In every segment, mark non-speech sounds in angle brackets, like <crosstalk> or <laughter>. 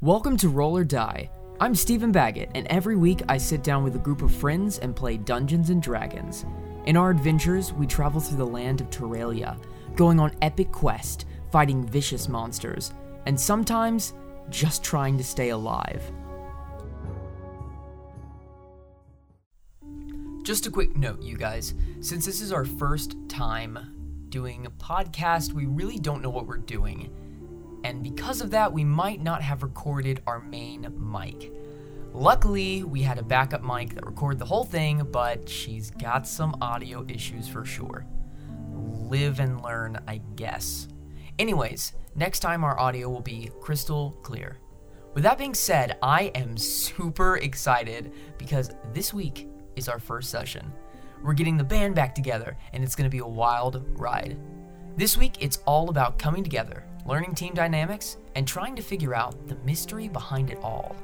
Welcome to Roll or Die. I'm Stephen Baggett, and every week I sit down with a group of friends and play Dungeons and Dragons. In our adventures, we travel through the land of Terralia, going on epic quests, fighting vicious monsters, and sometimes just trying to stay alive. Just a quick note, you guys. Since this is our first time doing a podcast, we really don't know what we're doing and because of that, we might not have recorded our main mic. Luckily, we had a backup mic that recorded the whole thing, but she's got some audio issues for sure. Live and learn, I guess. Anyways, next time our audio will be crystal clear. With that being said, I am super excited because this week is our first session. We're getting the band back together, and it's going to be a wild ride. This week, it's all about coming together, learning team dynamics, and trying to figure out the mystery behind it all.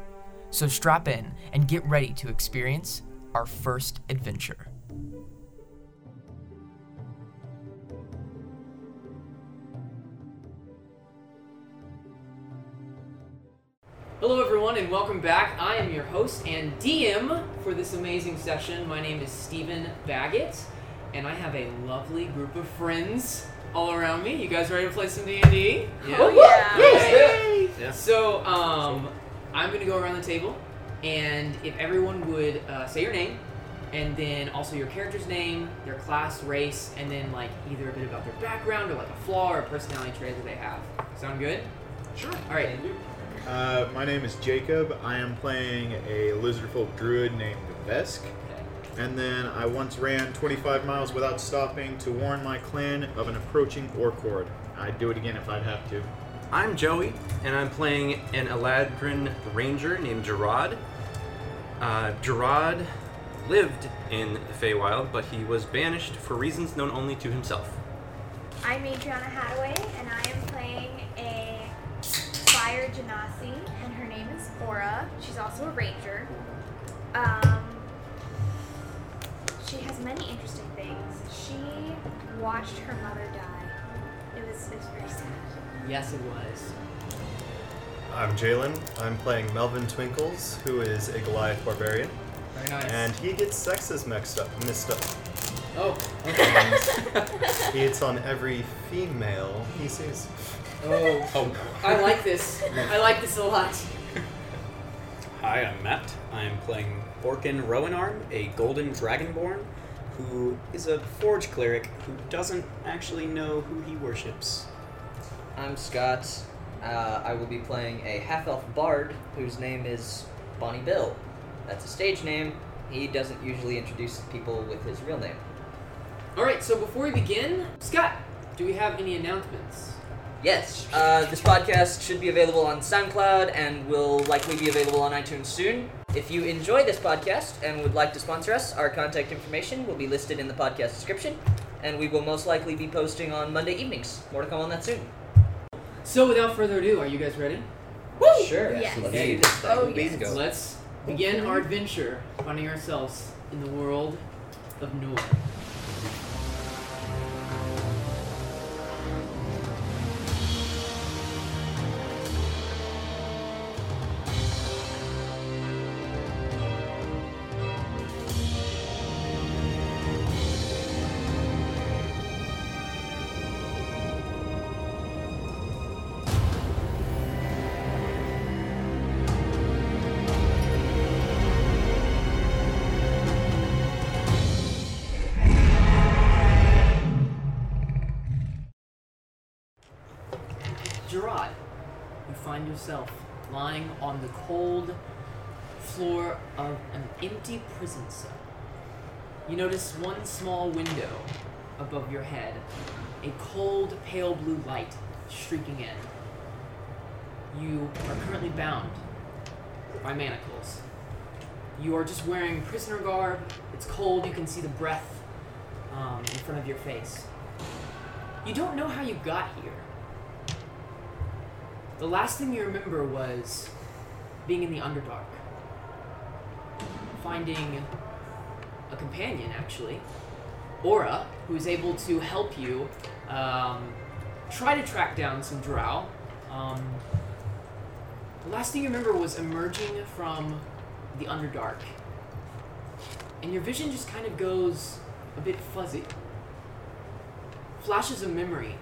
So strap in and get ready to experience our first adventure. Hello, everyone, and welcome back. I am your host and DM for this amazing session. My name is Stephen Baggett, and I have a lovely group of friends all around me. You guys ready to play some D and D? Oh, yeah. Yeah. So, um, I'm gonna go around the table, and if everyone would uh, say your name, and then also your character's name, their class, race, and then like either a bit about their background or like a flaw or a personality trait that they have. Sound good? Sure. All right. Uh, my name is Jacob. I am playing a lizardfolk druid named Vesk. And then I once ran 25 miles without stopping to warn my clan of an approaching orc horde. I'd do it again if I'd have to. I'm Joey, and I'm playing an Eladrin ranger named Gerard. Uh, Gerard lived in the Feywild, but he was banished for reasons known only to himself. I'm Adriana Hadaway, and I am playing a fire genasi, and her name is Aura. She's also a ranger. Um, she has many interesting things. She watched her mother die. It was, it was very sad. Yes, it was. I'm Jalen. I'm playing Melvin Twinkles, who is a Goliath barbarian, Very nice. and he gets sexes mixed up, mixed up. oh, He hits on every female he sees. <laughs> oh, Oh, I like this. I like this a lot. hi, I'm Matt. I am playing Orkin Rowanarm, a golden dragonborn who is a forge cleric who doesn't actually know who he worships. <laughs> I'm Scott. Uh, I will be playing a half elf bard whose name is Bonnie Bill. That's a stage name. He doesn't usually introduce people with his real name. All right. So before we begin, Scott, do we have any announcements? Yes, uh, this podcast should be available on SoundCloud and will likely be available on iTunes soon. If you enjoy this podcast and would like to sponsor us, our contact information will be listed in the podcast description, and we will most likely be posting on Monday evenings. More to come on that soon. So without further ado, are you guys ready? Sure. Yes. Let's do this thing. Oh, Let's yes. go. Let's begin our adventure, finding ourselves in the world of Noor. Gerard, you find yourself lying on the cold floor of an empty prison cell. You notice one small window above your head, a cold, pale blue light streaking in. You are currently bound by manacles. You are just wearing prisoner garb. It's cold, you can see the breath um, in front of your face. You don't know how you got here. The last thing you remember was being in the Underdark, finding a companion, actually, Aura, who is able to help you um, try to track down some drow. Um, The last thing you remember was emerging from the Underdark. And your vision just kind of goes a bit fuzzy. Flashes of memory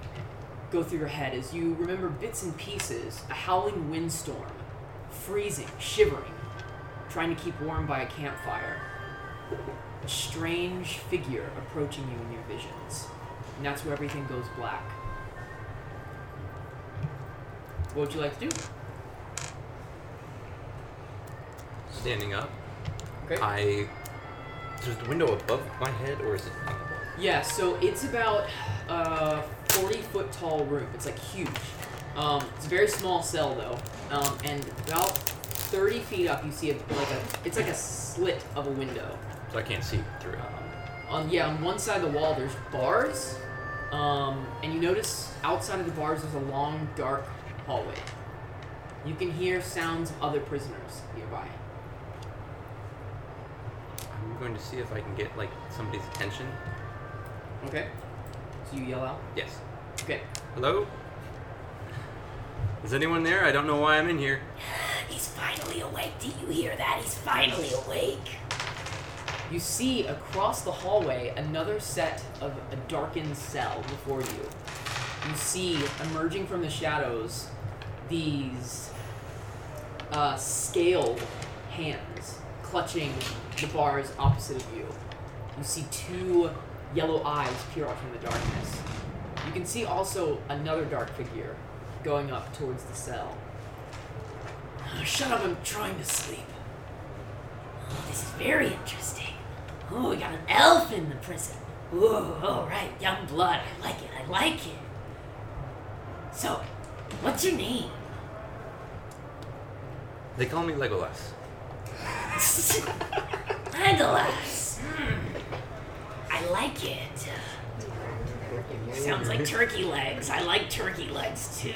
go through your head as you remember bits and pieces a howling windstorm, freezing, shivering, trying to keep warm by a campfire. A strange figure approaching you in your visions. And that's where everything goes black. What would you like to do? Standing up, Okay. I. Is the window above my head or is it? Yeah, so it's about a 40 foot tall room. It's like huge. Um, it's a very small cell though, um, and about 30 feet up, you see a, like a it's like a slit of a window. So I can't see through. Um, on yeah, on one side of the wall there's bars, um, and you notice outside of the bars there's a long dark hallway. You can hear sounds of other prisoners nearby. I'm going to see if I can get like somebody's attention. Okay, so you yell out. Yes. Okay, Hello? Is anyone there? I don't know why I'm in here. He's finally awake. Do you hear that? He's finally awake. You see across the hallway another set of a darkened cell before you. You see emerging from the shadows these uh, scaled hands clutching the bars opposite of you. You see two yellow eyes peer out from the darkness. You can see also another dark figure going up towards the cell. Shut up, I'm trying to sleep. Oh, this is very interesting. Oh, we got an elf in the prison. Ooh, all right, young blood. I like it. I like it. So, what's your name? They call me Legolas. Mandalas. Hmm. I like it. Sounds like turkey legs. I like turkey legs too.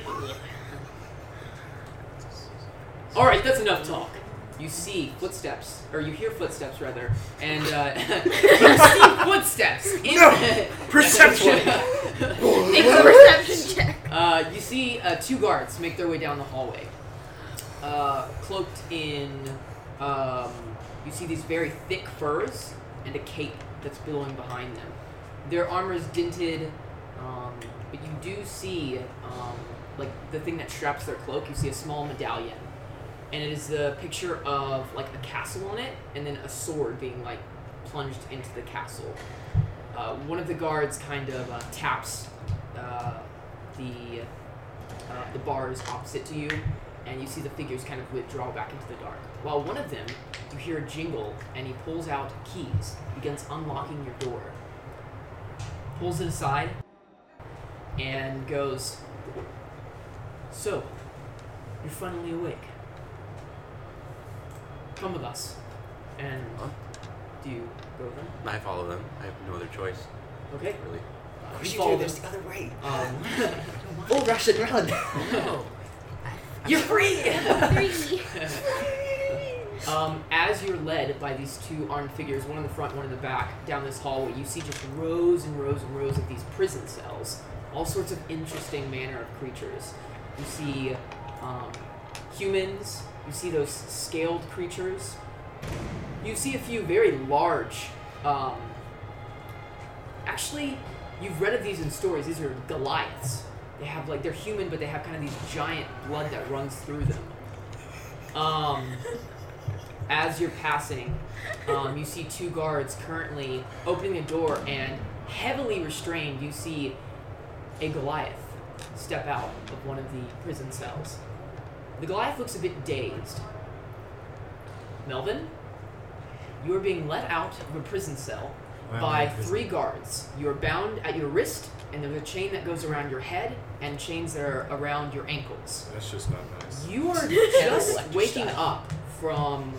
All right, that's enough talk. You see footsteps, or you hear footsteps rather, and uh, <laughs> you see footsteps. In no, <laughs> perception. Make a perception check. uh, you see uh, two guards make their way down the hallway, uh, cloaked in. Um, you see these very thick furs and a cape that's billowing behind them. Their armor is dinted, um, but you do see um, like the thing that straps their cloak. You see a small medallion and it is the picture of like a castle on it, and then a sword being like plunged into the castle. Uh, one of the guards kind of uh, taps uh, the uh, the bars opposite to you, and you see the figures kind of withdraw back into the dark. While one of them, you hear a jingle, and he pulls out keys, begins unlocking your door, pulls it aside, and goes. So, you're finally awake come with us. And Huh? do you go with them? I follow them. I have no other choice, Okay. really. We follow them. other way. Um, Oh, Russian run. <laughs> you're free! Three. um, as you're led by these two armed figures, one in the front, one in the back, down this hallway, you see just rows and rows and rows of these prison cells. All sorts of interesting manner of creatures. You see um, humans, you see those scaled creatures, you see a few very large. Um, actually, you've read of these in stories. These are Goliaths. They have like they're human, but they have kind of these giant blood that runs through them. Um, as you're passing, um, you see two guards currently opening a door, and heavily restrained, you see a Goliath step out of one of the prison cells. The Goliath looks a bit dazed. Melvin, you are being let out of a prison cell Wow, by prison. three guards. You are bound at your wrist, and there's a chain that goes around your head, and chains that are around your ankles. That's just not nice. You are just Electric waking style. up from.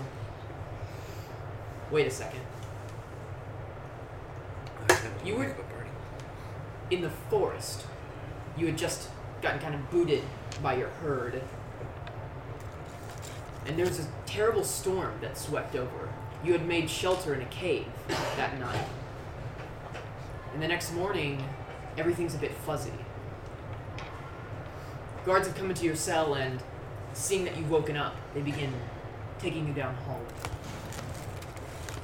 Wait a second. You were- In the forest, you had just gotten kind of booted by your herd. And there was a terrible storm that swept over. You had made shelter in a cave that night. And the next morning, everything's a bit fuzzy. Guards have come into your cell and seeing that you've woken up, they begin taking you down the hallway.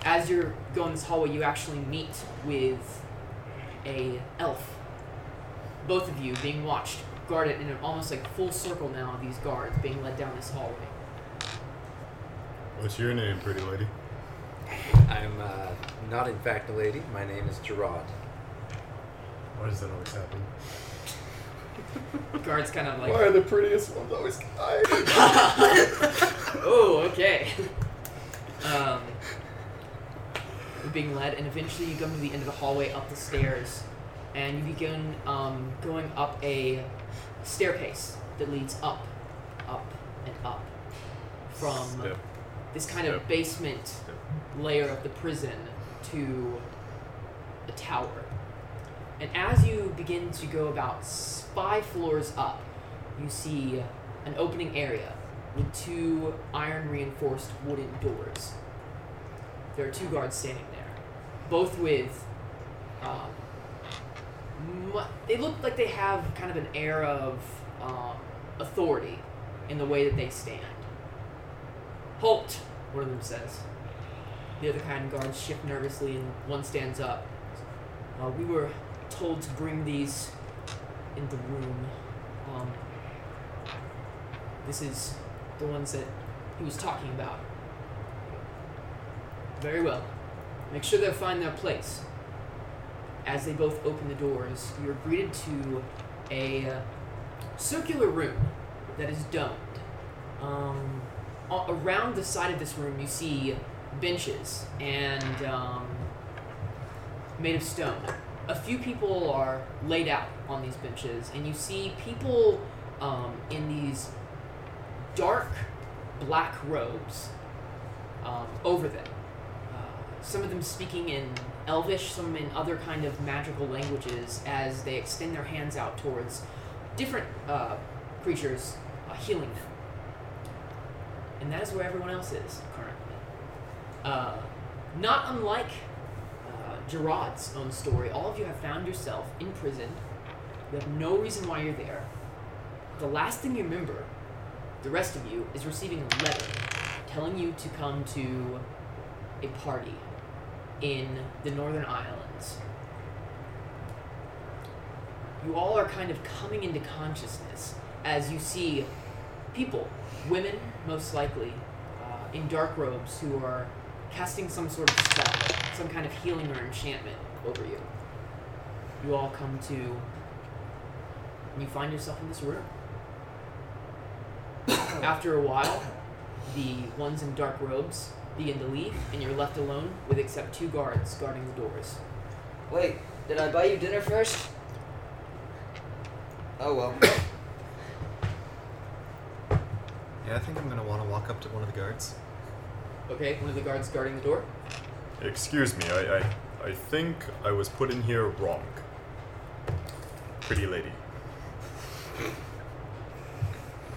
As you're going this hallway, you actually meet with a elf. Both of you being watched, guarded in an almost like full circle now of these guards being led down this hallway. What's your name, pretty lady? I'm uh, not, in fact, a lady. My name is Gerard. Why does that always happen? <laughs> Guards kind of like, Why are the prettiest ones always dying? oh, okay. Um, <laughs> you're being led, and eventually you come to the end of the hallway, up the stairs, and you begin um, going up a staircase that leads up, up, and up from Step. this kind of Step. basement layer of the prison to a tower. And as you begin to go about s- five floors up, you see an opening area with two iron reinforced wooden doors. There are two guards standing there, both with. Um, mu- they look like they have kind of an air of um, authority in the way that they stand. Halt! One of them says. The other kind guards shift nervously, and one stands up. Uh, we were told to bring these in the room. Um, this is the ones that he was talking about. Very well. Make sure they find their place. As they both open the doors, you're greeted to a uh, circular room that is domed. Um, a- around the side of this room, you see benches and um, made of stone. A few people are laid out on these benches, and you see people um, in these dark black robes um, over them. Uh, some of them speaking in Elvish, some in other kind of magical languages, as they extend their hands out towards different uh, creatures, uh, healing them. And that is where everyone else is currently. Uh, not unlike uh, Gerard's own story, all of you have found yourself in prison. You have no reason why you're there. The last thing you remember, the rest of you, is receiving a letter telling you to come to a party in the Northern Islands. You all are kind of coming into consciousness as you see people, women most likely, uh, in dark robes who are casting some sort of spell, some kind of healing or enchantment over you. You all come to, and you find yourself in this room. After a while, the ones in dark robes begin to leave, and you're left alone with except two guards guarding the doors. Wait, did I buy you dinner first? Oh well. <coughs> Yeah, I think I'm gonna want to walk up to one of the guards. Okay, one of the guards guarding the door. Excuse me, I, I, I think I was put in here wrong. Pretty lady.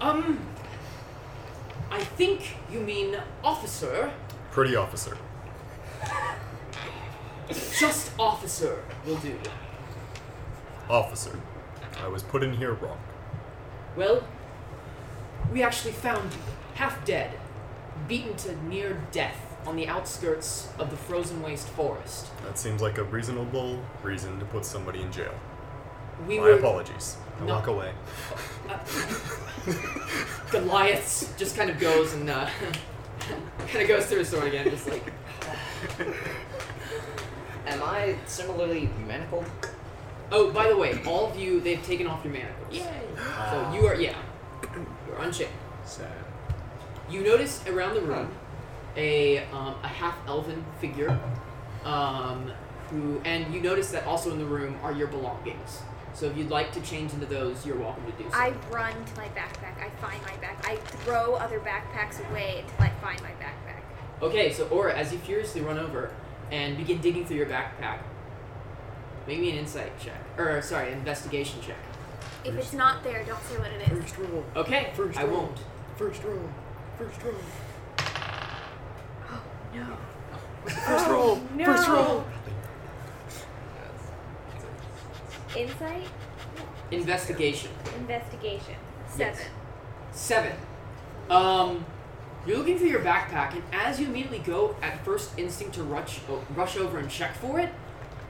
Um, I think you mean officer. Pretty officer. Just officer will do. Officer. I was put in here wrong. Well, we actually found you, half dead, beaten to near death on the outskirts of the frozen waste forest. That seems like a reasonable reason to put somebody in jail. We My were apologies. I No. walk away. Goliath just kind of goes and uh, <laughs> kind of goes through his sword again, just like Am I similarly manacled? Oh, by the way, all of you, they've taken off your manacles. Yay! So you are, yeah, you're unchained. Sad. You notice around the room a, um, a half elven figure, um, who, and you notice that also in the room are your belongings. So if you'd like to change into those, you're welcome to do so. I run to my backpack. I find my back. I throw other backpacks away until I find my backpack. Okay, so Aura, as you furiously run over and begin digging through your backpack, make me an insight check, or sorry, investigation check. If it's not there, don't say what it is. roll. Okay, I won't. First roll. First roll. No. First roll. No. First roll. Insight, Investigation. investigation, seven. Yes. Seven. Um, you're looking through your backpack, and as you immediately go at first instinct to rush, o- rush over and check for it,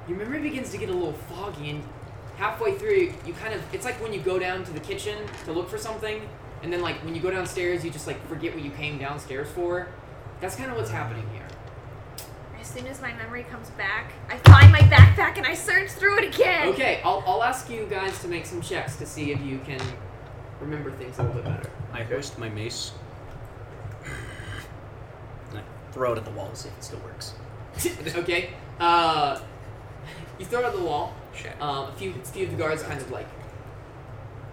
your memory begins to get a little foggy, and halfway through, you kind of it's like when you go down to the kitchen to look for something, and then like when you go downstairs, you just like forget what you came downstairs for. That's kind of what's happening here. As soon as my memory comes back, I find my backpack and I search through it again. Okay, I'll, I'll ask you guys to make some checks to see if you can remember things a little bit better. I hoist my mace. And I throw it at the wall to see if it still works. okay. Uh, you throw it at the wall. Shit. Um, a few, a few of the guards kind of like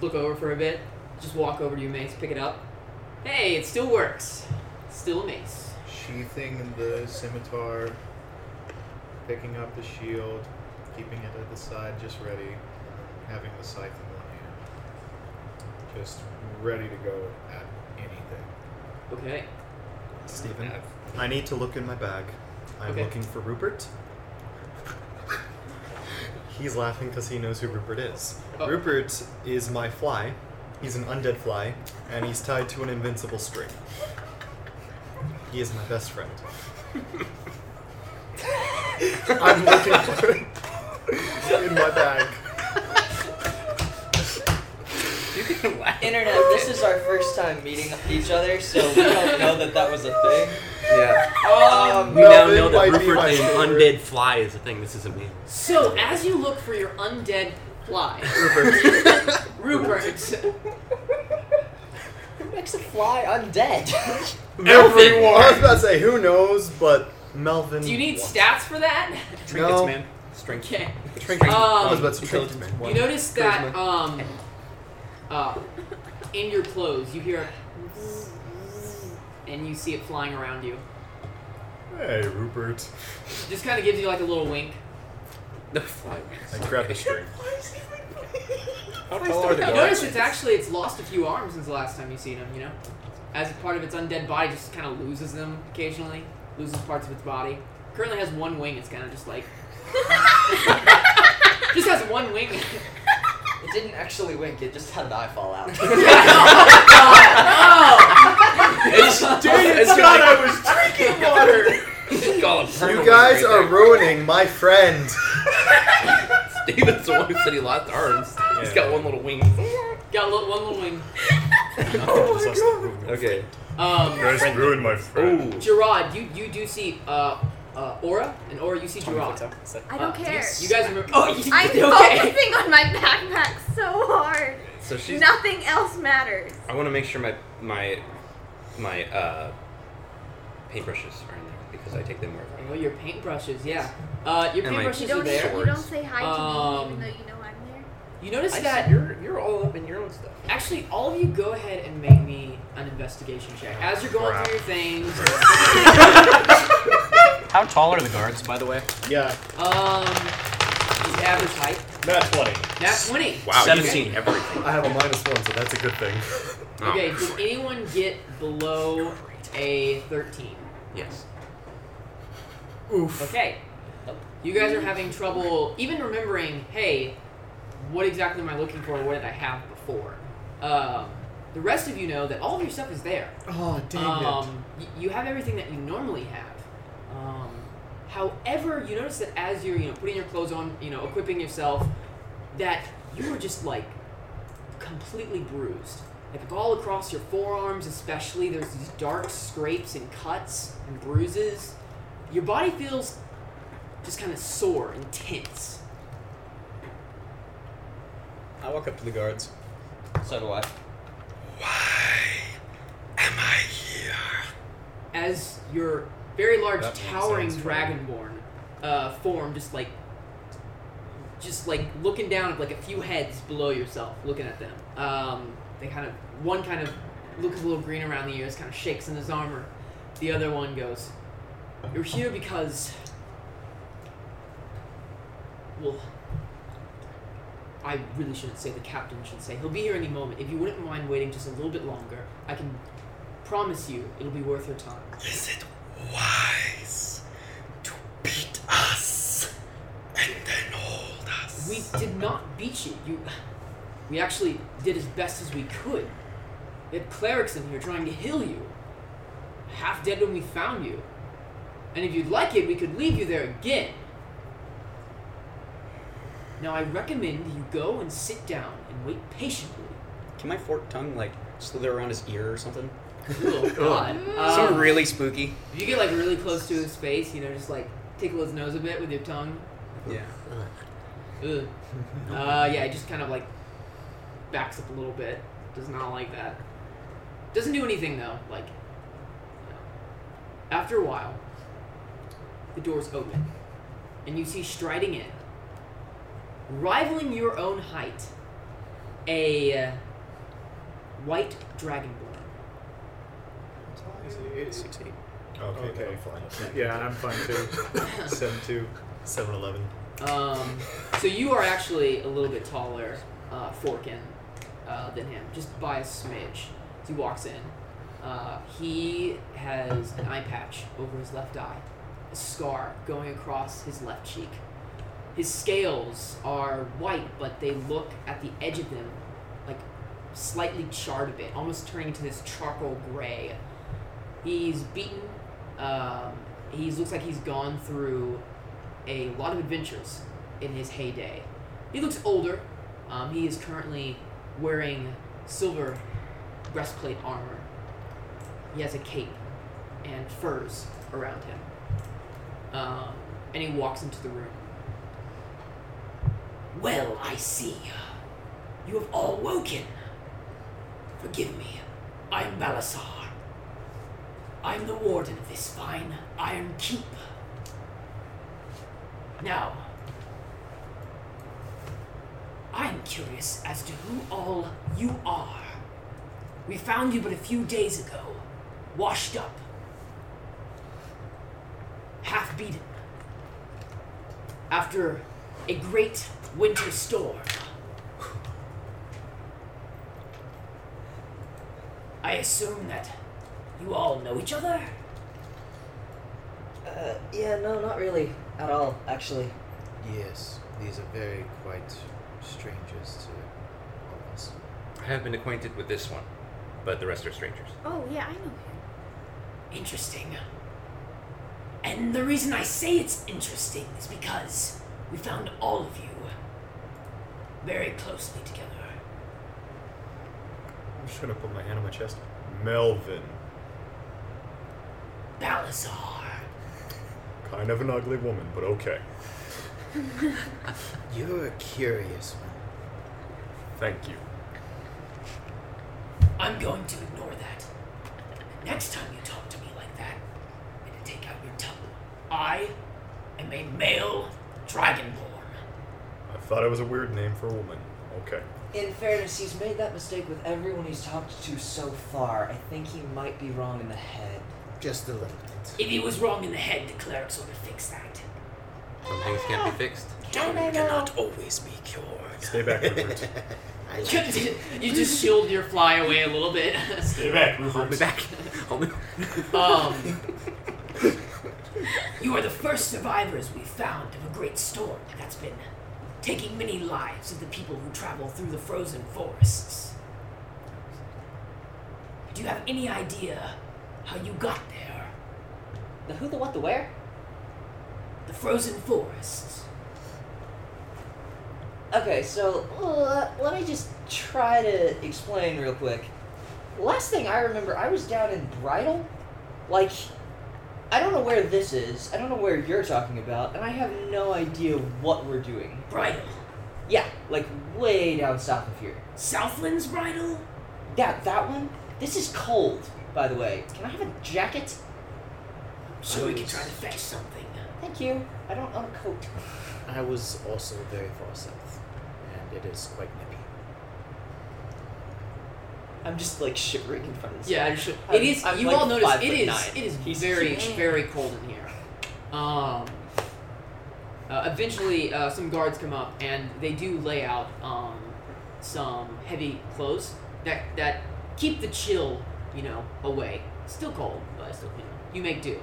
look over for a bit, just walk over to your mace, pick it up. Hey, it still works. Still a mace. Sheathing the scimitar, picking up the shield, keeping it at the side just ready, having the scythe in the hand. Just ready to go at anything. Okay. Stephen, I need to look in my bag. I'm Okay. looking for Rupert. He's laughing because he knows who Rupert is. Oh. Rupert is my fly. He's an undead fly, and he's tied to an invincible string. He is my best <laughs> friend. I'm looking for him in my bag. Internet, this is our first time meeting each other, so we don't know that that was a thing. Yeah. Um, We now know Melvin that might be Rupert my and favorite. undead fly is a thing. This is amazing. So as you look for your undead fly, Rupert, <laughs> Rupert, who makes a fly undead? I was about to say who knows, but Melvin. do you need wants- stats for that? <laughs> Trinkets, No. man. Strength. Okay. Trinkets. I was Um, about to say trinkets, man. You notice that um, uh, in your clothes, you hear a and you see it flying around you. Hey, Rupert. Just kind of gives you like a little wink. The fly. I grab the string. How tall are the You guards? notice it's actually it's lost a few arms since the last time you seen him. You know, as part of its undead body, just kind of loses them occasionally, loses parts of its body. Currently has one wing. It's kind <laughs> of just like just has one wing. <laughs> it didn't actually wink, it just had an eye fall out. <laughs> It's, It's God, I was drinking water. <laughs> <laughs> You guys are ruining my <laughs> friend. <laughs> Steven's the one who said he lost arms. He's got one little wing. Got a little, one little wing. Oh <laughs> Okay. Um, guys ruined my friend. Gerard, you you do see uh, uh, Aura and Aura. You see Gerard. I don't Uh, care. You guys remember? Oh, you, I'm <laughs> okay. focusing on my backpack so hard. So she's. Nothing else matters. I want to make sure my my my uh, paintbrushes are in there because I take them wherever. I Oh, your paintbrushes, yeah. Uh, your And, like, paintbrushes You are don't, there. you don't say hi to me Um, even though you know I'm there. You notice see that you're you're all up in your own stuff. actually, all of you go ahead and make me an investigation check as you're going through your things. How tall are the guards, by the way? Yeah, Um, just average height. Not 20. That's twenty. Wow, you've 17. seen everything. I have a minus one, so that's a good thing. Oh, Okay, did anyone get below a thirteen? Yes. Oof. Okay. You guys are having trouble even remembering, hey, what exactly am I looking for? What did I have before? Um, the rest of you know that all of your stuff is there. Oh, dang um, y- you have everything that you normally have. Um, however, you notice that as you're, you know, putting your clothes on, you know, equipping yourself, that you are just like completely bruised. Like all across your forearms, especially, there's these dark scrapes and cuts and bruises. Your body feels just kind of sore and tense. I walk up to the guards. <laughs> so do I. as your very large That makes towering sense, right? dragonborn uh, form just like just like looking down at like a few heads below yourself looking at them um, they kind of one kind of looks a little green around the ears kind of shakes in his armor the other one goes you're here because well I really shouldn't say the captain should say he'll be here any moment if you wouldn't mind waiting just a little bit longer I can promise you it'll be worth your time Is it wise to beat us and then hold us? We did not beat you. You, we actually did as best as we could. They had clerics in here trying to heal you. Half dead when we found you. And if you'd like it, we could leave you there again. Now I recommend you go and sit down and wait patiently. Can my forked tongue like slither around his ear or something? Oh God! Something Um, really spooky. if you get like really close to his face, you know, just like tickle his nose a bit with your tongue. Yeah. Ugh. Uh, yeah, it just kind of like backs up a little bit. Does not like that. Doesn't do anything though. Like, you know. after a while, the doors open, and you see striding in, rivaling your own height, a uh, white dragonborn. Six eight. Okay, Okay. I'm fine. Yeah, and I'm fine too. <laughs> 7 2, 7 11. Um, so you are actually a little bit taller, uh, Forkin, uh, than him, just by a smidge. As he walks in, uh, he has an eye patch over his left eye, a scar going across his left cheek. His scales are white, but they look at the edge of them like slightly charred a bit, almost turning into this charcoal gray. He's beaten. Um, he looks like he's gone through a lot of adventures in his heyday. He looks older. Um, he is currently wearing silver breastplate armor. He has a cape and furs around him. Um, and he walks into the room. Well, I see. You have all woken. Forgive me. I'm Balasar. I'm the warden of this fine iron keep. Now, I'm curious as to who all you are. We found you but a few days ago, washed up, half beaten, after a great winter storm. I assume that you all know each other? Uh, yeah, no, not really at all, actually. Yes, these are very quite strangers to all of us. I have been acquainted with this one, but the rest are strangers. Oh yeah, I know him. Interesting. And the reason I say it's interesting is because we found all of you very closely together. I'm just gonna put my hand on my chest. Melvin. Balazar. Kind of an ugly woman, but okay. You're a curious one. Thank you. I'm going to ignore that. Next time you talk to me like that, I'm going to take out your tongue. I am a male dragonborn. I thought it was a weird name for a woman. Okay. In fairness, he's made that mistake with everyone he's talked to so far. I think he might be wrong in the head. Just a little bit. If he was wrong in the head, the cleric sort of fixed that. Some things can't be fixed. Can I know? Cannot always be cured. Stay <laughs> back, Rupert. I like <laughs> you just shield your fly away a little bit. Stay back, Hold me Rupert. back. Hold me. um, You are the first survivors we found of a great storm that's been taking many lives of the people who travel through the frozen forests. Do you have any idea how you got there? The who, the what, the where? The frozen forests. Okay, so uh, let me just try to explain real quick. Last thing I remember, I was down in Bridle. Like, I don't know where this is, I don't know where you're talking about, and I have no idea what we're doing. Bridle. Yeah, like way down south of here. Southland's bridle? That that one? This is cold, by the way. Can I have a jacket? Sure, we can try to fetch something. Thank you. I don't own a coat. I was also very far south, and it is quite nippy. I'm just like shivering in front of this. yeah, I just, I'm- it is. I'm you like all notice five it foot is. nine. It is He's very huge. very cold in here. Um, uh, eventually, uh, some guards come up and they do lay out um, some heavy clothes that that keep the chill, you know, away. Still cold, but still, you know, you make do.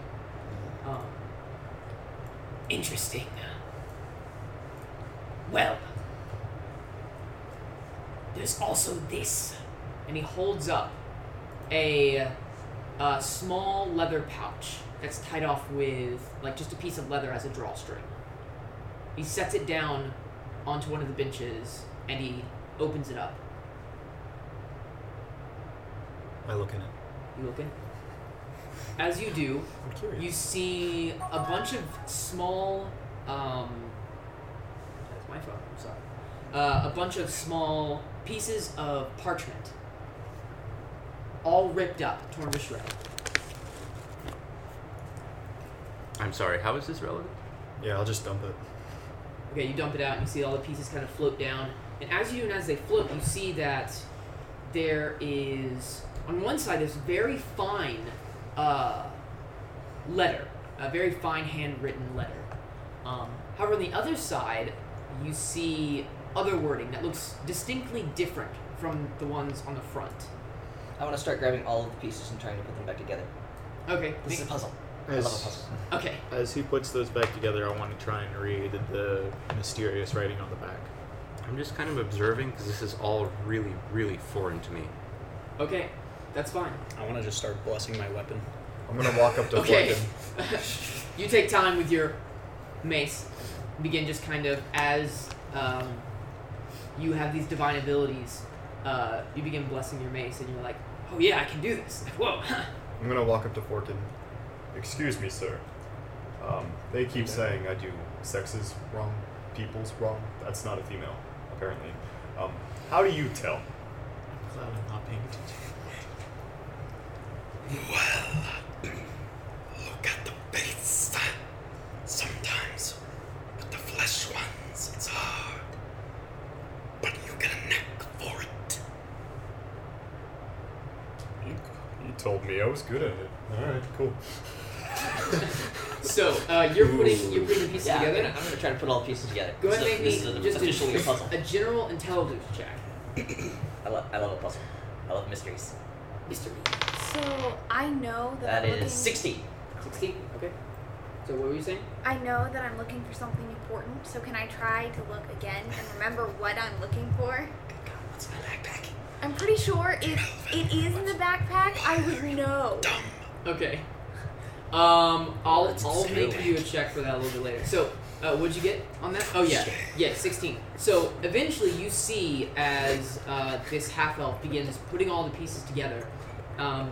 Um, Interesting. Well, there's also this. and he holds up a, uh small leather pouch that's tied off with like just a piece of leather as a drawstring. He sets it down onto one of the benches and he opens it up. I look in it. You looking? As you do, I'm curious. you see a bunch of small. Um, that's my phone. I'm sorry. Uh, a bunch of small pieces of parchment, all ripped up, torn to shreds. I'm sorry, how is this relevant? yeah, I'll just dump it. Okay, you dump it out and you see all the pieces kind of float down. And as you do and as they float, you see that there is on one side this very fine uh, letter, a very fine handwritten letter. Um, however, on the other side, you see other wording that looks distinctly different from the ones on the front. I want to start grabbing all of the pieces and trying to put them back together. Okay, This is a puzzle. I <laughs> love a As, puzzle. okay, as he puts those back together, I want to try and read the mysterious writing on the back. I'm just kind of observing because this is all really, really foreign to me. okay, that's fine. I want to just start blessing my weapon. I'm gonna walk up to Okay. Forkin. you take time with your mace. Begin just kind of as um, you have these divine abilities, uh, you begin blessing your mace, and you're like, oh yeah, I can do this. <laughs> Whoa. I'm gonna walk up to Forkin. Excuse me, sir. Um, they keep saying I do sexes wrong, peoples wrong. That's not a female, apparently. Um, how do you tell? Glad I'm not paying attention. Look at the base. Sometimes with the flesh ones, it's hard. But you get a neck for it. You, you told me I was good at it. All right, cool. so uh, you're putting you're putting the pieces Yeah, I'm together. gonna, I'm gonna try to put all the pieces together. Go ahead This and is- make this me is just a- officially a puzzle. a general intelligence check. I love, I love a puzzle. I love mysteries. Mystery. So I know that. That I'm looking, is 60. 16? Okay. So what were you saying? I know that I'm looking for something important. So can I try to look again and remember what I'm looking for? What's in my backpack? I'm pretty sure if it is in the backpack, I would know. Okay. Um, I'll, Let's I'll see. make you a check for that a little bit later. So, uh, what'd you get on that? Oh, yeah. Yeah, 16. So, eventually, you see as uh, this half elf begins putting all the pieces together, um,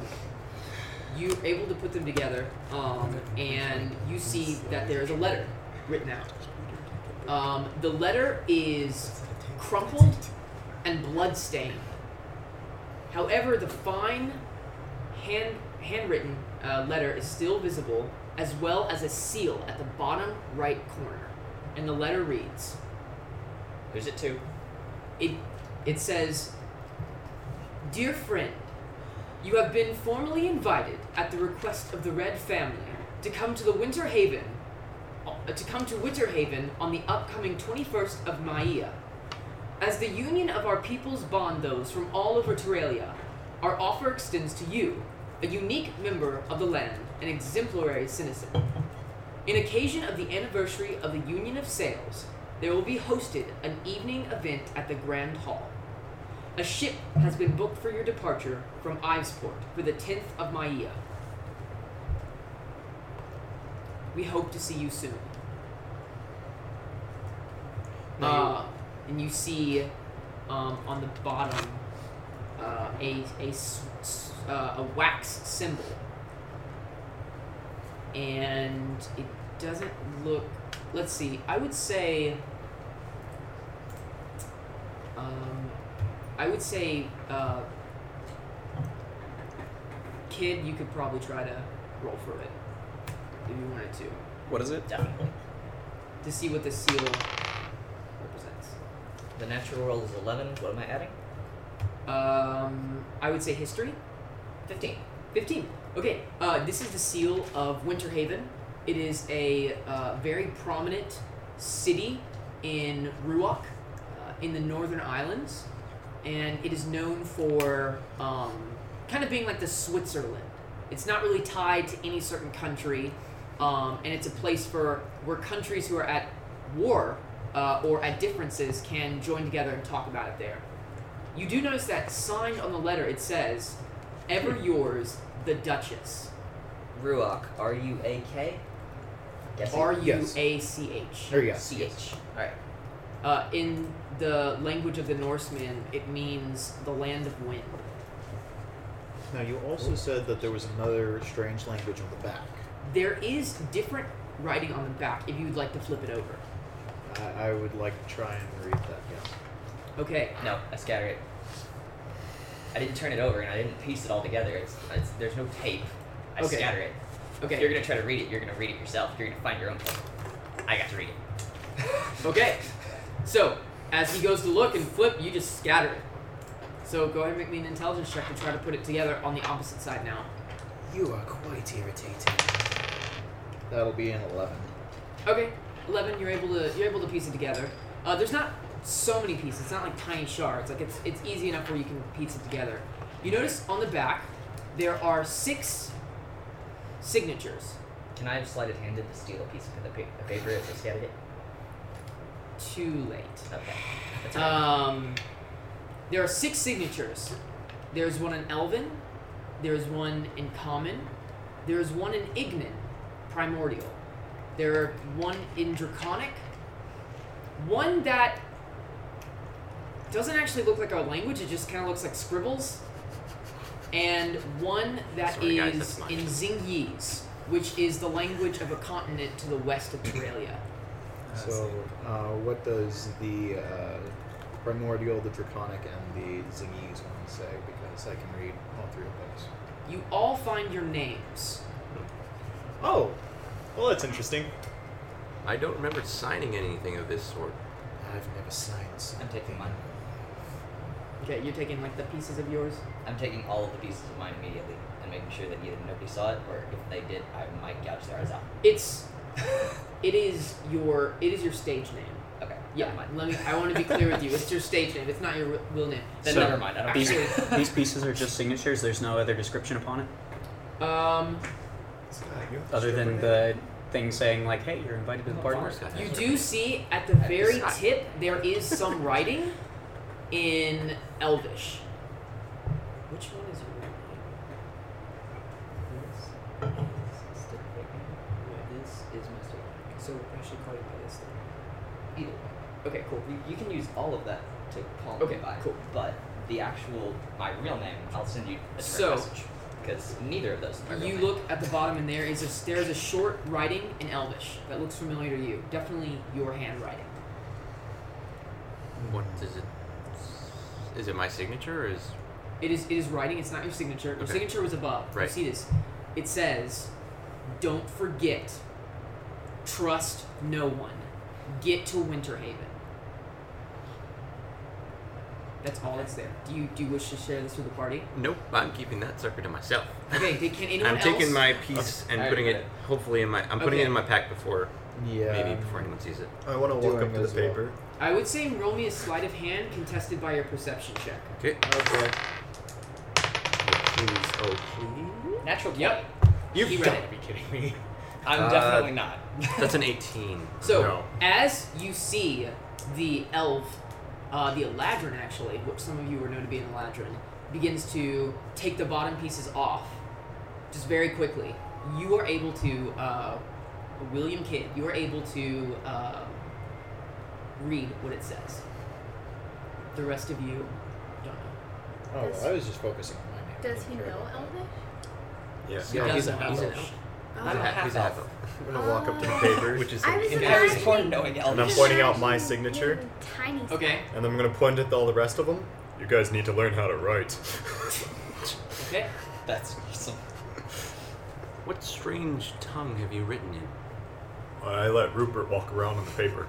you're able to put them together, um, and you see that there is a letter written out. Um, the letter is crumpled and bloodstained. However, the fine hand handwritten uh, letter is still visible, as well as a seal at the bottom right corner. And the letter reads, Who's it to? it it says, "Dear friend, you have been formally invited at the request of the Red family to come to the Winter Haven, uh, to come to Winter Haven on the upcoming 21st of Maia. As the union of our peoples bond those from all over Teralia, our offer extends to you, a unique member of the land and exemplary citizen. In occasion of the anniversary of the Union of Sales, there will be hosted an evening event at the Grand Hall. A ship has been booked for your departure from Ivesport for the 10th of Maia. We hope to see you soon. Uh, and you see um, on the bottom uh, a, a, s- s- uh, a wax symbol. And it doesn't look. Let's see. I would say. Um, I would say, uh, kid, you could probably try to roll for it if you wanted to What is it? Definitely. to see what the seal represents. The natural roll is 11. What am I adding? Um, I would say history. 15. 15. Okay, uh, this is the seal of Winter Haven. It is a uh, very prominent city in Ruok, uh, in the Northern Islands, and it is known for um, kind of being like the Switzerland. It's not really tied to any certain country, um, and it's a place for where countries who are at war uh, or at differences can join together and talk about it there. You do notice that signed on the letter it says Ever yours, the Duchess. Ruach, R U A K? Guessing. R U Yes. A C H. There you go. C H. Alright. Uh, in the language of the Norsemen, it means the land of wind. Now, you also said that there was another strange language on the back. There is different writing on the back if you'd like to flip it over. I, I would like to try and read that down. Okay, No, I scatter it. I didn't turn it over and I didn't piece it all together. It's, it's there's no tape. I Okay. scatter it. If okay. you're gonna try to read it, you're gonna read it yourself. You're gonna find your own tape. I got to read it. Okay. So, as he goes to look and flip, you just scatter it. So go ahead and make me an intelligence check to try to put it together on the opposite side now. You are quite irritating. That'll be an 11. Okay, eleven. You're able to you're able to piece it together. Uh, there's not so many pieces. It's not like tiny shards. Like it's it's easy enough where you can piece it together. You notice on the back there are six signatures. Can I have sleight of hand to steal a piece of the pa- the paper if I scattered it? Too late. Okay. That's all right. Um, there are six signatures. There's one in Elven. There's one in Common. There's one in Ignan, Primordial. There are one in Draconic. One that doesn't actually look like our language. It just kind of looks like scribbles. And one that is Sorry, guys, that's mine. in Zingyese, which is the language of a continent to the west of Terralia. So, uh, what does the uh, primordial, the draconic, and the Zingese one say? Because I can read all three of those. You all find your names. Oh, well, that's interesting. I don't remember signing anything of this sort. I've never signed I'm taking something. mine. Okay, you're taking like the pieces of yours. I'm taking all of the pieces of mine immediately and making sure that either nobody saw it or if they did, I might gouge their eyes out. <laughs> It's it is your it is your stage name. Okay. Yeah, Never mind. let me. I want to be clear with you. It's your stage name. It's not your re- real name. Then So- never mind. I don't These, <laughs> care. these pieces are just signatures. There's no other description upon it, Um, other than the thing saying like, "Hey, you're invited to the party." Farmer's got you that. do see at the very tip there is some writing in Elvish. Which one is your real name? This is the fake name. This is my stage name. So I should call you by this. Then. Either way. Okay, cool. You, you can use all of that to call Okay, me by. cool. But the actual, my real name, I'll send you a direct So- message. Because neither of those are my real You name. look at the bottom, and there is a there's a short writing in Elvish that looks familiar to you. Definitely your handwriting. What Hmm. is it? Is it my signature or is It is it is writing. It's not your signature. Your Okay. signature was above. You Right. see this? It says, "Don't forget, trust no one, get to Winterhaven." That's all that's there. Do you do you wish to share this with the party? Nope, I'm keeping that sucker to myself. Okay. <laughs> they- Can anyone I'm else? taking my piece and I putting got it hopefully in my I'm putting Okay. it in my pack before Yeah. maybe before anyone sees it. I want to walk Doing up to the as well. paper. I would say roll me a sleight of hand contested by your perception check. Okay. Oh, Okay. Please, oh please. Natural. Yep. You've He read got it. to be kidding me. I'm Uh, definitely not. That's an 18. So No. as you see the elf, uh, the Eladrin actually, which some of you are known to be an Eladrin, begins to take the bottom pieces off, just very quickly. You are able to, uh, William Kidd, you are able to uh, read what it says. The rest of you don't know. Oh, well, I was just focusing on my name. I Does didn't he care know about that. Elvish? Yes. He Yeah. doesn't a know. He's an half-elf. elf. He's a ha- he's a half elf. I'm gonna walk up to the Oh. paper, which is I was It is imagining. important knowing And I'm Elvish. pointing out my signature. little Tiny. stuff. Okay. and I'm gonna point at all the rest of them. You guys need to learn how to write. <laughs> Okay. That's awesome. What strange tongue have you written in? I let Rupert walk around on the paper.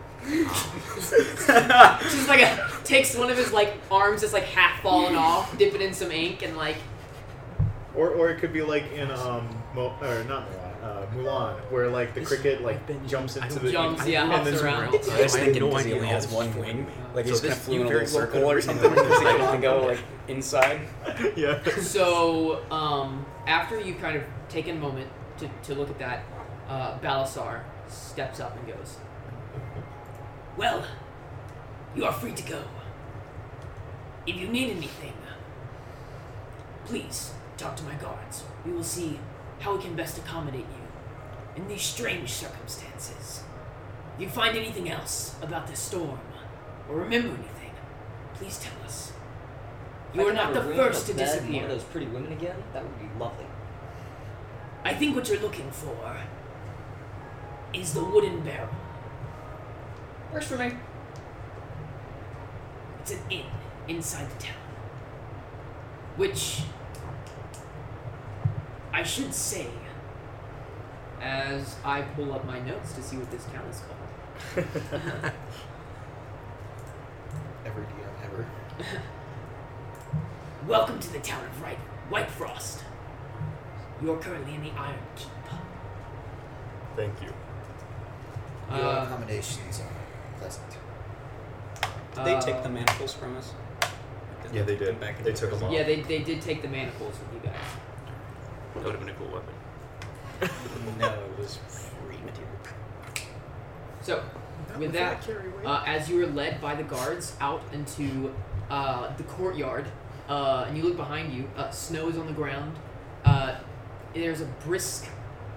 Just like a, takes one of his like arms that's like half fallen off, dipping in some ink and like Or, or it could be like in um, Mo- or not Mulan, uh, Mulan, where like the cricket like jumps into the jumps, yeah, and hops then around. somewhere else. <laughs> I was I had thinking no because he idea only all has this one flew wing. in. Like, So he just kind of this flew in a very little circle local or something. Because <laughs> he can go, like, inside. <laughs> yeah. So, um, after you kind of take a moment to, to look at that, uh, Balasar steps up and goes, Well, you are free to go. If you need anything, please talk to my guards. We will see how we can best accommodate you in these strange circumstances. If you find anything else about this storm, or remember anything, please tell us. You are not the first to One of disappear. those pretty women again? That would be lovely. I think what you're looking for is the wooden barrel. Works for me. It's an inn inside the town. Which I should say as I pull up my notes to see what this town is called. Every DM ever. Welcome to the town of right, White Frost. You're currently in the Iron Keep. Thank you. Your Uh, accommodations are pleasant. Did they take Uh, the manacles from us? Yeah, they did. Put Back in They took them off. Yeah, they, they did take the manacles with you guys. That would have been a cool weapon. no, it was free material. So, with that, uh, as you are led by the guards out into uh, the courtyard, uh, and you look behind you, uh, snow is on the ground. Uh, there's a brisk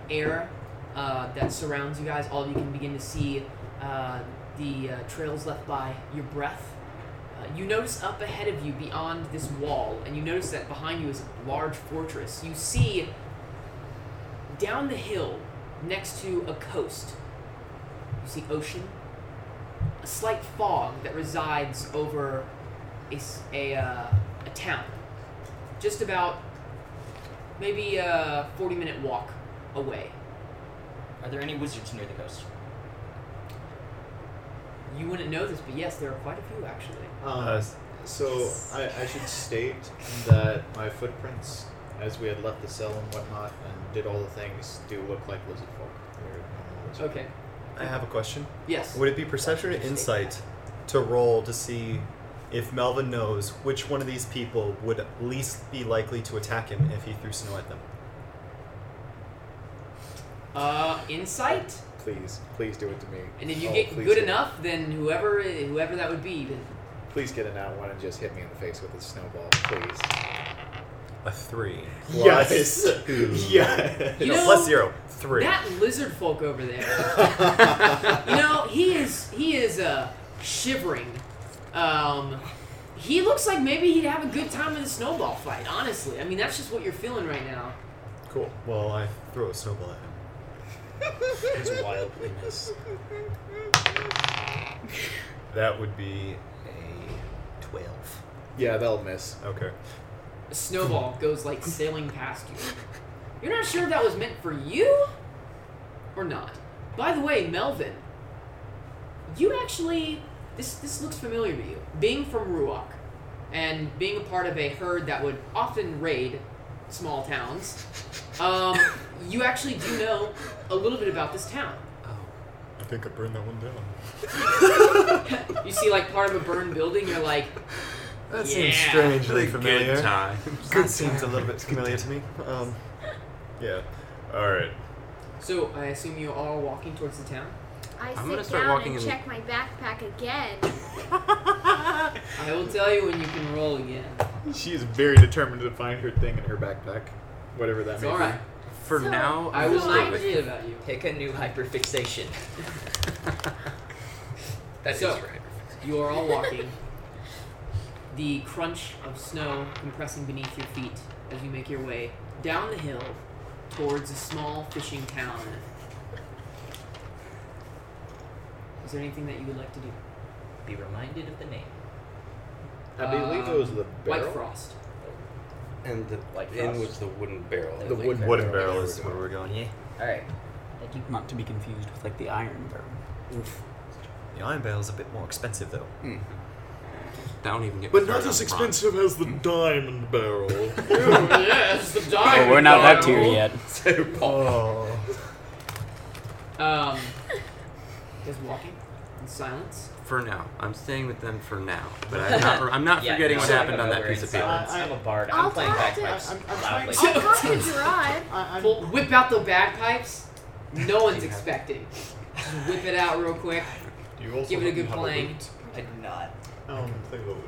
air uh, that surrounds you guys. All of you can begin to see uh, the uh, trails left by your breath. Uh, you notice up ahead of you, beyond this wall, and you notice that behind you is a large fortress. You see down the hill, next to a coast, you see ocean, a slight fog that resides over a, s- a, uh, a town, just about maybe a 40 minute walk away. Are there any wizards near the coast? You wouldn't know this, but yes, there are quite a few actually. Uh, so I, I should state that my footprints, as we had left the cell and whatnot, and did all the things, do look like lizard folk. They're normal lizard Okay. I have a question. Yes. Would it be perception or insight to roll to see if Melvin knows which one of these people would least be likely to attack him if he threw snow at them? Uh, insight, folk. Please, please do it to me. and if you Oh, get please good do. enough, then whoever whoever that would be, then Please get an out one and just hit me in the face with a snowball, please. A three. Yes. yes. <laughs> You No, know- plus zero. Three. that lizard folk over there. you know, he is he is uh shivering. Um, he looks like maybe he'd have a good time in the snowball fight. Honestly, I mean that's just what you're feeling right now. Cool. Well, I throw a snowball at him. His wildliness. That would be a 12. Yeah, that'll miss. Okay. A snowball goes like sailing past you. You're not sure if that was meant for you or not. By the way, Melvin, you actually this this looks familiar to you. Being from Ruok and being a part of a herd that would often raid small towns, um, you actually do know a little bit about this town. I think I burned that one down. You see, like part of a burned building, you're like, That Yeah. seems strangely Good familiar. time. Good seems a little bit familiar to me. Um, yeah. All right. so I assume you all are walking towards the town. I sit I'm gonna start down walking and in- check my backpack again. I will tell you when you can roll again. She is very determined to find her thing in her backpack, whatever that It's may all right. For So, now, I I'm will just I not was- live with it. forget about you. Pick a new hyperfixation. That is So- right. You are all <laughs> walking. the crunch of snow compressing beneath your feet as you make your way down the hill towards a small fishing town. Is there anything that you would like to do? Be reminded of the name. be. I believe it was the White barrel. Frost. And the Like inn us. was the wooden barrel. The Like, wooden Wooden barrel is where we're going. Yeah. All right. Not to be confused with like the iron barrel. The iron barrel's a bit more expensive, though. I don't even get. But me not started as on expensive as the diamond <laughs> <laughs> barrel. yes, <laughs> the diamond we're not that tier barrel. yet. <laughs> Oh. oh. Um, just walking in silence. Bronn. For now, I'm staying with them for now. But I'm not. I'm not <laughs> Yeah, forgetting no, what I happened don't on know that where piece of it's paper. at. I- I'm a bard. I'm I'll playing talk to- bagpipes I'm- I'm loudly. Oh, trying I'll talk to Gerard. I, I'm, Pull, whip out the bagpipes. No one's expecting. Just whip it out real quick. You also Give it a good playing. I do not. um,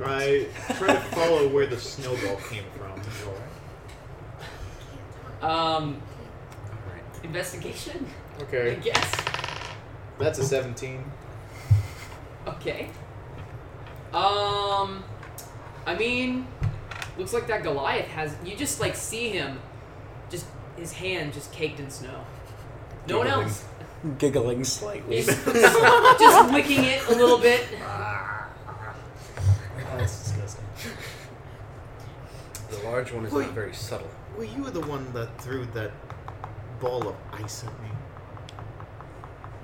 I try to follow where the snowball came from. Um, Alright. investigation, I Okay. guess. That's a 17. Okay. Um, I mean, looks like that Goliath has. You just like see him, just his hand just caked in snow. No one Giggling. else. Giggling slightly. <laughs> He's just licking it a little bit. That's disgusting. The large one is Wait. not very subtle. Well, you were the one that threw that ball of ice at me.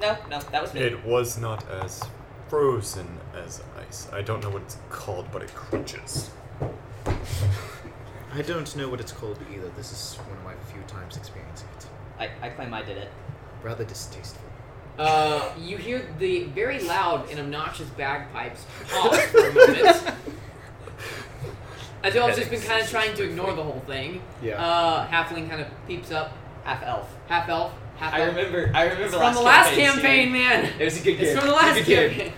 No, no, that was me. It was not as frozen as ice. I don't know what it's called, but it crunches. I don't know what it's called either. This is one of my few times experiencing it. I, I claim I did it. Rather distasteful. Uh, you hear the very loud and obnoxious bagpipes pause for a moment. As y'all have just been kind of trying to ignore the whole thing. Yeah. Uh, halfling kind of peeps up, Half elf. half elf, <laughs> half I elf. remember. I remember It's from the last campaign, man. It was a good game. It's from the It was a last good game. campaign.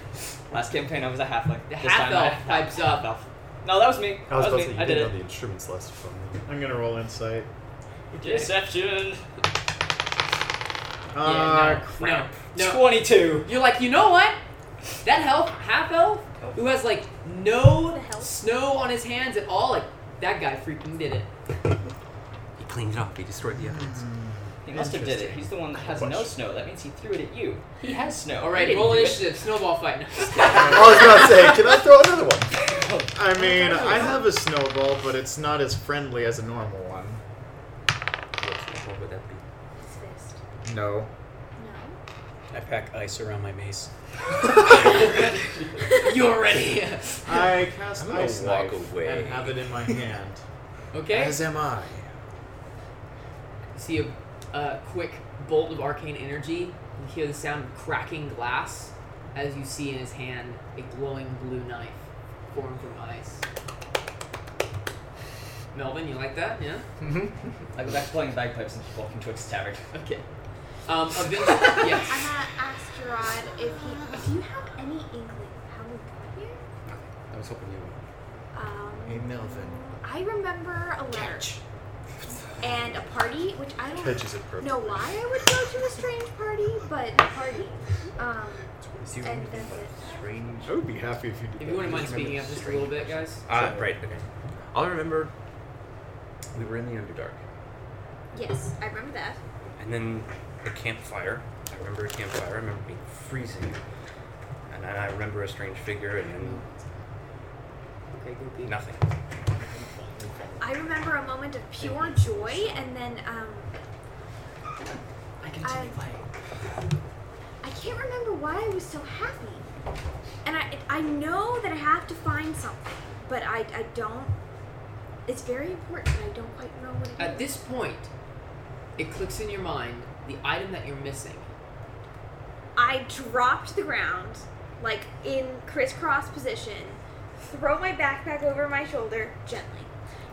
Last campaign, I was a halfling. The This time I- half-elf pipes up. Half-elf. No, that was me. I was that about was to say me. you I did didn't know it. the instruments last from I'm gonna roll insight. Deception. Ah, Uh, yeah, no, crap. No, no. Twenty-two. <laughs> You're like, you know what? That elf, half elf, who has like no The hell? snow on his hands at all, like that guy freaking did it. He cleaned it off. He destroyed the evidence. He must have did it. Interesting. He's the one that has no snow. That means he threw it at you. He has snow. All He right, didn't roll do it. initiative, <laughs> snowball fight. I was about to say, can I throw another one? <laughs> I mean, I have a snowball, but it's not as friendly as a normal one. What, what would that be? His fist. No. No. I pack ice around my mace. You're ready. I cast I'm gonna ice walk knife away. and have it in <laughs> my hand. Okay. As am I. see a, a quick bolt of arcane energy. You hear the sound of cracking glass as you see in his hand a glowing blue knife formed from ice. Melvin, you like that? Yeah? I go back to playing bagpipes and just walking towards the tavern. Okay. Um, eventually, I'm yes. gonna ask Gerard if he. Do you have any inkling of how we got here? I was hoping you would. Um, Hey, Melvin. I remember a letter and a party, which I don't Catch is appropriate. know why I would go to a strange party, but a party. Um, Do you And remember that's it. that strange? I would be happy if you did If you wouldn't mind speaking up just a little bit, guys. Ah, So- right. Okay. All I remember, we were in the Underdark, yes, I remember that. and then the campfire. I remember a campfire. I remember being freezing, and then I remember a strange figure, and then Okay, go pee. nothing. I remember a moment of pure joy, and then um, I can I- I can't remember why I was so happy. And I, I know that I have to find something, but I, I don't. It's very important. I don't quite know what it is. At this point, it clicks in your mind the item that you're missing. I drop to the ground, like in crisscross position, throw my backpack over my shoulder gently,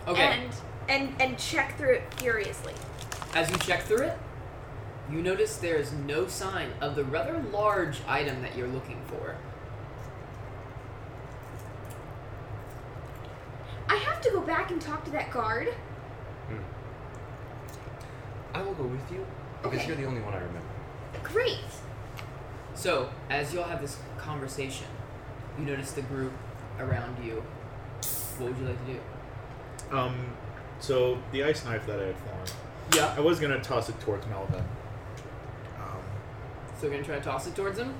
Okay. and and and check through it furiously. As you check through it, you notice there is no sign of the rather large item that you're looking for. I have to go back and talk to that guard. I will go with you because Okay. you're the only one I remember. Great. So, as y'all have this conversation, you notice the group around you. What would you like to do? Um, so the ice knife that I had formed, Yeah. I was gonna toss it towards Melvin. Um, So, we're gonna try to toss it towards him?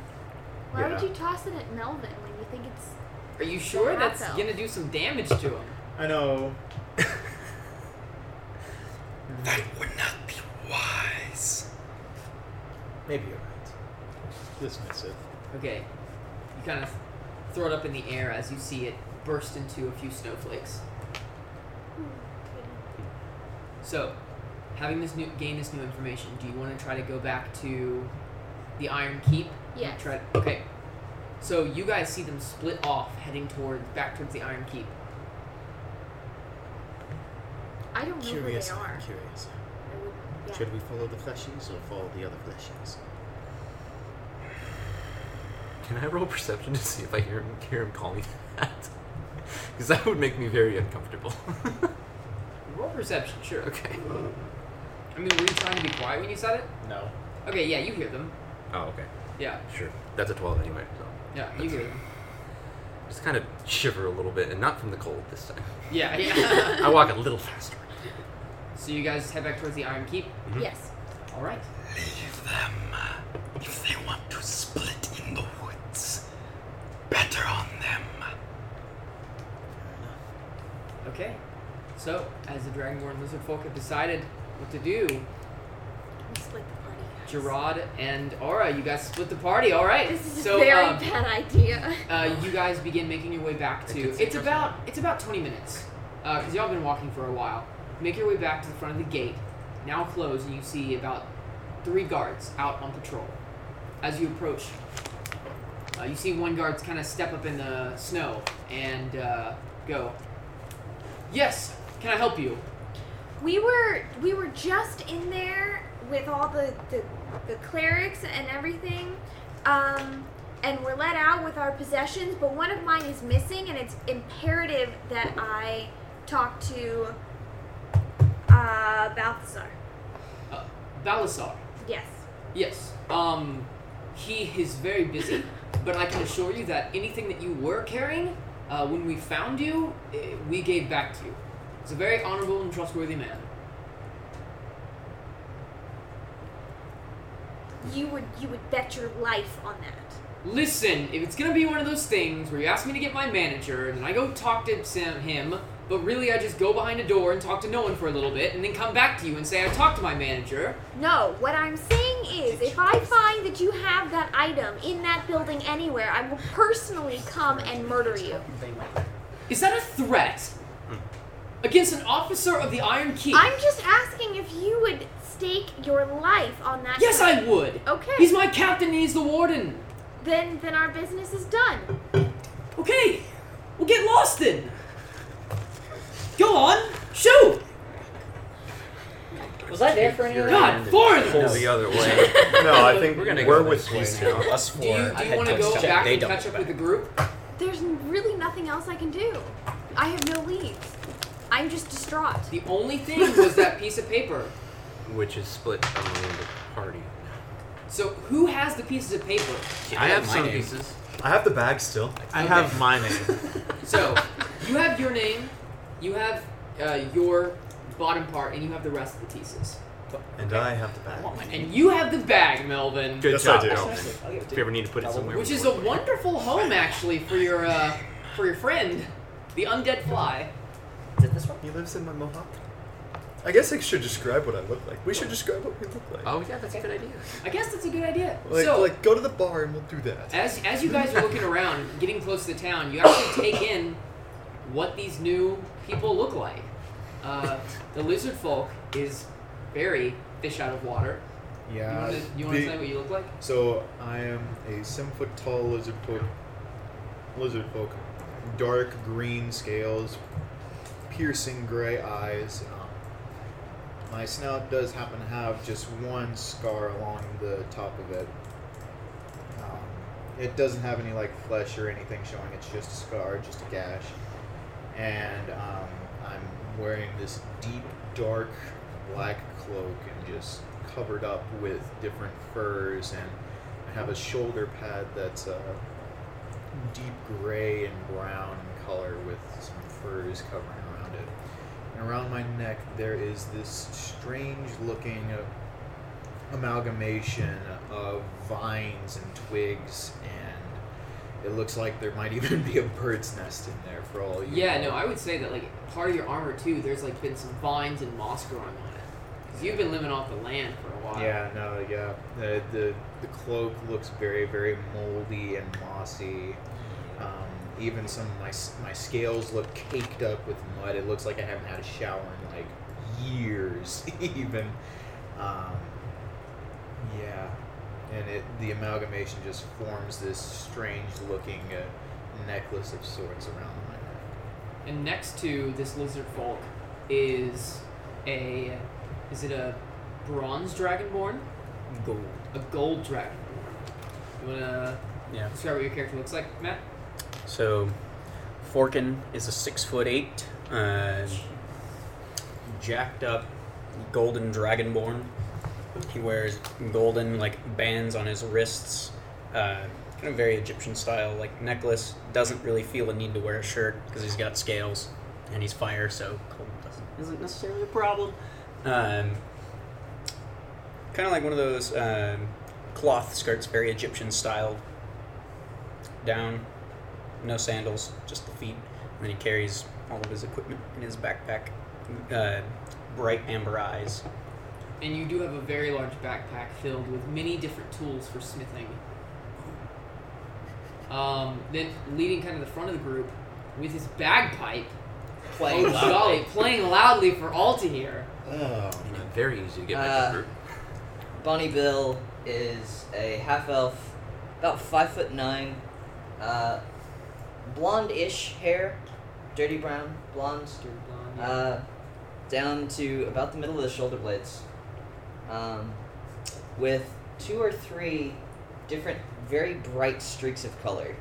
Why would Yeah. you toss it at Melvin when you think it's? Are you sure half that's elf. gonna do some damage to him? I <laughs> know. That would not be wise. Maybe you're right. Dismiss it. Okay. You kind of throw it up in the air as you see it burst into a few snowflakes. So, having this new gain this new information, do you want to try to go back to the Iron Keep? You Yes. Try okay. So you guys see them split off, heading towards back towards the Iron Keep. I don't know Curious. who they are. Curious. I would- yeah. Should we follow the fleshies or follow the other fleshies? Can I roll perception to see if I hear him, hear him call me that? Because <laughs> that would make me very uncomfortable. Roll perception, sure. okay. I mean, were you trying to be quiet when you said it? No. Okay, yeah, you hear them. Oh, okay. Yeah, Sure. That's a 12 anyway, so. yeah, you hear them. Just kind of shiver a little bit, and not from the cold this time. Yeah, yeah. I walk a little faster. so you guys head back towards the Iron Keep. Yes. All right. Leave them. uh, If they want to split in the woods, better on them. Okay. So, as the Dragonborn Lizard Folk have decided what to do, We split the party. guys. Gerard and Aura, you guys split the party. All right. This is a so, very um, bad idea. uh, you guys begin making your way back It did to. seem It's about it's about twenty minutes, because y'all been walking for a while. Make your way back to the front of the gate, now closed, and you see about three guards out on patrol. As you approach, uh, you see one guard kind of step up in the snow and uh, go. Yes, can I help you? <laughs> We were we were just in there with all the the, the clerics and everything, um, and we're let out with our possessions. But one of mine is missing, and it's imperative that I talk to uh, Balthazar. Uh, Balasar. Yes. Yes. Um, he is very busy, but I can assure you that anything that you were carrying, uh, when we found you, eh, we gave back to you. He's a very honorable and trustworthy man. You would you would bet your life on that. Listen, if it's gonna be one of those things where you ask me to get my manager and then I go talk to Sam, him, but really I just go behind a door and talk to no one for a little bit and then come back to you and say I talked to my manager. No, what I'm saying is, if I find that you have that item in that building anywhere, I will personally come and murder you. Is that a threat against an officer of the Iron Key? I'm just asking if you would stake your life on that. yes, thing. I would. Okay. He's my captain. and He's the warden. Then, then our business is done. Okay, we'll get lost then. Go on, shoot! Was I there for any of that? God, foreigners! Pull the other way. No, <laughs> I think We're we're, gonna go with this way these now. now. Us four. Do you, I do you had want to text go check. back They and don't catch go up back. with the group? There's really nothing else I can do. I have no leads. I'm just distraught. The only thing was that piece of paper. Which is split among the party. So who has the pieces of paper? I have my some name. pieces. I have the bag still. I have my name. <laughs> So you have your name, you have uh, your bottom part, and you have the rest of the pieces. And I have the bag. And you have the bag, Melvin, Good Yes, I job, do. Alvin. Actually, I'll give it If you ever need to put it Double. somewhere. which is a wonderful home actually for your uh, for your friend, the undead fly. Is it this one? He lives in my mohawk. I guess I should describe what I look like. We should describe what we look like. Oh yeah, that's a good idea. I guess that's a good idea. like, so Eh, like, go to the bar and we'll do that. As, as you guys are looking around, getting close to the town, you actually take in what these new people look like. Uh, the lizard folk is very fish out of water. You Yeah. want to you wanna the- explain what you look like? So I am a seven foot tall lizard folk. Lizard folk, dark green scales, piercing gray eyes. Um, my snout does happen to have just one scar along the top of it. Um, it doesn't have any like flesh or anything showing. It's just a scar, just a gash. And um, I'm wearing this deep dark black cloak and just covered up with different furs and I have a shoulder pad that's uh, deep gray and brown in color with some furs covering around it. And around my neck there is this strange looking amalgamation of vines and twigs and it looks like there might even <laughs> be a bird's nest in there for all you Yeah, know. no, I would say that like part of your armor too. There's like been some vines and moss growing on it. Cause you've been living off the land for a while. Yeah, no, yeah. The, the the cloak looks very very moldy and mossy. Um, even some of my s- my scales look caked up with mud. It looks like I haven't had a shower in like years <laughs> even. Um, yeah, and it the amalgamation just forms this strange looking uh, necklace of sorts around my neck. And next to this lizard folk is a is it a bronze dragonborn? Gold. a gold dragon. You wanna Yeah. describe what your character looks like, Matt? So, Forkin is a six foot eight, uh, jacked up golden dragonborn. He wears golden like bands on his wrists, uh, kind of very Egyptian style like necklace. Doesn't really feel a need to wear a shirt because he's got scales and he's fire, so cold doesn't isn't necessarily a problem. Um, kind of like one of those um, cloth skirts, very Egyptian style. Down, no sandals, just the feet. And then he carries all of his equipment in his backpack. Uh, bright amber eyes. And you do have a very large backpack filled with many different tools for smithing. Um, then leading kind of the front of the group with his bagpipe, Playing oh, loudly. jolly, playing loudly for all to hear. Very easy to get Uh, back to the group. Bonnie Bill is a half elf, about five foot nine, uh, blonde-ish hair, dirty brown, blonde, uh, down to about the middle of the shoulder blades, um, with two or three different, very bright streaks of color.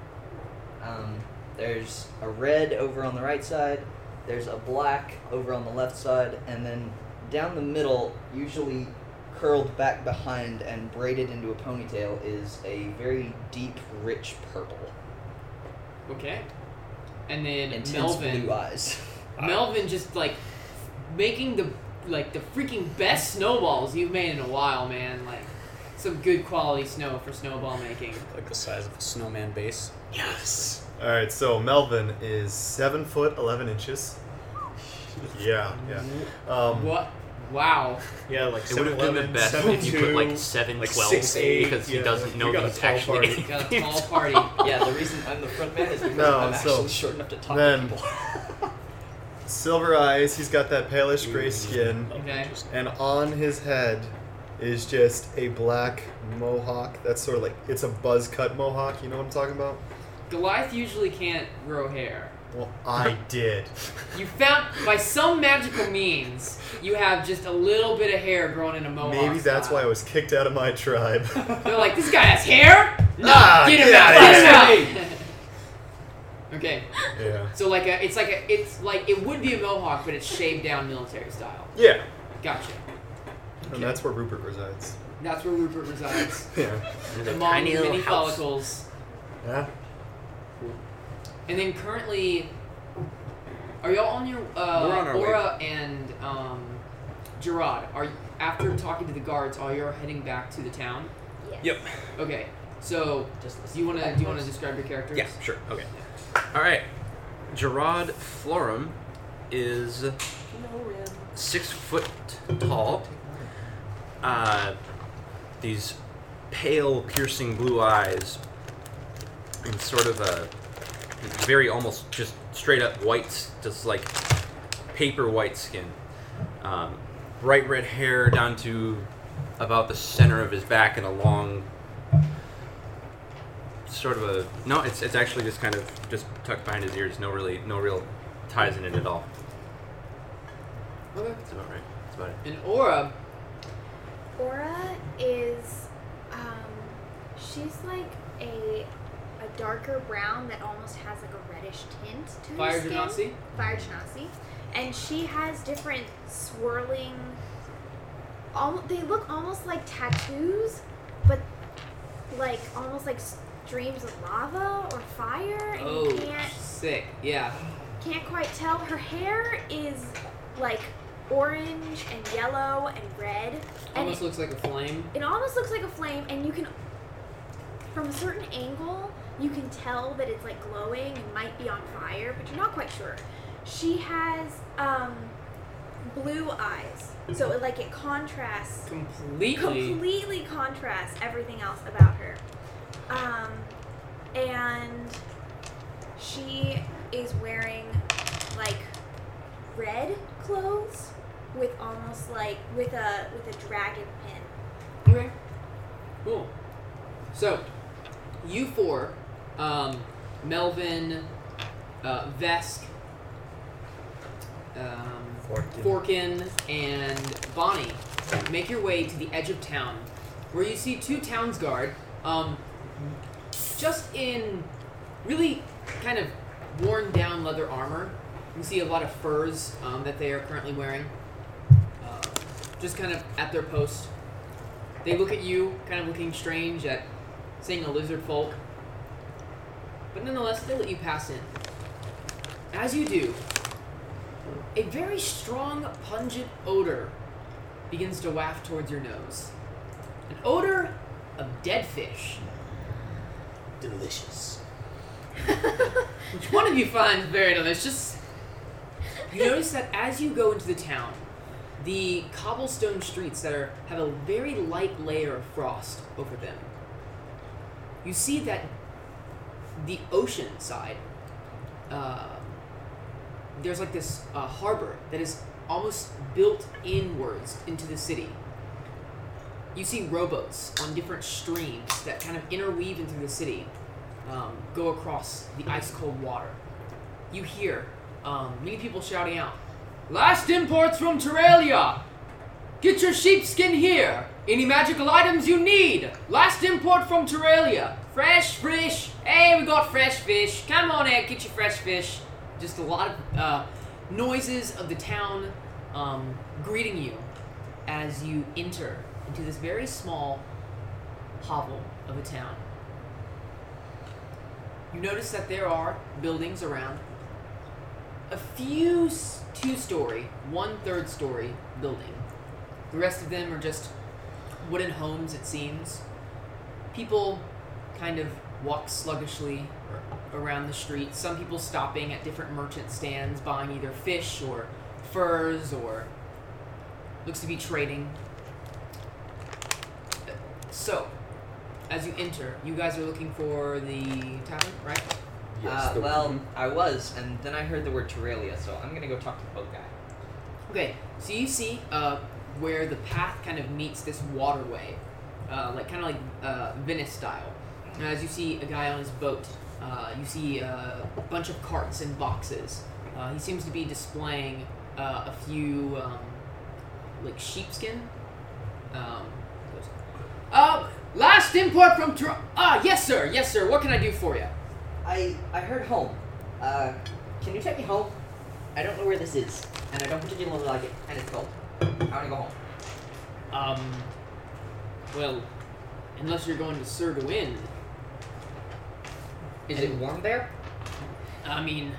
Um, there's a red over on the right side, there's a black over on the left side, and then down the middle, usually curled back behind and braided into a ponytail, is a very deep, rich purple. Okay. And then Intense Melvin. blue eyes. <laughs> Melvin just like making the like the freaking best snowballs you've made in a while, man. Like some good quality snow for snowball making. Like the size of a snowman base. Yes. All right, so Melvin is seven foot eleven <laughs> inches. Yeah, yeah. Um, what? Wow. Yeah, like It would have been the best if you put like seven twelve because he doesn't know that he's actually <laughs> <laughs> got a tall party. yeah, the reason I'm the front man is because No, I'm so actually short enough to talk then- to people. Silver eyes. He's got that palish gray skin. Okay. And on his head is just a black mohawk. That's sort of like it's a buzz cut mohawk. You know what I'm talking about? Goliath usually can't grow hair. Well, <laughs> I did. You found by some magical means you have just a little bit of hair growing in a mohawk. Maybe that's why I was kicked out of <laughs> my tribe. They're like, this guy has hair. No, Ah, get him get out! outta Get him out! <laughs> okay. yeah. So like a, it's like a, it's like it would be a mohawk, but it's shaved down military style. Yeah. Gotcha. And that's where Rupert resides. That's where Rupert resides. Yeah. Among many follicles. Yeah. And then currently, are y'all on your uh, We're on our way. Aura and um, Gerard? Are you, after talking to the guards, are you all heading back to the town? Yep. Okay. So, Just do you wanna do you wanna describe your characters? Yeah, sure. Okay. All right. Gerard Florum is six foot tall. Uh, these pale, piercing blue eyes, and sort of a very almost just straight up white, s- just like paper white skin. Um, bright red hair down to about the center of his back, and a long sort of a no. It's it's actually just kind of just tucked behind his ears. No really no real ties in it at all. Okay. That's about right. That's about it. And Aura, Aura is, um, she's like a a darker brown that almost has like a reddish tint to Fire her skin. Genasi? Fire Genasi. And she has different swirling. Al- they look almost like tattoos, but like almost like streams of lava or fire, and oh, you can't sick. Yeah. can't quite tell. Her hair is like orange and yellow and red, and Almost it, looks like a flame. it almost looks like a flame. And you can, from a certain angle, you can tell that it's like glowing and might be on fire, but you're not quite sure. She has um, blue eyes, so it, like it contrasts Completely. completely contrasts everything else about her. Um, and she is wearing like red clothes with almost like with a with a dragon pin. Okay. Cool. So, you four, um, Melvin, uh, Vesk, um, Forkin. Forkin, and Bonnie, make your way to the edge of town, where you see two towns guard, um, just in really kind of worn down leather armor. You can see a lot of furs um, that they are currently wearing. Uh, just kind of at their post. They look at you, kind of looking strange at seeing a lizard folk. But nonetheless, they let you pass in. As you do, a very strong, pungent odor begins to waft towards your nose. An odor of dead fish. Delicious. Which one of you finds very delicious? You notice that as you go into the town, the cobblestone streets that are, have a very light layer of frost over them. You see that the ocean side, uh, there's like this uh, harbor that is almost built inwards into the city. You see rowboats on different streams that kind of interweave into the city, um, go across the ice cold water. You hear um, many people shouting out, Last imports from Terralia! Get your sheepskin here! Any magical items you need! Last import from Terralia! Fresh fish! Hey, we got fresh fish! Come on in, get your fresh fish! Just a lot of uh, noises of the town um, greeting you as you enter into this very small hovel of a town. You notice that there are buildings around a few s- two-story, one-third story building. The rest of them are just wooden homes, it seems. People kind of walk sluggishly around the street. Some people stopping at different merchant stands, buying either fish or furs or looks to be trading. So, as you enter, you guys are looking for the tavern, right? uh, well, I was, and then I heard the word Terralia, so I'm gonna go talk to the boat guy. Okay, so you see uh, where the path kind of meets this waterway, uh, like kind of like uh, Venice style. And as you see a guy on his boat, uh, you see uh, a bunch of carts and boxes. Uh, he seems to be displaying uh, a few um, like sheepskin. Um, goes, um, last import from Tor- ah yes sir, yes sir. What can I do for you? I I heard home. Uh, can you take me home? I don't know where this is, and I don't particularly like it, and it's cold. I wanna go home. Um, well, unless you're going to Sir Gawain. Is it warm there? I mean,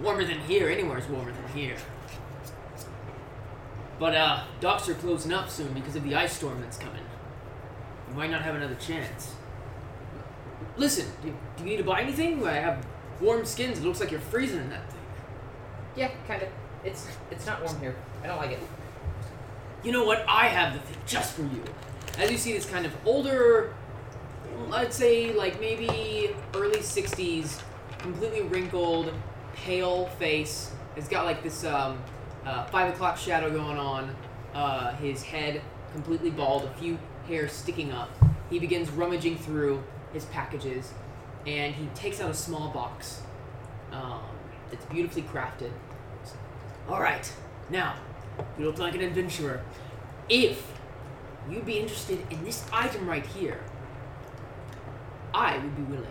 warmer than here. Anywhere is warmer than here. But uh, docks are closing up soon because of the ice storm that's coming. You might not have another chance. Listen, do, do you need to buy anything? I have warm skins. It looks like you're freezing in that thing. Yeah, kind of. It's it's not warm here. I don't like it. You know what? I have the thing just for you. As you see, this kind of older, mm, I'd say like maybe early 60s, completely wrinkled, pale face. It's got like this um, uh, five o'clock shadow going on. Uh, his head completely bald, a few hairs sticking up. He begins rummaging through his packages and he takes out a small box um, that's beautifully crafted. All right, now you look like an adventurer. If you'd be interested in this item right here, I would be willing.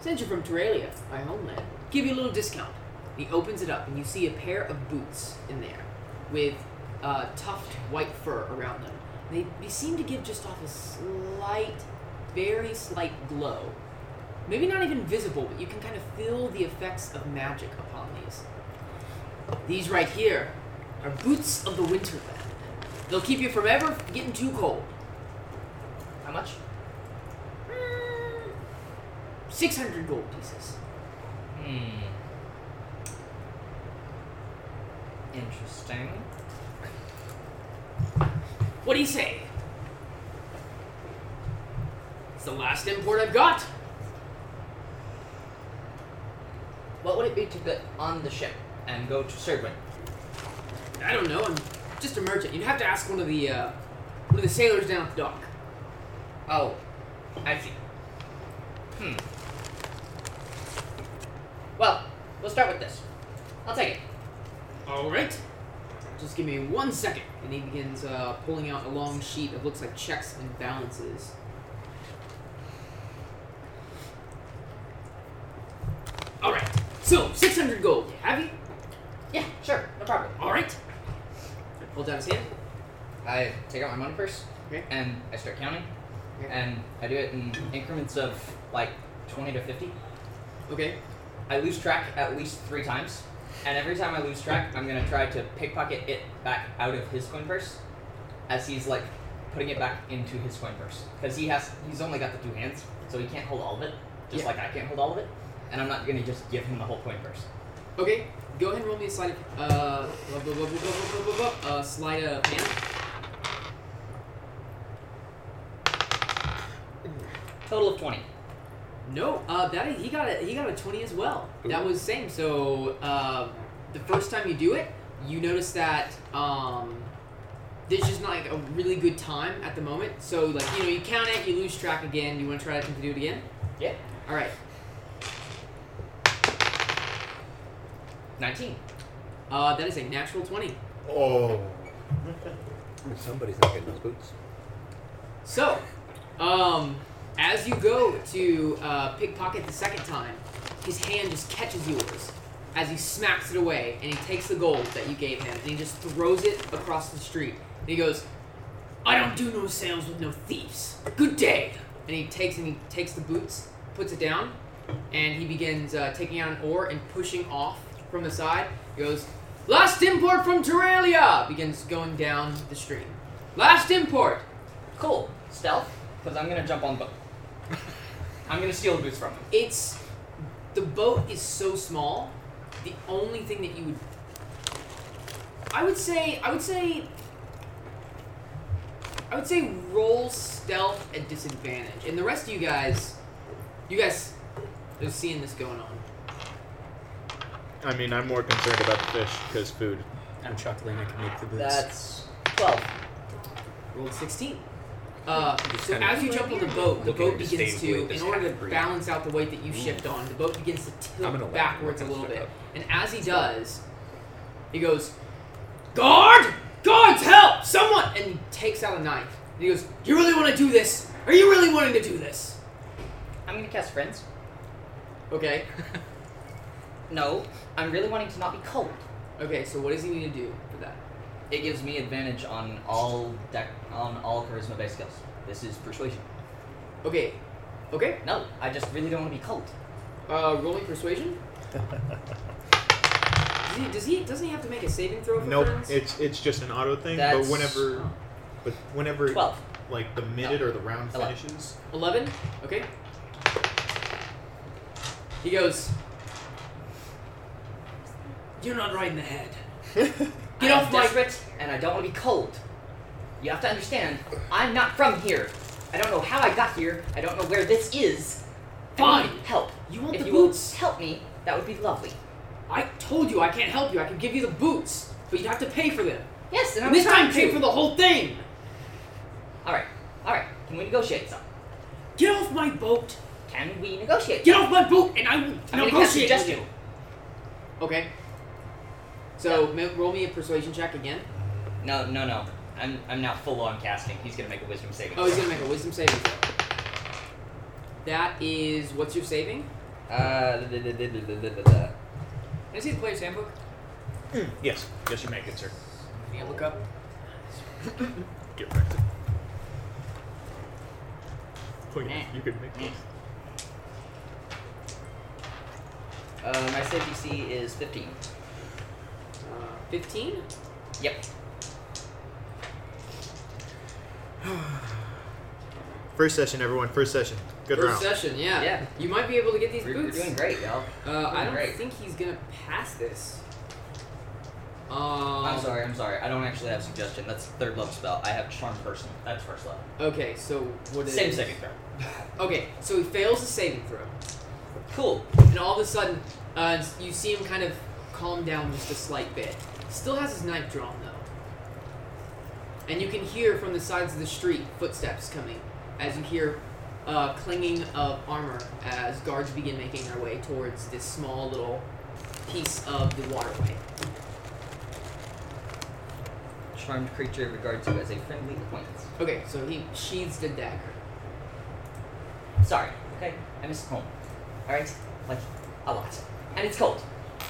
Since you're from Terralia, my homeland, give you a little discount. He opens it up, and you see a pair of boots in there with uh, tufted white fur around them. They, they seem to give just off a slight, very slight glow. Maybe not even visible, but you can kind of feel the effects of magic upon these. These right here are boots of the winterland. They'll keep you from ever getting too cold. How much? Six hundred gold pieces. Hmm. Interesting. What do you say? It's the last import I've got. What would it be to get on the ship and go to Sergwin? I don't know. I'm just a merchant. You'd have to ask one of the uh, one of the sailors down at the dock. Oh, I see. Hmm. Well, we'll start with this. I'll take it. All right. Just give me one second, and he begins uh, pulling out a long sheet that looks like checks and balances. All right. So six hundred gold. Have you? Yeah, sure, no problem. All right. Hold down his hand. I take out my money purse and I start counting, and I do it in increments of like twenty to fifty. Okay. I lose track at least three times, and every time I lose track, I'm gonna try to pickpocket it back out of his coin purse, as he's like putting it back into his coin purse because he has he's only got the two hands, so he can't hold all of it, just Yeah. like I can't hold all of it, and I'm not gonna just give him the whole coin purse. Okay, go ahead and roll me a slide. Of, uh, blah, blah, blah, blah, blah, blah, blah, blah, uh, slide of hand. Total of twenty. No, uh, that he got a he got a twenty as well. That was same. So uh, the first time you do it, you notice that um, there's just not like a really good time at the moment. So like you know you count it, you lose track again. You want to try to attempt to do it again? Yeah. All right. Nineteen. Uh, that is a natural twenty. <laughs> Oh. Somebody's not getting those boots. So, um, as you go to uh, pickpocket the second time, his hand just catches yours as he smacks it away and he takes the gold that you gave him and he just throws it across the street. And he goes, I don't do no sales with no thieves. Good day. And he takes and he takes the boots, puts it down, and he begins uh, taking out an oar and pushing off from the side. He goes, Last import from Terralia! Begins going down the stream. Last import! Cool. Stealth, because I'm gonna jump <laughs> on boat. I'm gonna steal the boots from him. It's the boat is so small. The only thing that you would, I would say, I would say, I would say, roll stealth at disadvantage, and the rest of you guys, you guys, are seeing this going on. I mean, I'm more concerned about the fish because food. I'm chuckling. I can make the boots. That's twelve. Rolled sixteen. Uh, Just so kind of as you jump on the boat, the looking boat disdainfully begins to, at this in order to half-breed. balance out the weight that you shift on, the boat begins to I'm gonna tilt let backwards a him little step bit. And as he does, he goes, Guard! Guards, help! Someone! And he takes out a knife. And he goes, You really want to do this? Are you really wanting to do this? I'm gonna cast friends. Okay. No, I'm really wanting to not be cold. Okay, so what does he need to do for that? It gives me advantage on all deck on all charisma based skills. This is persuasion. Okay. Okay. No, I just really don't want to be cold. Uh, rolling persuasion? Does he, does he doesn't he have to make a saving throw for Nope, friends? it's it's just an auto thing. That's- but whenever, but whenever, 12. like the minute or the round Eleven. finishes, 11? Okay. He goes, You're not right in the head. Get off my desperate, and I don't want to be cold. You have to understand, I'm not from here. I don't know how I got here. I don't know where this is. I Fine. need Help. You want if the you boots? Will help me. That would be lovely. I told you I can't help you. I can give you the boots, but you'd have to pay for them. Yes, and I'm this trying time pay to. for the whole thing. All right, all right. Can we negotiate some? Get off my boat. Can we negotiate? Get off my boat, and I will I'm gonna cast negotiate with suggestion. you. Okay. So ma- roll me a persuasion check again. No, no, no. I'm, I'm now full on casting. He's gonna make a wisdom saving. Oh, he's gonna make a wisdom saving throw. That is what's your saving? Uh, da- da- da- da- da- da- da- da. Can I see the player's handbook? Hmm, yes, yes, you make it, sir. Can I look up? Get wrecked. Oh, yeah, you could make this. Uh, my save DC is 15. uh, 15? Yep. First session, everyone. First session. Good First round. session, yeah. Yeah. You might be able to get these We're- we're boots. doing great, y'all. Uh, I Doing don't great. think he's gonna pass this. Um, I'm sorry, I'm sorry. I don't actually have suggestion. That's third level spell. I have charm person. That's first level. Okay, so what is Same saving throw. Okay, so he fails the saving throw. Cool. And all of a sudden, uh, you see him kind of calm down just a slight bit. Still has his knife drawn though. And you can hear from the sides of the street footsteps coming as you hear uh, clinging of armor as guards begin making their way towards this small little piece of the waterway. Charmed creature regards you as a friendly acquaintance. Okay, so he sheathes the dagger. Sorry, okay? I miss home. Alright? Like, a lot. And it's cold.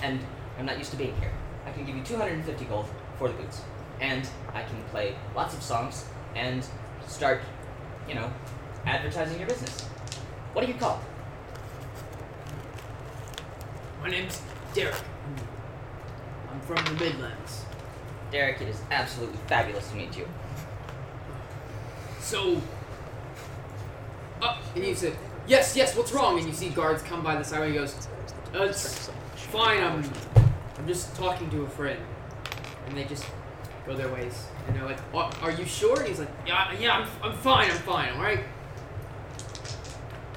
And I'm not used to being here. I can give you 250 gold for the boots. and I can play lots of songs and start, you know, advertising your business. What do you call? My name's Derek. I'm from the Midlands. Derek, it is absolutely fabulous to meet you. So, up, and he said, "Yes, yes, what's wrong?" And you see guards come by the sideway. He goes, uh, "It's fine. I'm, I'm just talking to a friend." And they just go their ways. And they're like, "Are, are you sure?" And he's like, "Yeah, yeah, I'm, I'm fine. I'm fine. All right."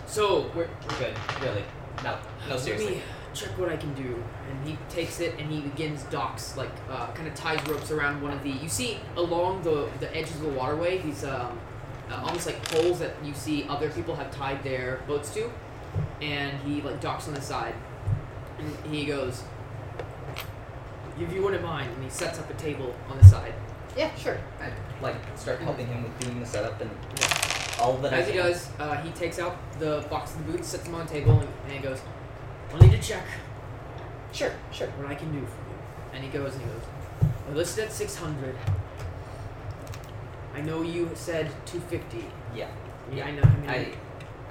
So we're, we're good, really. No, no, Let seriously. me check what I can do. And he takes it and he begins docks, like, uh, kind of ties ropes around one of the. You see along the, the edges of the waterway, these um, uh, almost like poles that you see other people have tied their boats to. And he, like, docks on the side. And he goes, If you wouldn't mind. And he sets up a table on the side. Yeah, sure. I like start helping him with doing the setup and all that. As I he can. does, uh, he takes out the box of the boots, sets them on the table, and, and he goes, I need to check. Sure, sure. What I can do for you. And he goes and he goes, I listed at 600. I know you said 250. Yeah. Yeah, I know. I mean, I,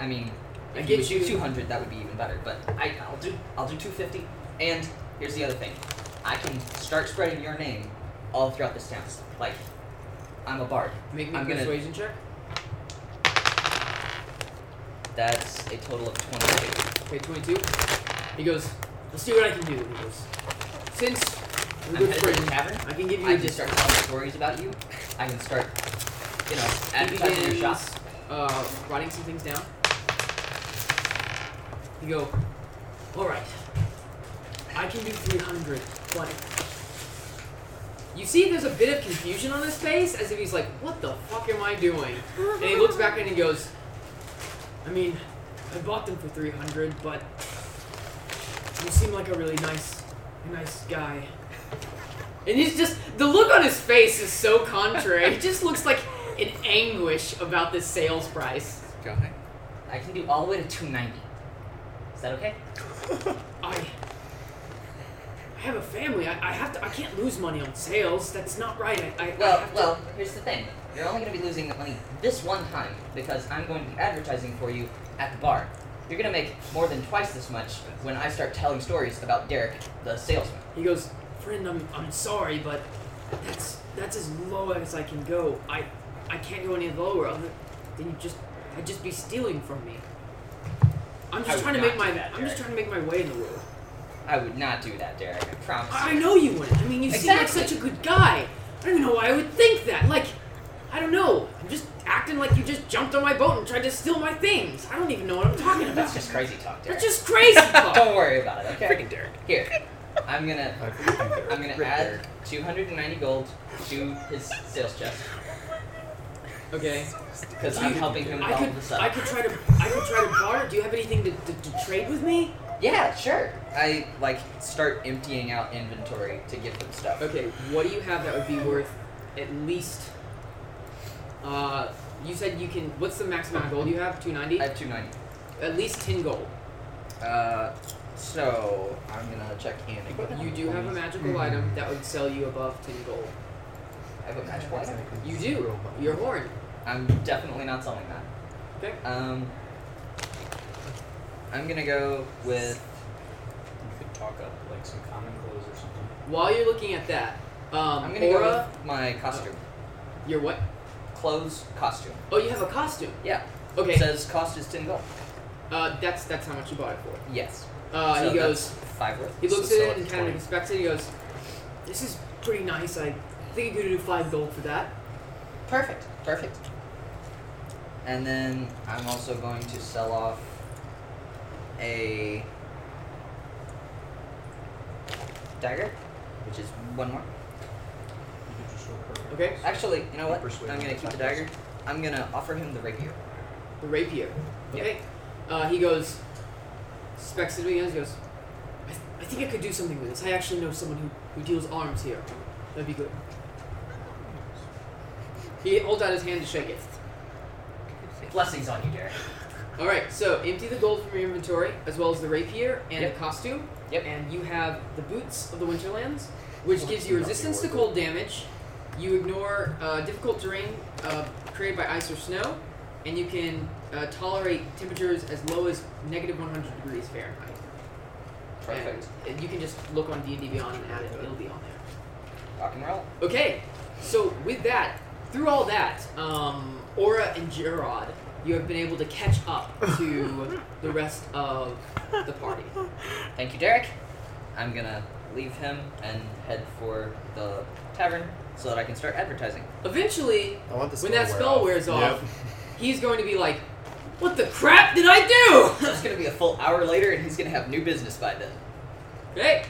I mean, I if get you would you. do 200, that would be even better. But I, I'll do, I'll do 250. And here's the other thing, I can start spreading your name all throughout this town. Like, I'm a bard. Make me a I'm gonna- persuasion check. That's a total of 22. Okay, 22. He goes, let's see what I can do. He goes, since I'm we're good headed to the friends, tavern. I can give you I a can discount. start telling stories about you. I can start, you know, he advertising your begins shop. uh, writing some things down. You go, all right. I can do 300, but you see there's a bit of confusion on his face as if he's like, what the fuck am I doing? And he looks back and he goes, I mean, I bought them for 300, but you seem like a really nice, nice guy. And he's just, the look on his face is so contrary. he just looks like in anguish about this sales price. Guy. I can do all the way to 290. Is that okay? I, I have a family. I, I have to, I can't lose money on sales. That's not right. I, I, I Well, have well, to. here's the thing. You're only going to be losing the money this one time because I'm going to be advertising for you at the bar. You're going to make more than twice this much when I start telling stories about Derek, the salesman. He goes, friend, I'm, I'm sorry, but that's that's as low as I can go. I I can't go any lower. Other then you just I'd just be stealing from me. I'm I just would trying to not make do my that, I'm Derek. just trying to make my way in the world. I would not do that, Derek. I promise. I I you. know you wouldn't. I mean, you seem like Exactly. such a good guy. I don't even know why I would think that. Like, I don't know. I'm just acting like you just jumped on my boat and tried to steal my things. I don't even know what I'm talking about. That's just crazy talk, Derek. That's just crazy talk. Don't worry about it, okay? Freaking Derek. Here, I'm gonna, I'm gonna add 290 gold to his sales chest Okay. because I'm helping him with I all could, of this up. I could try to, I could try to barter. Do you have anything to, to, to trade with me? Yeah, sure. I like start emptying out inventory to give them stuff. Okay, what do you have that would be worth at least? Uh, you said you can. What's the max amount of gold you have? Two ninety. I have 290. At least ten gold. Uh, so I'm gonna check in. again. You do have a magical Mm-hmm. item that would sell you above ten gold. I have a magical item. You do. Your horn. I'm definitely not selling that. Okay. Um, I'm gonna go with. You could talk up like some common clothes or something. While you're looking at that, um, I'm gonna aura. go with my costume. Oh. Your what? Clothes costume. Oh, you have a costume. Yeah. Okay. It says cost is ten gold. Uh, that's that's how much you bought it for. Yes. Uh, So he goes. that's five worth. He looks So at sell it and kind of 20. inspects it. He goes, "This is pretty nice. I think you could do five gold for that." Perfect. Perfect. And then I'm also going to sell off a dagger, which is one more. Okay. Actually, you know what? Persuade I'm gonna him keep the to dagger. I'm gonna offer him the rapier. The rapier. Okay. Uh, he goes, specs it again. He goes, I, th- "I think I could do something with this. I actually know someone who, who deals arms here. That'd be good." He holds out his hand to shake it. Blessings on you, Derek. All right. So empty the gold from your inventory, as well as the rapier and Yep. the costume. Yep. And you have the boots of the Winterlands, which gives you resistance to cold damage, You ignore uh, difficult terrain uh, created by ice or snow, and you can uh, tolerate temperatures as low as negative 100 degrees Fahrenheit. Perfect. And, and you can just look on D&D Beyond and add it. It'll be on there. Rock and roll. Okay, so with that, through all that, um, Aura and Gerard, you have been able to catch up to the rest of the party. Thank you, Derek. I'm gonna leave him and head for the tavern so that I can start <coughs> advertising. Eventually, I want the when that spell spell wear wears off. off, he's going to be like, "What the crap did I do?" <laughs> So it's gonna be a full hour later, and he's gonna have new business by then. "Hey,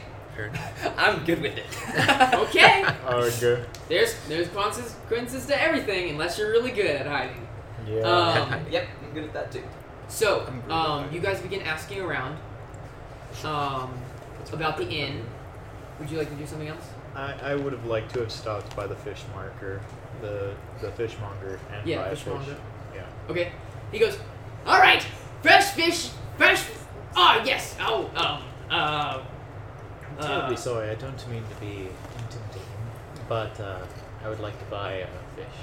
I'm good with it. okay, Okay. there's there's consequences to everything unless you're really good at hiding." Yeah. Um, <laughs> yep, I'm good at that too. So, um, you guys begin asking around um, about the inn. Would you like to do something else? I, I would have liked to have stopped by the fish marker, the the fishmonger, and Yeah, buy a fishmonger. fish. Yeah. Okay. He goes, All right, fresh fish, fresh. Oh yes. Oh um uh. I'm uh terribly sorry. I don't mean to be intimidating, but uh, I would like to buy a fish.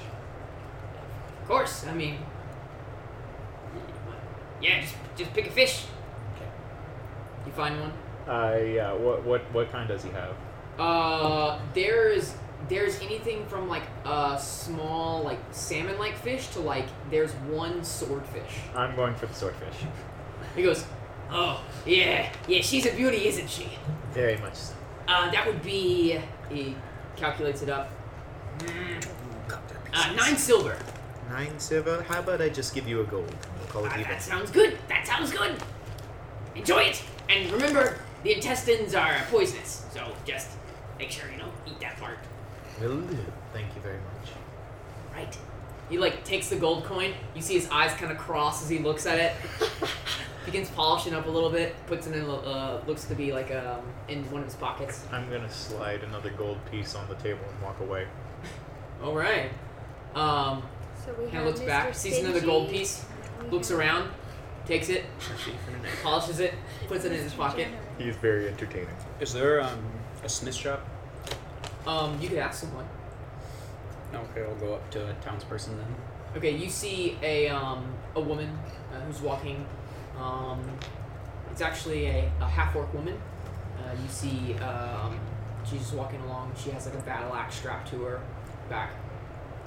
of course. I mean, yeah, just just pick a fish. You find one. Uh, yeah. What what what kind does he have? Uh, there's there's anything from like a small like salmon like fish to like there's one swordfish. I'm going for the swordfish. He goes, Oh yeah, yeah. She's a beauty, isn't she? Very much so. Uh, that would be. He calculates it up. Mm, uh, nine silver. Nine silver. How about I just give you a gold? and We'll call it even. Uh, That sounds good. That sounds good. Enjoy it. And remember, the intestines are poisonous, so just make sure you don't eat that part. Will do. Thank you very much. Right. He like takes the gold coin. You see his eyes kind of cross as he looks at it. Begins polishing up a little bit. Puts it in. a- Uh, looks to be like um, in one of his pockets. I'm gonna slide another gold piece on the table and walk away. All right. Um, So we kinda have looks back, Mr. sees another gold Stingy, piece, we looks have- around, takes it, polishes it, puts it in his pocket. He's very entertaining. Is there um, a smith shop? Um, you could ask someone. Okay, I'll go up to a townsperson then. Okay, you see a um, a woman uh, who's walking. Um, it's actually a, a half orc woman. Uh, you see, um, she's just walking along. She has like a battle axe strapped to her back.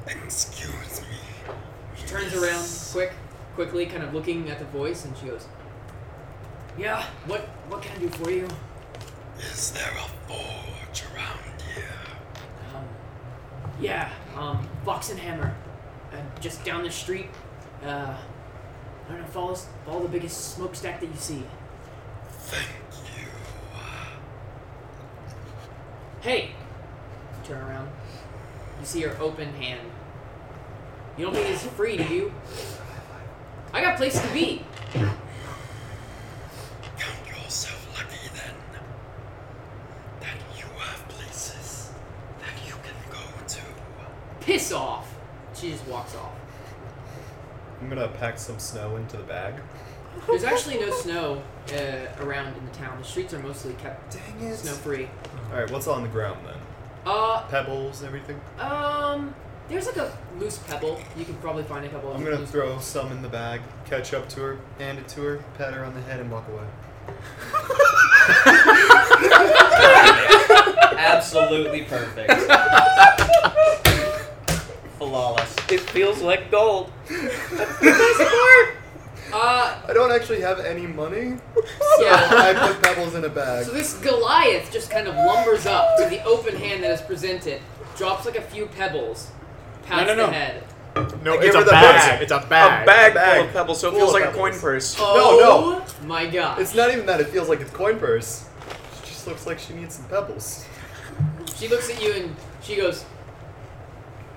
Excuse me. She turns around quick, quickly, kind of looking at the voice, and she goes, "Yeah, what what can I do for you?" Is there a forge around here? Um, yeah, um, Box and Hammer, uh, just down the street. Uh, I don't know, follow follow the biggest smokestack that you see. Thank you. Hey! You turn around. You see her open hand. You don't think it's free, do you? I got places to be. Count yourself lucky then that you have places that you can go to. Piss off! She just walks off. I'm gonna pack some snow into the bag. There's actually no snow uh, around in the town. The streets are mostly kept snow free. Uh-huh. All right, what's on the ground then? Uh, Pebbles, everything. um, there's like a loose pebble. You can probably find a couple of I'm gonna loose throw some in the bag, catch up to her, hand it to her, pat her on the head, and walk away. Absolutely perfect. Flawless. It feels like gold. Uh, I don't actually have any money, so Yeah. I put pebbles in a bag. So this Goliath just kind of lumbers up to the open hand that is presented, drops like a few pebbles, pats No, no, the no. head. No, I gave it's a her the bag. bag. It's a bag. A bag, Bag full of pebbles, so it full feels of like a pebbles. coin purse. <laughs> No, Oh my god. It's not even that it feels like it's coin purse. She just looks like she needs some pebbles. She looks at you and she goes,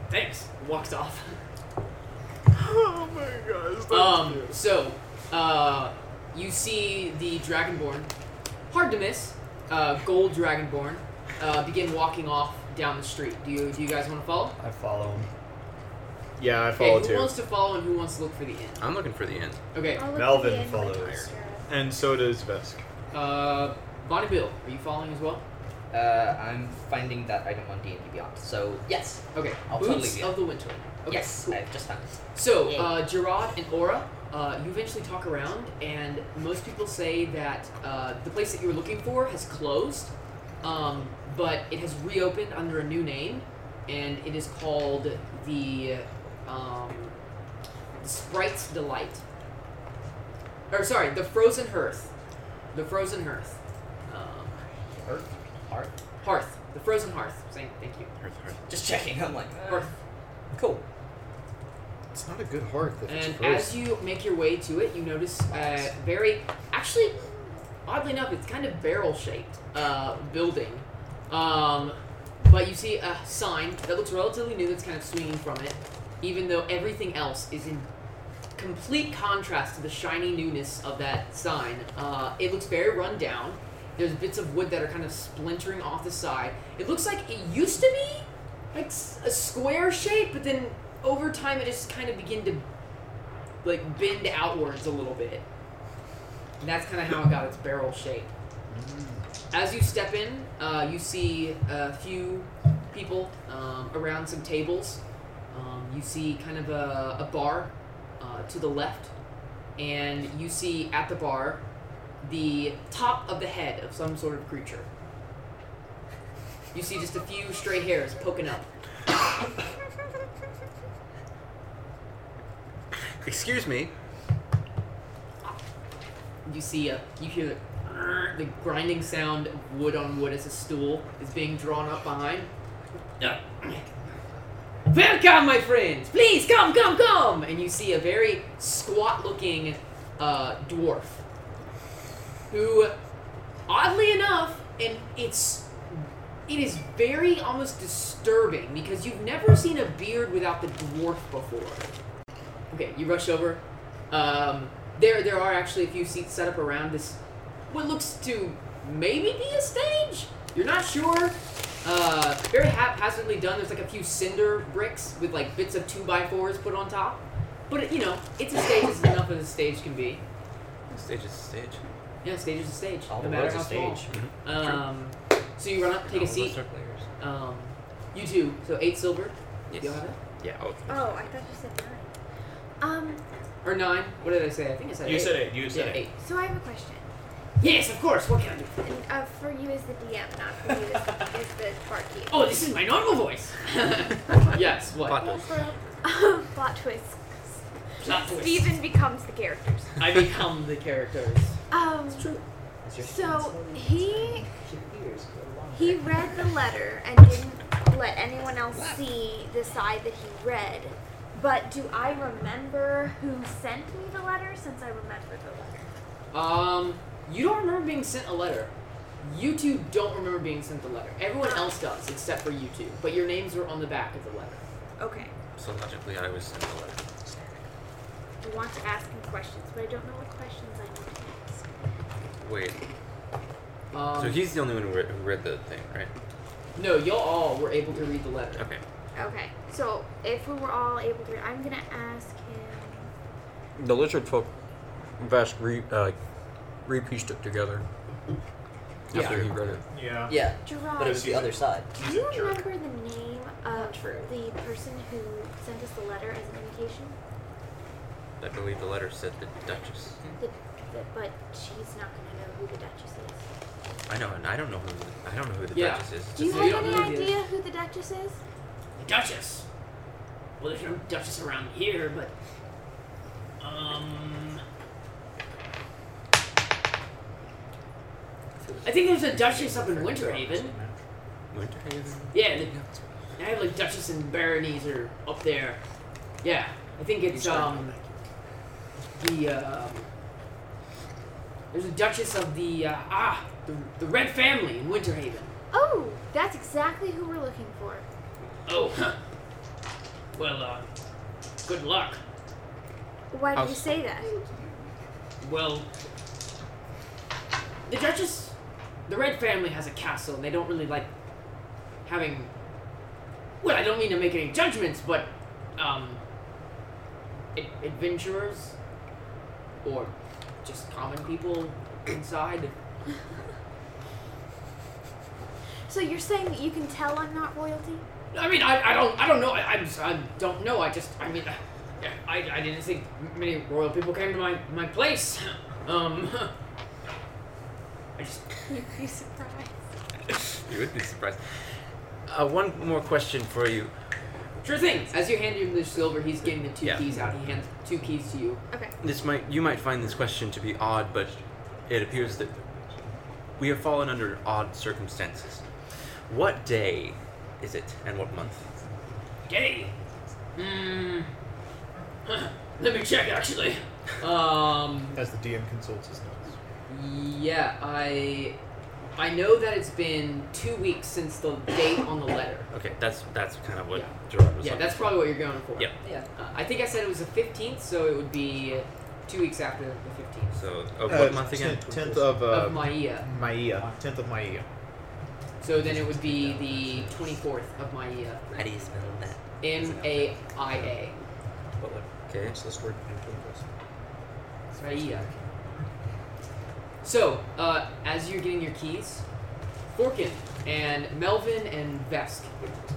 "Thanks." and Walks off. Oh my gosh. Um. So, uh, you see the dragonborn, hard to miss, uh, gold dragonborn, uh, begin walking off down the street. Do you do you guys want to follow? I follow him. Yeah, I Okay. follow Who too. wants to follow and who wants to look for the inn? I'm looking for the inn. Okay. Melvin follows. And so does Vesk. Uh, Bonnie Bill, are you following as well? Uh, I'm finding that item on D and D Beyond. So yes. Okay. I'll Boots totally be of the Winter. Okay, yes, cool. I've just found it. So, Yay. uh, Gerard and Aura, uh, you eventually talk around, and most people say that uh, the place that you were looking for has closed, um, but it has reopened under a new name, and it is called the, um, the Sprite's Delight. Or, sorry, the Frozen Hearth. The Frozen Hearth. Um, Hearth? Hearth? Hearth. The Frozen Hearth. Saying thank you. Hearth, hearth. Just checking. I'm like, uh, Hearth. cool. It's not a good hearth if it's And frozen. as you make your way to it, you notice a very, actually, oddly enough, it's kind of barrel-shaped uh, building. Um, but you see a sign that looks relatively new that's kind of swinging from it, even though everything else is in complete contrast to the shiny newness of that sign. Uh, it looks very run down. There's bits of wood that are kind of splintering off the side. It looks like it used to be like s- a square shape, but then over time it just kind of began to like bend outwards a little bit. And that's kind of how it got its barrel shape. As you step in, uh, you see a few people um, around some tables. Um, you see kind of a, a bar uh, to the left, and you see at the bar the top of the head of some sort of creature. You see just a few stray hairs poking up. Excuse me. You see a, you hear the, the grinding sound of wood on wood as a stool is being drawn up behind. Yeah. Welcome, my friends. Please come, come, come. And you see a very squat-looking uh, dwarf, who, oddly enough, and it's it is very almost disturbing because you've never seen a beard without the dwarf before. Okay, you rush over. Um, there, there are actually a few seats set up around this. What looks to maybe be a stage. You're not sure. Uh, very haphazardly done. There's like a few cinder bricks with like bits of two by fours put on top. But you know, it's a stage. It's enough as a stage can be. Stage is stage. Yeah, stage is a stage. All no the matter world's how a small. stage. Mhm. Um, so you run up, take All a the seat. circle areas. Um, you two. So eight silver. Yes. You all have it? Yeah. Okay. Oh, I thought you said nine. Um, Or nine? What did I say? I think I said You eight. said eight, you said yeah, eight. so I have a question. Yes, of course. What can I do? And, uh, for you as the DM, not for you as, as the barkeep. Oh, <laughs> this is my normal <laughs> voice. yes. What? Plot Um, Plot twists. Plot twist. Steven becomes the characters. I become the characters. Um, so he he read the letter and didn't let anyone else see the side that he read. But do I remember who sent me the letter? Since I remember the letter. Um, you don't remember being sent a letter. You two don't remember being sent the letter. Everyone else does, except for you two. But your names were on the back of the letter. Okay. So logically, I was in the letter. I want to ask him questions, but I don't know what questions I need to ask. Wait. Um, so he's the only one who read, who read the thing, right? No, y'all all were able to read the letter. Uh, Okay. Okay, so if we were all able to, I'm gonna ask him. The lizard folk vast re, uh, repieced it together Yeah. after he read it. Yeah. Yeah. Gerard. But it was the other side. Do you remember the name of the person who sent us the letter as an invitation? I believe the letter said the Duchess. The, the, but she's not gonna know who the Duchess is. I know, and I don't know who the, I don't know who the Yeah. Duchess is. Do you So you have any don't know who it is. idea who the Duchess is? The Duchess. Well, there's no Duchess around here, but. Um. I think there's a Duchess up in Winterhaven. Winterhaven. Yeah, the, I have like Duchess and Baronies are up there. Yeah, I think it's um the um there's a Duchess of the uh, ah the, the Red Family in Winterhaven. Oh, that's exactly who we're looking for. <laughs> Oh, huh. Well, uh. Good luck. Why did How's- you say that? Well. The Duchess, the Red Family has a castle, and they don't really like having. Well, I don't mean to make any judgments, but um, ad- adventurers or just common people inside So you're saying that you can tell I'm not royalty? I mean, I, I don't I don't know. I, I'm s- I don't know. I just I mean, I, I, I didn't think many royal people came to my my place. Um, <laughs> I just <laughs> You'd be surprised. <laughs> You would be surprised. Uh, one more question for you. sure thing. As you hand him the silver, he's getting the two Yeah. keys out. He hands two keys to you. Okay. This might you might find this question to be odd, but it appears that we have fallen under odd circumstances. What day is it, and what month? Gay. Hmm. <clears throat> Let me check. Actually. Um. As the DM consults his notes. Yeah, I I know that it's been two weeks since the date on the letter. Okay, that's that's kind of what Gerard was. Yeah, looking that's for. probably what you're going for. Yep. Yeah. Uh, I think I said it was the 15th, so it would be two weeks after the 15th. So, Uh, of what month again? tenth- Tenth of uh, Of Maia. Maia. Tenth of Maia. So then it would be the 24th of Maia. How do you spell that? M A I A. Okay. What's this word? Maia. So, uh, as you're getting your keys, Forkin and Melvin and Vesk,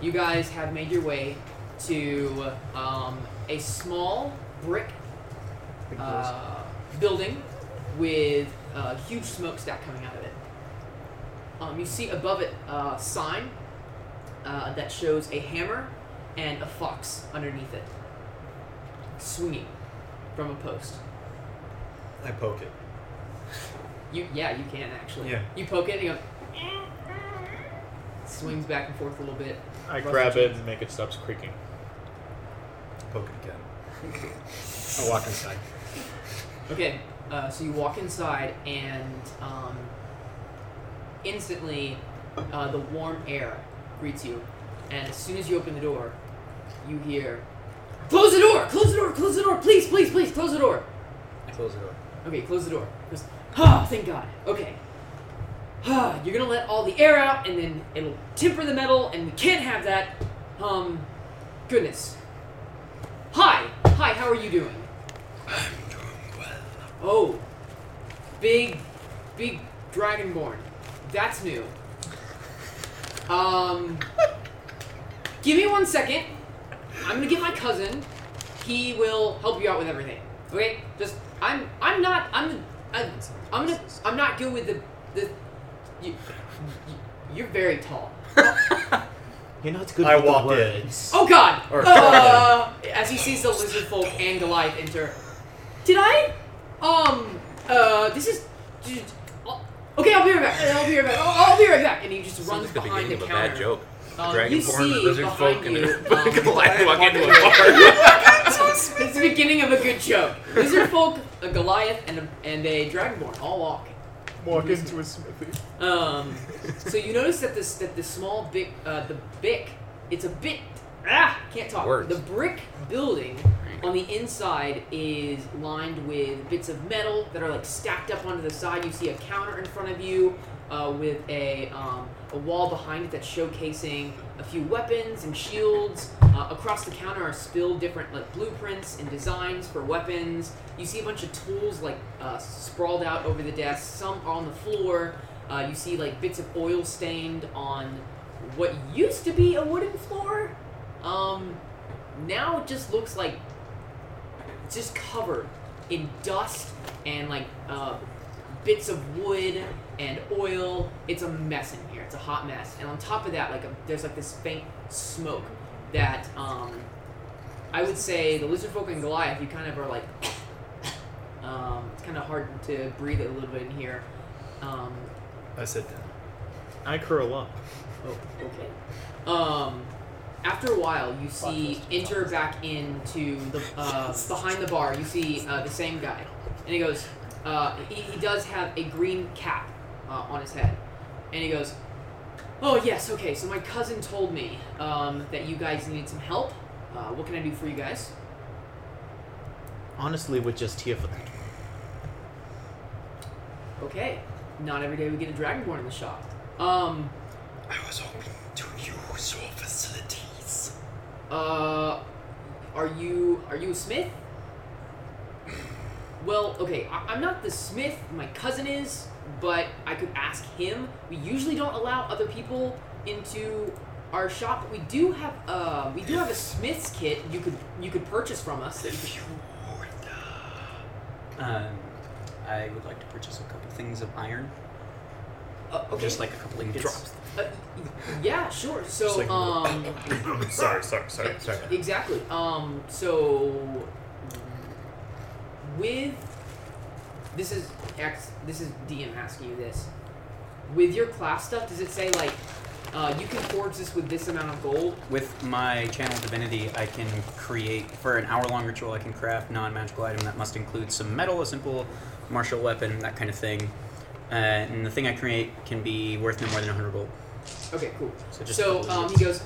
you guys have made your way to um, a small brick uh, building with a huge smokestack coming out of it. Um, you see above it uh, a sign uh, that shows a hammer and a fox underneath it, swinging from a post. I poke it. You yeah, you can actually. Yeah. You poke it and you go. Swings back and forth a little bit. I Rustle grab it chains. and make it stop creaking. Poke it again. I walk inside. Okay, uh, so you walk inside, and um, instantly uh, the warm air greets you. And as soon as you open the door, you hear, "Close the door! Close the door! Close the door! Please, please, please, close the door!" I close the door. Okay, close the door. Just, ah, thank God. Okay. Ah, you're gonna let all the air out, and then it'll temper the metal, and we can't have that. Um, goodness. Hi, hi. How are you doing? I'm doing well. Oh, big, big dragonborn. That's new. <laughs> Um, give me one second. I'm gonna get my cousin. He will help you out with everything. Okay, just I'm I'm not I'm I, I'm gonna I'm not good with the the. You, you're very tall. You're not good I with the walk in. words. Oh God! Or- <laughs> uh, as he sees the lizard folk and Goliath enter, did I? Um. Uh. This is. d- d- oh, Okay, I'll be right back. I'll be right back. I'll, I'll be right back. And he just runs It's the behind beginning the of a counter. bad joke. Um, you Dragonborn, see lizard behind folk, and <laughs> you, a um, Goliath walk into a it's the beginning of a good joke. Lizard folk, a Goliath, and a, and a dragonborn all walk. Walk into a smithy. Um, so you notice that this that the small big uh, the bick it's a bit ah can't talk. Words. The brick building on the inside is lined with bits of metal that are like stacked up onto the side. You see a counter in front of you uh, with a um, a wall behind it that's showcasing a few weapons and shields. Uh, across the counter are spilled different like blueprints and designs for weapons. You see a bunch of tools like uh, sprawled out over the desk. Some are on the floor. Uh, you see like bits of oil stained on what used to be a wooden floor. Um, now it just looks like just covered in dust and like uh, bits of wood and oil. It's a mess in here. It's a hot mess. And on top of that, like a, there's like this faint smoke that um, I would say the lizard folk and Goliath. You kind of are like <coughs> um, it's kind of hard to breathe a little bit in here. Um, I sit down. I curl up. Oh, okay. Um, after a while, you see enter back into the uh, behind the bar. You see uh, the same guy, and he goes. Uh, he, he does have a green cap uh, on his head, and he goes. Oh yes, okay. So my cousin told me um, that you guys needed some help. Uh, what can I do for you guys? Honestly, we're just here for that. Okay. Not every day we get a dragonborn in the shop. Um, I was hoping to use your facilities. Uh, are you are you a <clears throat> smith? Well, okay, I, I'm not the smith. My cousin is, but I could ask him. We usually don't allow other people into our shop. We do have uh, we do have a smith's kit you could you could purchase from us. that you could- Um, I would like to purchase a couple things of iron. Uh, okay. Just like a couple ingots. Drops. Uh, yeah, sure. So Just like a um, little- sorry, sorry, sorry, sorry. Exactly. Um. So with this is X. This is DM asking you this. With your class stuff, does it say like uh, you can forge this with this amount of gold? With my channel divinity, I can create for an hour-long ritual. I can craft non-magical item that must include some metal, a simple martial weapon, that kind of thing. Uh, and the thing I create can be worth no more than 100 gold. Okay, cool. So So, just a couple um, he goes,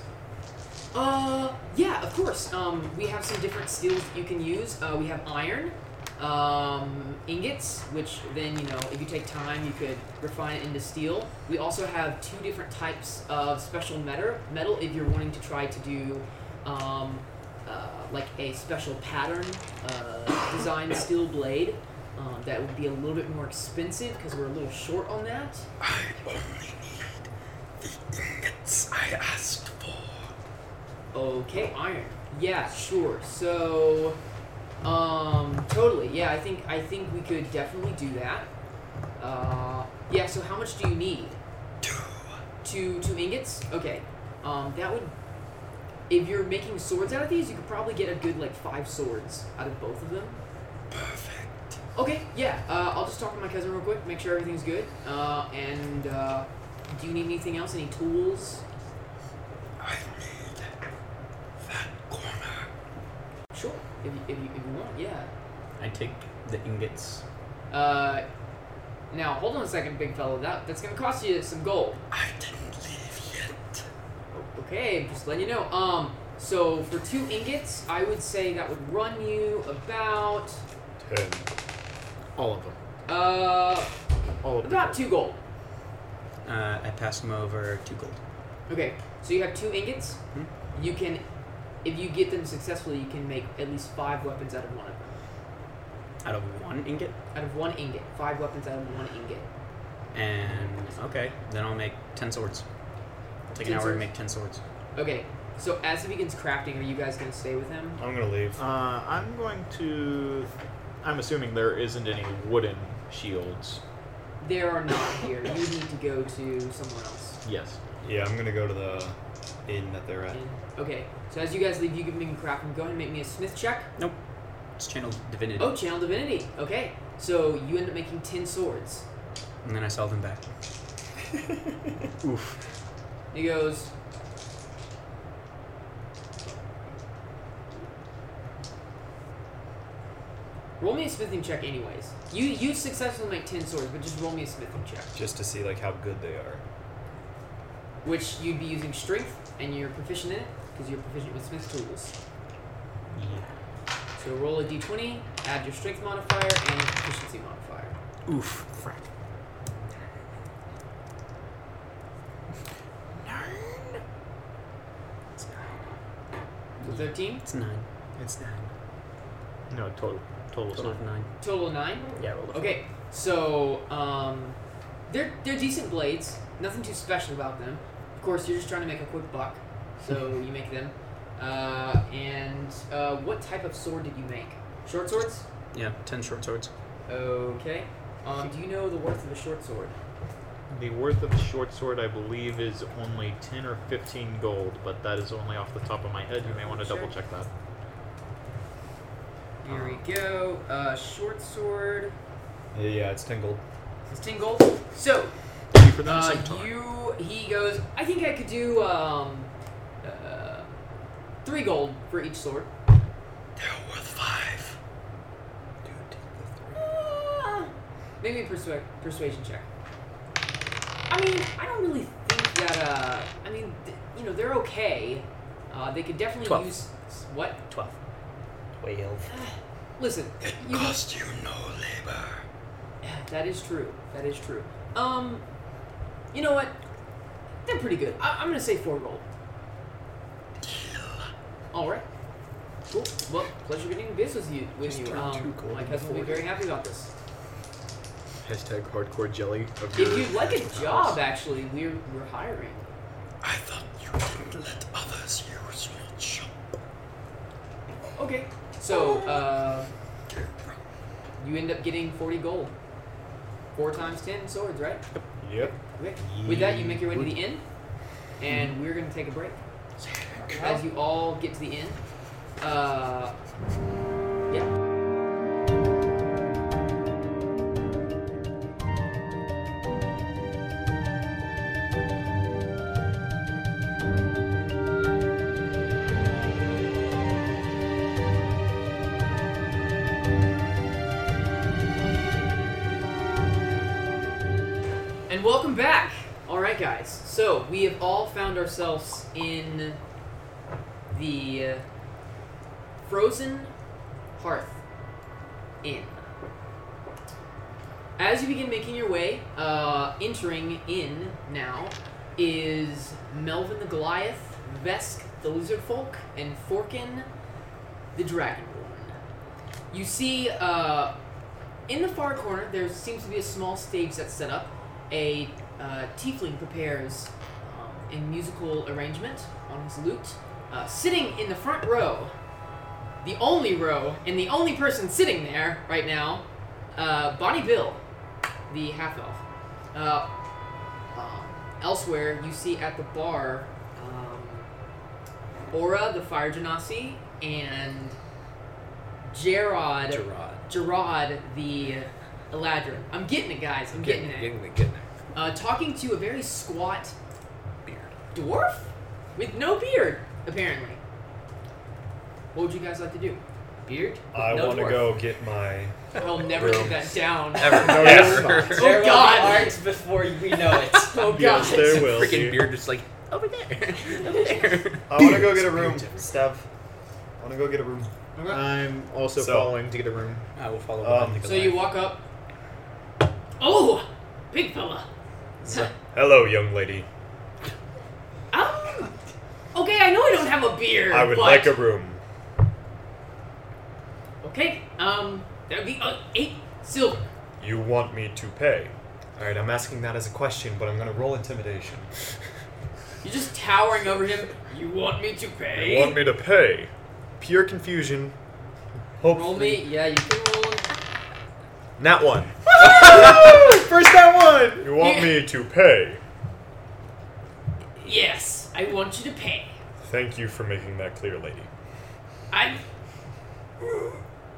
uh, yeah, of course. Um, we have some different steels that you can use. Uh, we have iron, um, ingots, which then, you know, if you take time, you could refine it into steel. We also have two different types of special metal, metal if you're wanting to try to do, um, uh, like a special pattern uh, design steel blade. Um, that would be a little bit more expensive because we're a little short on that. I only need the ingots I asked for. Okay, iron. Yeah, sure. So, um, totally. Yeah, I think I think we could definitely do that. Uh, yeah. So how much do you need? Two. Two two ingots. Okay. Um, that would. If you're making swords out of these, you could probably get a good like five swords out of both of them. Perfect. Okay. Yeah. Uh, I'll just talk to my cousin real quick, make sure everything's good. Uh, and uh, do you need anything else? Any tools? Sure, if you, if you, if you want, yeah. I take the ingots. Uh, now hold on a second, big fellow. That that's gonna cost you some gold. I didn't leave yet. Okay, just letting you know. Um, so for two ingots, I would say that would run you about Ten. All of them. uh All of them. about two gold. Uh, I pass them over two gold. Okay, so you have two ingots. Hmm? You can, if you get them successfully, you can make at least five weapons out of one of them. Out of one ingot? Out of one ingot, five weapons out of one ingot. And okay, then I'll make ten swords. Take an 10 hour swords? to make ten swords. Okay, so as he begins crafting, are you guys gonna stay with him? I'm gonna leave. Uh, I'm going to. I'm assuming there isn't any wooden shields. There are not here. You need to go to somewhere else. Yes. Yeah, I'm gonna go to the inn that they're at. Okay, so as you guys leave, you can begin crafting. Go ahead and make me a smith check. Nope. It's channel divinity. Oh, channel divinity. Okay, so you end up making ten swords. And then I sell them back. Oof. He goes. Roll me a smithing check, anyways. You you successfully make ten swords, but just roll me a smithing check, Just to see like how good they are. which you'd be using strength, and you're proficient in it because you're proficient with smith tools. So roll a d20, add your strength modifier and your proficiency modifier. Oof. Frack. So 13? It's nine. It's nine. No, total. Total. Total of nine. Total of nine? Yeah, roll a four. Okay, so um, they're, they're decent blades. Nothing too special about them. Of course, you're just trying to make a quick buck, so you make them. Uh, and uh, what type of sword did you make? Short swords? Yeah, ten short swords. Okay. Um, do you know the worth of a short sword? The worth of the short sword, I believe, is only 10 or 15 gold, but that is only off the top of my head. You may want to Sure. double check that. Here we go. Uh, short sword. Yeah, yeah, it's ten gold. It's 10 gold. So, uh, you, he goes, I think I could do um, uh, three gold for each sword. They're worth five. Dude, take the three. maybe persua- persuasion check. I mean, I don't really think that, uh, I mean, th- you know, they're okay. Uh, they could definitely Twelve. use. What? 12. Twelve. Listen, it you cost you no labor. That is true. That is true. Um, you know what? They're pretty good. I- I'm gonna say four gold. All right. Cool. Well, pleasure getting business with you. With you. turned two Um, gold my into cousin will be four. very happy about this. Hashtag hardcore jelly. If you'd like a job, actually, we're we're hiring. I thought you didn't let others use your shop. Okay. So, uh, you end up getting 40 gold. Four times 10 swords, right? Yep. Okay. With that, you make your way to the inn, and we're going to take a break. As you all get to the inn, uh, yeah. And welcome back! Alright, guys. So, we have all found ourselves in the uh, Frozen Hearth Inn. As you begin making your way, uh, entering in now is Melvin the Goliath, Vesk the Lizard Folk, and Forkin the Dragonborn. You see, uh, in the far corner, there seems to be a small stage that's set up. A uh, tiefling prepares um, a musical arrangement on his lute. Uh, sitting in the front row, the only row, and the only person sitting there right now, uh, Bonnie Bill, the half elf. Uh, um, elsewhere, you see at the bar um, Aura, the fire genasi, and Gerard. Gerard. Gerard, the Eladrin. I'm getting it, guys. I'm getting, it. Getting it, getting it. Uh, talking to a very squat beard dwarf with no beard, apparently. What would you guys like to do? Beard? I no want to dwarf. go get my. I'll never room. live that down. Ever. No, Ever. <laughs> never. Oh, There will be God. arcs before we know it. Oh, Yes, God. there will, Freaking dude. beard just like <laughs> over there. Over there. I want to go get a room, Steph. I want to go get a room. Okay. I'm also So- following to get a room. I will follow Um, behind the So you walk up. Oh, big fella. Hello, young lady. Um, Okay, I know I don't have a beard. I would but- like a room. Okay, um, that'd be uh, eight silver. You want me to pay? All right, I'm asking that as a question, but I'm gonna roll intimidation. You're just towering over him. You want me to pay? You want me to pay? Pure confusion. Hopefully, roll me? Yeah, you can roll. not one. First that one! You want me to pay? Yes, I want you to pay. Thank you for making that clear, lady. I'm.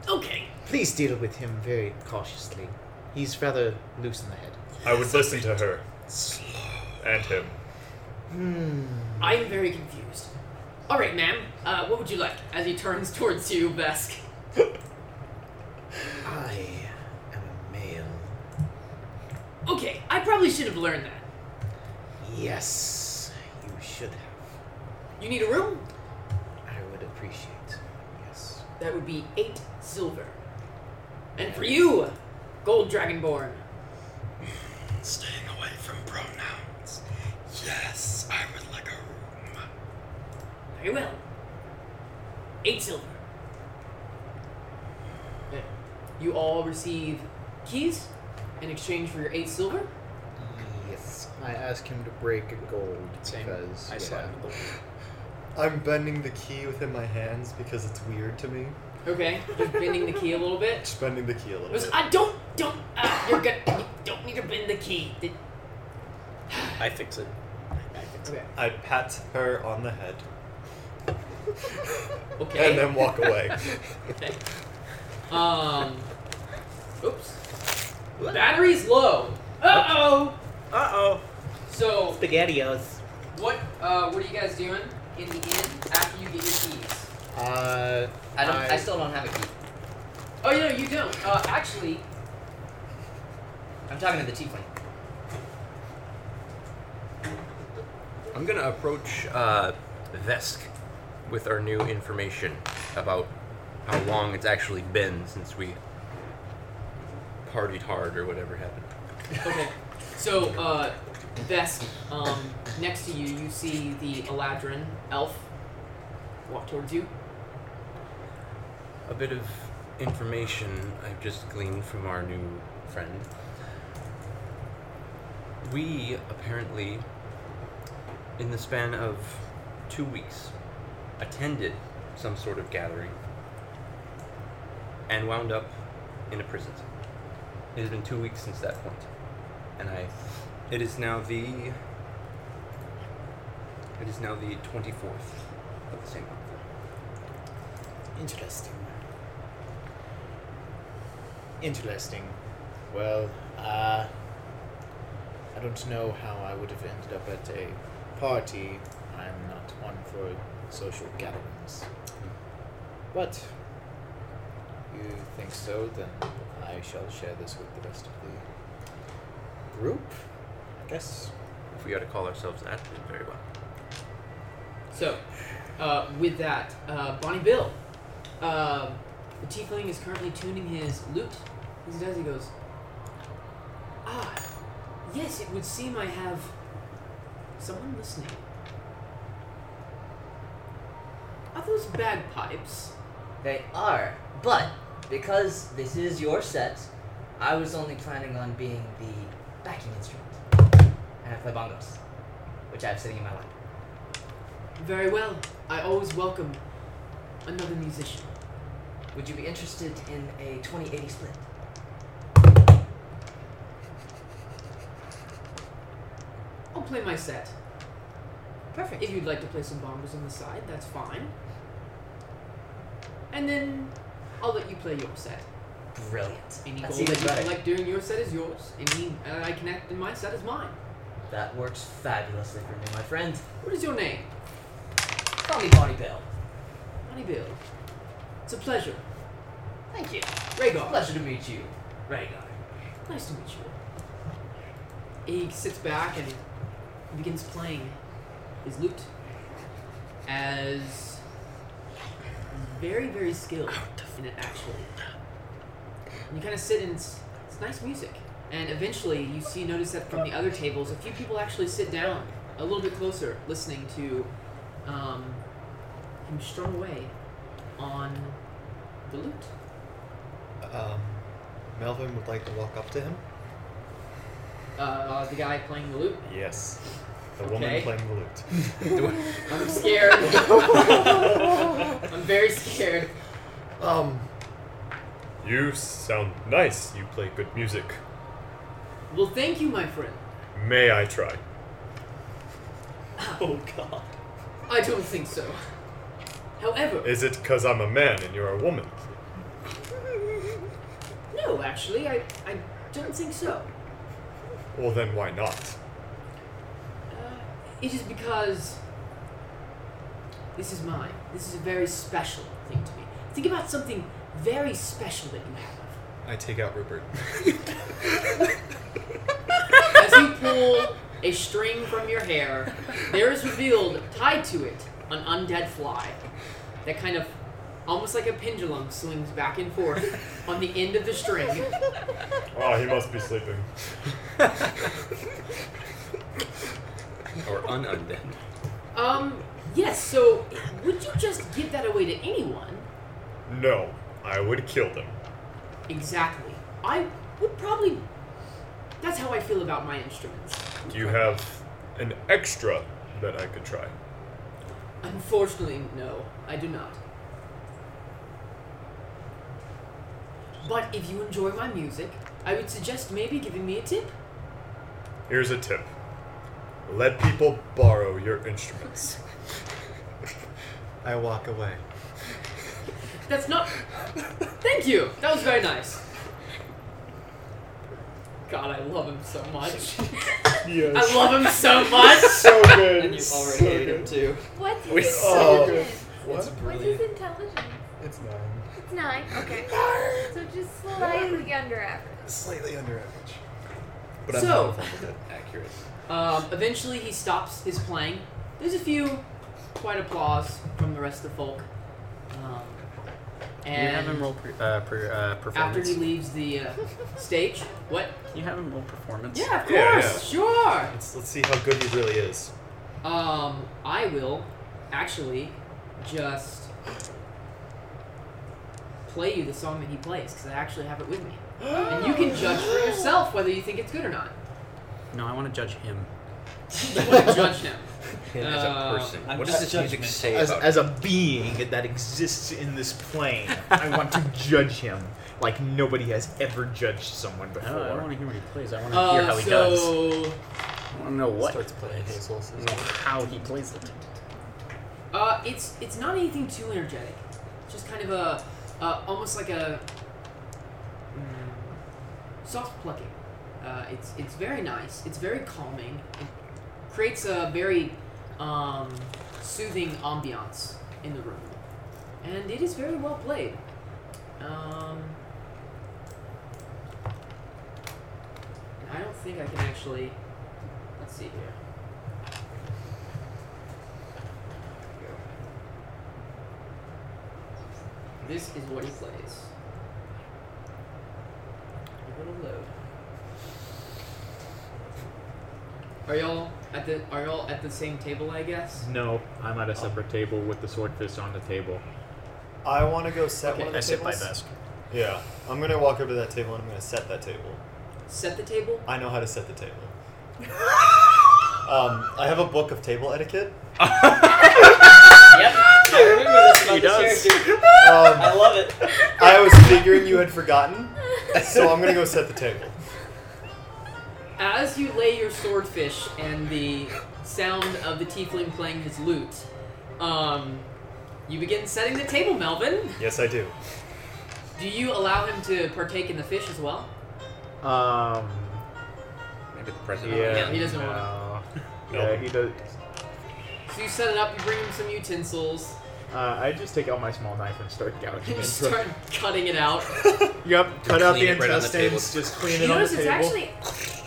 Okay. Please deal with him very cautiously. He's rather loose in the head. I would listen to her. And him. I'm very confused. All right, ma'am. Uh, what would you like? As he turns <laughs> towards you, Vesk. I am a male. Okay, I probably should have learned that. Yes, you should have. You need a room? I would appreciate. Yes. That would be eight silver. And for you, Gold Dragonborn. Staying away from pronouns. Yes, I would like a room. Very well. Eight silver. Okay. You all receive keys in exchange for your eight silver. Yes. I ask him to break a gold because I slide the gold. I'm bending the key within my hands because it's weird to me. Okay, just bending the key a little bit. Just bending the key a little Listen, bit. I don't, don't, uh, you're gonna, you don't need to bend the key. The- I fix it. I fix it. Okay. I pat her on the head Okay. and then walk away. Okay. Um. <laughs> Oops. Battery's low. Uh oh. Uh oh. So Spaghettios. what? Uh, what are you guys doing in the inn after you get your keys? Uh, I don't. I, I- still don't have a key. Oh no, you don't. Uh, actually, I'm talking to the tiefling. I'm gonna approach uh, Vesk with our new information about how long it's actually been since we partied hard or whatever happened. Okay. <laughs> So, uh, Vesk, um, next to you, you see the Eladrin elf walk towards you. A bit of information I've just gleaned from our new friend. We apparently in the span of two weeks, attended some sort of gathering, and wound up in a prison. It has been two weeks since that point, and I. It is now the. It is now the twenty fourth of the same month. Interesting. Interesting. Well, uh, I don't know how I would have ended up at a party. I'm not one for social gatherings. But you think so, then I shall share this with the rest of the group, I guess. If we are to call ourselves that, then very well. So, uh, with that, uh, Bonnie Bill, uh, the tiefling is currently tuning his lute. As he does, he goes, Ah, yes, it would seem I have someone listening. Are those bagpipes? They are, but because this is your set, I was only planning on being the backing instrument. And I play bongos, which I have sitting in my lap. Very well. I always welcome another musician. Would you be interested in a 2080 split? I'll play my set. Perfect. If you'd like to play some bongos on the side, that's fine. And then I'll let you play your set. Brilliant. Any That's goal even that you better. collect during your set is yours. Any uh, I connect in my set is mine. That works fabulously for me, my friend. What is your name? Call me Bonnie Bill. Bonnie Bill. It's a pleasure. Thank you. Rhaegar. Pleasure to meet you, Rhaegar. Nice to meet you. He sits back and begins playing his lute as very, very skilled in it, actually. And you kind of sit and it's, it's nice music. And eventually, you see, notice that from the other tables, a few people actually sit down a little bit closer, listening to um, him strum away on the lute. Um, Melvin would like to walk up to him. Uh, the guy playing the lute. Yes. The Okay. woman playing the lute. I'm <laughs> scared. I'm very scared. Um. You sound nice. You play good music. Well, thank you, my friend. May I try? Oh God. I don't think so. However, Is it because I'm a man and you're a woman? no, actually, I, I don't think so. Well, then why not? It is because this is mine. This is a very special thing to me. Think about something very special that you have. I take out Rupert. As you pull a string from your hair, there is revealed, tied to it, an undead fly that kind of, almost like a pendulum, swings back and forth on the end of the string. Oh, he must be sleeping. Or unundead. Um, yes, so would you just give that away to anyone? No, I would kill them. Exactly. I would probably. That's how I feel about my instruments. Do you have an extra that I could try? Unfortunately, no, I do not. But if you enjoy my music, I would suggest maybe giving me a tip. Here's a tip let people borrow your <laughs> instruments. I walk away. That's not. Thank you. That was very nice. God, I love him so much. Yes. I love him so much. So good. And you already So hate him good. too. What's We- his oh, intelligence? what? What's his intelligence? It's nine. It's nine. Okay. so just slightly under average. Slightly under average. But I'm So- not accurate. Um, eventually, he stops his playing. There's a few quiet applause from the rest of the folk. Um, and you have him roll pre- uh, pre- uh, performance. after he leaves the uh, stage, what? You have him roll performance. Yeah, of course, Yeah, yeah. sure. Let's, let's see how good he really is. Um, I will actually just play you the song that he plays because I actually have it with me, and you can judge for yourself whether you think it's good or not. No, I want to judge him. You want to judge him? him as Uh, a person? what does this music say as, about as him? a being that exists in this plane? I want <laughs> to judge him like nobody has ever judged someone before. Oh, I don't wanna hear what he plays. I want wanna Uh, hear how he does. so- I want to know what Starts playing plays. I don't know how he plays it. Uh, it's it's not anything too energetic. It's just kind of a, uh, almost like a mm, soft plucking. Uh, it's it's very nice. It's very calming. It creates a very um, soothing ambiance in the room, and it is very well played. Um, and I don't think I can actually. Let's see here. This is what he plays. It'll load. Are y'all at the are y'all at the same table? I guess. No, I'm at a separate table with the sword fist on the table. I want to go set one of the I sit by tables. desk. Yeah, I'm gonna walk over to that table and I'm gonna set that table. Set the table. I know how to set the table. um, I have a book of table etiquette. Yep. I remember this about He this does. character. Um, I love it. I was figuring you had forgotten, so I'm gonna go set the table. As you lay your swordfish and the sound of the tiefling playing his lute, um, you begin setting the table, Melvin. Yes, I do. Do you allow him to partake in the fish as well? Um. Maybe the president. Yeah, No, he doesn't no. to. Yeah, he does. So you set it up, you bring him some utensils, Uh, I just take out my small knife and start gouging. <laughs> and you it. start cutting it out. Yep, cut out the Clean it right on the intestines, table. just clean You it on the notice it's table. actually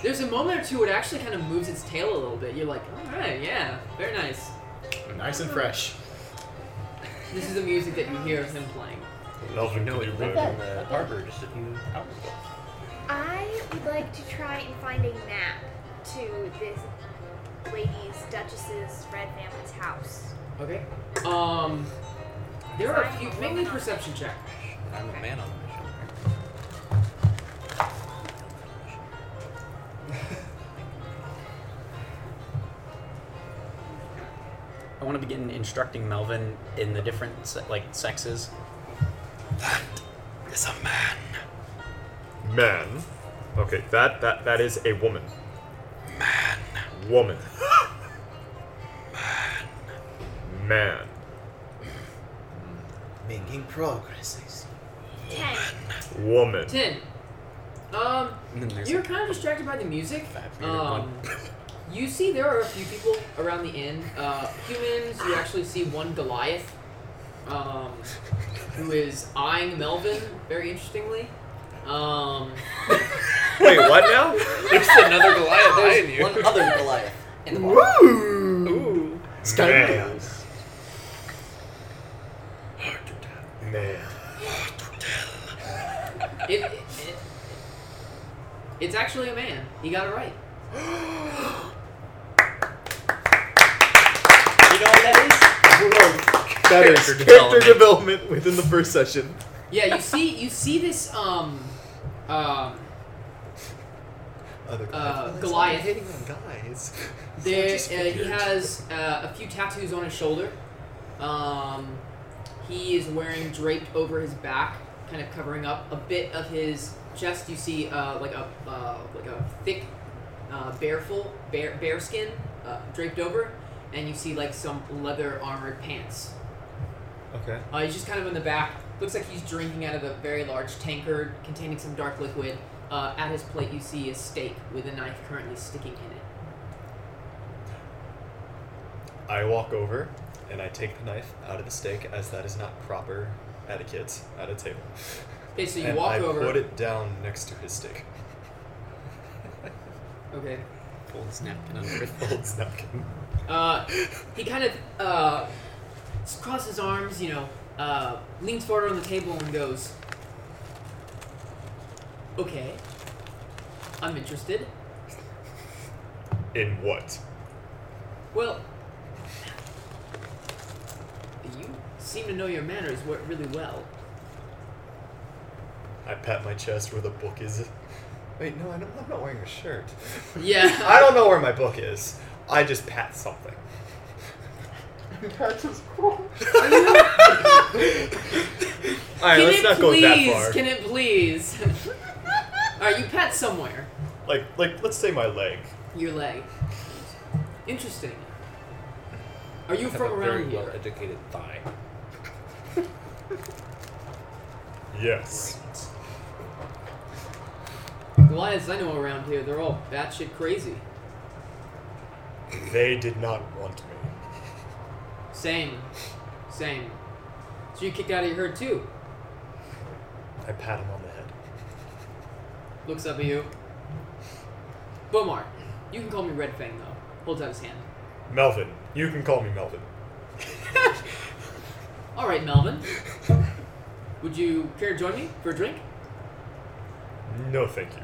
there's a moment or two where it actually kind of moves its tail a little bit. You're like, all right, yeah, very nice. Nice and fresh. This is the music that you hear of him playing. You know it lived in Okay. the harbor just a few hours ago. I would like to try and find a map to this lady's, Duchess's, Red family's house. Okay. Um, there are a Fine, few. I'll Make roll me a it on. perception check. I'm a man on the mission. I want to begin instructing Melvin in the different se- like sexes. That is a man. Man. Okay, that that that is a woman. Man. Woman. Man. Making progress, I see. Ten. Woman. Ten. Um, And then there's you're kind of distracted by the music. minute Um, <laughs> you see, there are a few people around the inn. Uh, humans. You actually see one Goliath, um, who is eyeing Melvin very interestingly. Um, Wait, what now? There's another Goliath There's eyeing <laughs> you. one other Goliath. In the bar. Woo! Ooh. Skyrim. Man. it, it, it's actually a man. He got it right. You know what that is? That is Character character development within the first session. Yeah, you see, you see this um, um, Other uh, Goliath. hitting on <laughs> guys. There, Just uh, he figured. has uh, a few tattoos on his shoulder. Um, he is wearing draped over his back, kind of covering up a bit of his chest. You see, uh, like a uh, like a thick, uh, bareful bear bear skin uh, draped over, and you see like some leather armored pants. Okay. Uh, he's just kind of in the back. Looks like he's drinking out of a very large tankard containing some dark liquid. Uh, at his plate, you see a steak with a knife currently sticking in it. I walk over and I take the knife out of the steak as that is not proper etiquette at a table. Okay, so you and walk I over. put it down next to his steak. Okay. Folds napkin under it. Folds napkin. Uh, he kind of uh, s- crosses his arms, you know, uh, leans forward on the table and goes, Okay, I'm interested. In what? Well, you seem to know your manners wa- really well. I pat my chest where the book is. Wait, no, I don't, I'm not wearing a shirt. Yeah. <laughs> I don't know where my book is. I just pat something. That's his <laughs> quote. Can let's it not go please, that far. Can it please? <laughs> Alright, you pet somewhere. Like, like, let's say my leg. Your leg. Interesting. Are you I have from a around very here? well-educated thigh. Yes. The lions I know around here, they're all batshit crazy. They did not want me. Same. Same. So you kicked out of your herd too. I pat him on the head. Looks up at you. Bomar, you can call me Red Fang though. Holds out his hand. Melvin, you can call me Melvin. Alright, <laughs> Melvin. Would you care to join me for a drink? No, thank you.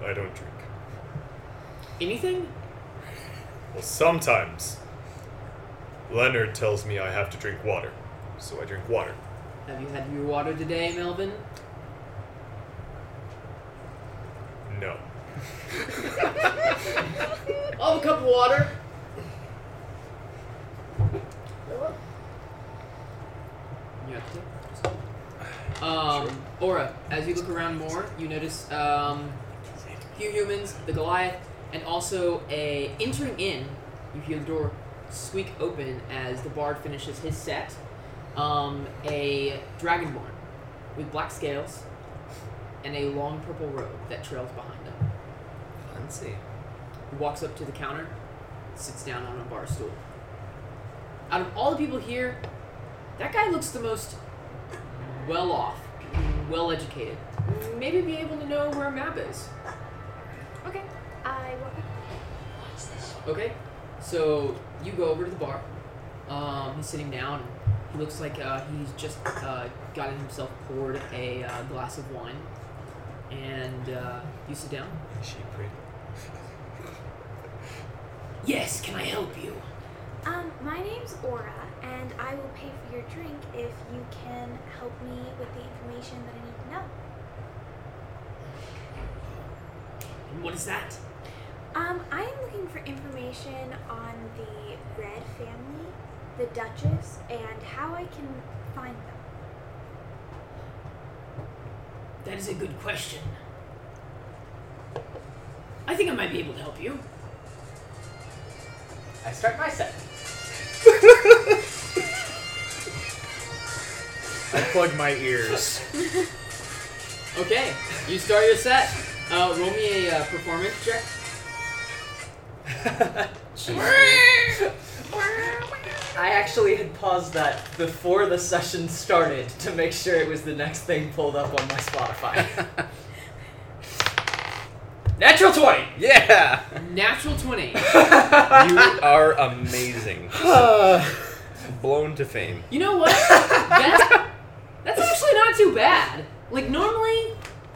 I don't drink. Anything? Well, sometimes Leonard tells me I have to drink water, so I drink water. Have you had your water today, Melvin? No. I'll have a cup of water. You have to. Um, Aura, as you look around more, you notice um, few humans, the Goliath, and also a entering in. You hear the door squeak open as the bard finishes his set. Um, a dragonborn with black scales and a long purple robe that trails behind him. Fancy. He walks up to the counter, sits down on a bar stool. Out of all the people here, that guy looks the most well off, well educated. Maybe be able to know where a map is. Okay. I walk up. Okay, so you go over to the bar. Um, he's sitting down. He looks like uh, he's just uh, gotten himself poured a uh, glass of wine. And uh, you sit down. Is she pretty? Yes, can I help you? Um, my name's Aura, and I will pay for your drink if you can help me with the information that I need to know. And what is that? Um, I am looking for information on the Red family, the Duchess, and how I can find <laughs> them. That is a good question. I think I might be able to help you. I start my set. I plug my ears. Okay, you start your set. Uh, roll me a uh, performance check. I actually had paused that before the session started to make sure it was the next thing pulled up on my Spotify. Natural 20! Yeah! Natural 20. you are <laughs> amazing. Ah. Blown to fame. You know what? That's, that's actually not too bad. Like, normally,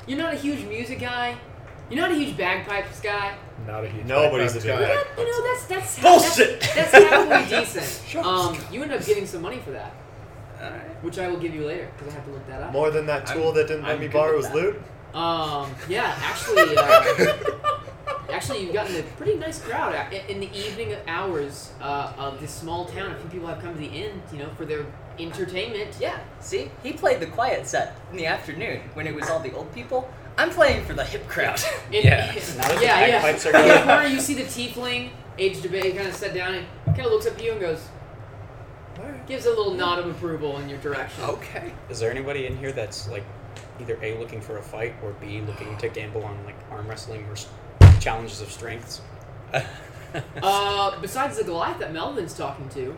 you're not a huge music guy, you're not a huge bagpipes guy. Not a huge Nobody's a background big guy. You know, that's that's Bullshit! That's, that's halfway decent. Um, you end up getting some money for that, which I will give you later because I have to look that up. More than that tool that didn't let me borrow his loot? Um, yeah, actually, uh, actually, you've gotten a pretty nice crowd I- in the evening hours uh, of this small town. A few people have come to the inn, you know, for their entertainment. Yeah, see? He played the quiet set in the afternoon when it was all the old people. I'm playing for the hip crowd. <laughs> It- Yeah. Now that the yeah, yeah. bagpipes are In the going. corner, you see the tiefling, aged a bit, kind of sat down and kind of looks up at you and goes, gives a little nod of approval in your direction. Okay. Is there anybody in here that's like either A looking for a fight or B looking to gamble on like arm wrestling or s- challenges of strengths? Uh, besides the Goliath that Melvin's talking to,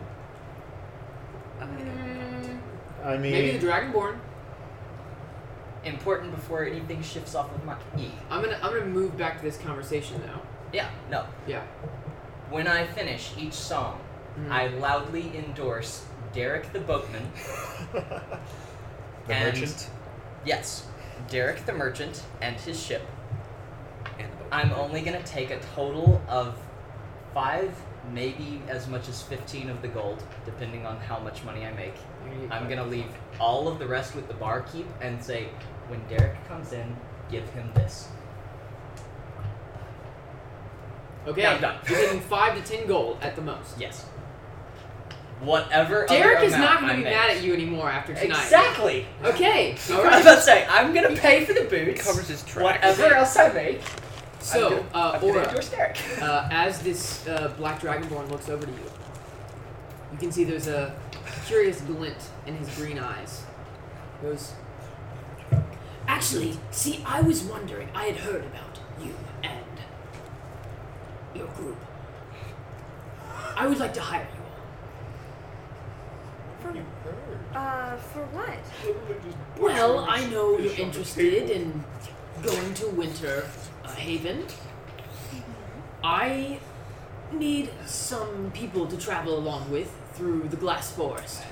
I mean, maybe the Dragonborn. Important before anything shifts off of my E. I'm gonna I'm gonna move back to this conversation now. Yeah, no. Yeah. When I finish each song, Hmm. Mm. I loudly endorse Derek the Boatman. <laughs> The and merchant. Yes, Derek the Merchant and his ship. And the boat. I'm only gonna take a total of five, maybe as much as fifteen of the gold, depending on how much money I make. I'm gonna leave all of the rest with the barkeep and say, when Derek comes in, give him this. Okay, Now I'm done. you're getting five to ten gold at the most. Yes. Whatever. Derek other is not amount Oh, I going to be make. mad at you anymore after tonight. Exactly. <laughs> I Okay. All was right. about to say, I'm gonna pay for the boots. Covers his tracks. Whatever else I make. So, I'm gonna, uh, I'm gonna Aura. endorse Derek. uh, as this uh, black dragonborn looks over to you, you can see there's a curious glint in his green eyes. He goes, Actually, see, I was wondering. I had heard about you and your group. I would like to hire you all. For, uh, for what? Well, I know you're interested in going to Winter uh, Haven. I need some people to travel along with through the Glass Forest,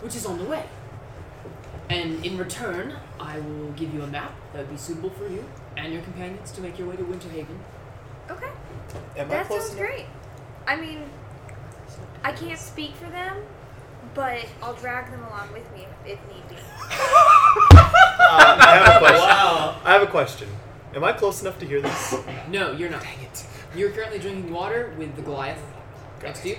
which is on the way. And in return, I will give you a map that would be suitable for you and your companions to make your way to Winter Haven. Okay. Am I that close sounds great. I mean, I can't speak for them, but I'll drag them along with me if, if need be. Um, I have a question. Wow. I have a question. Am I close enough to hear this? "No, you're not. You're currently drinking water with the Goliath next to you.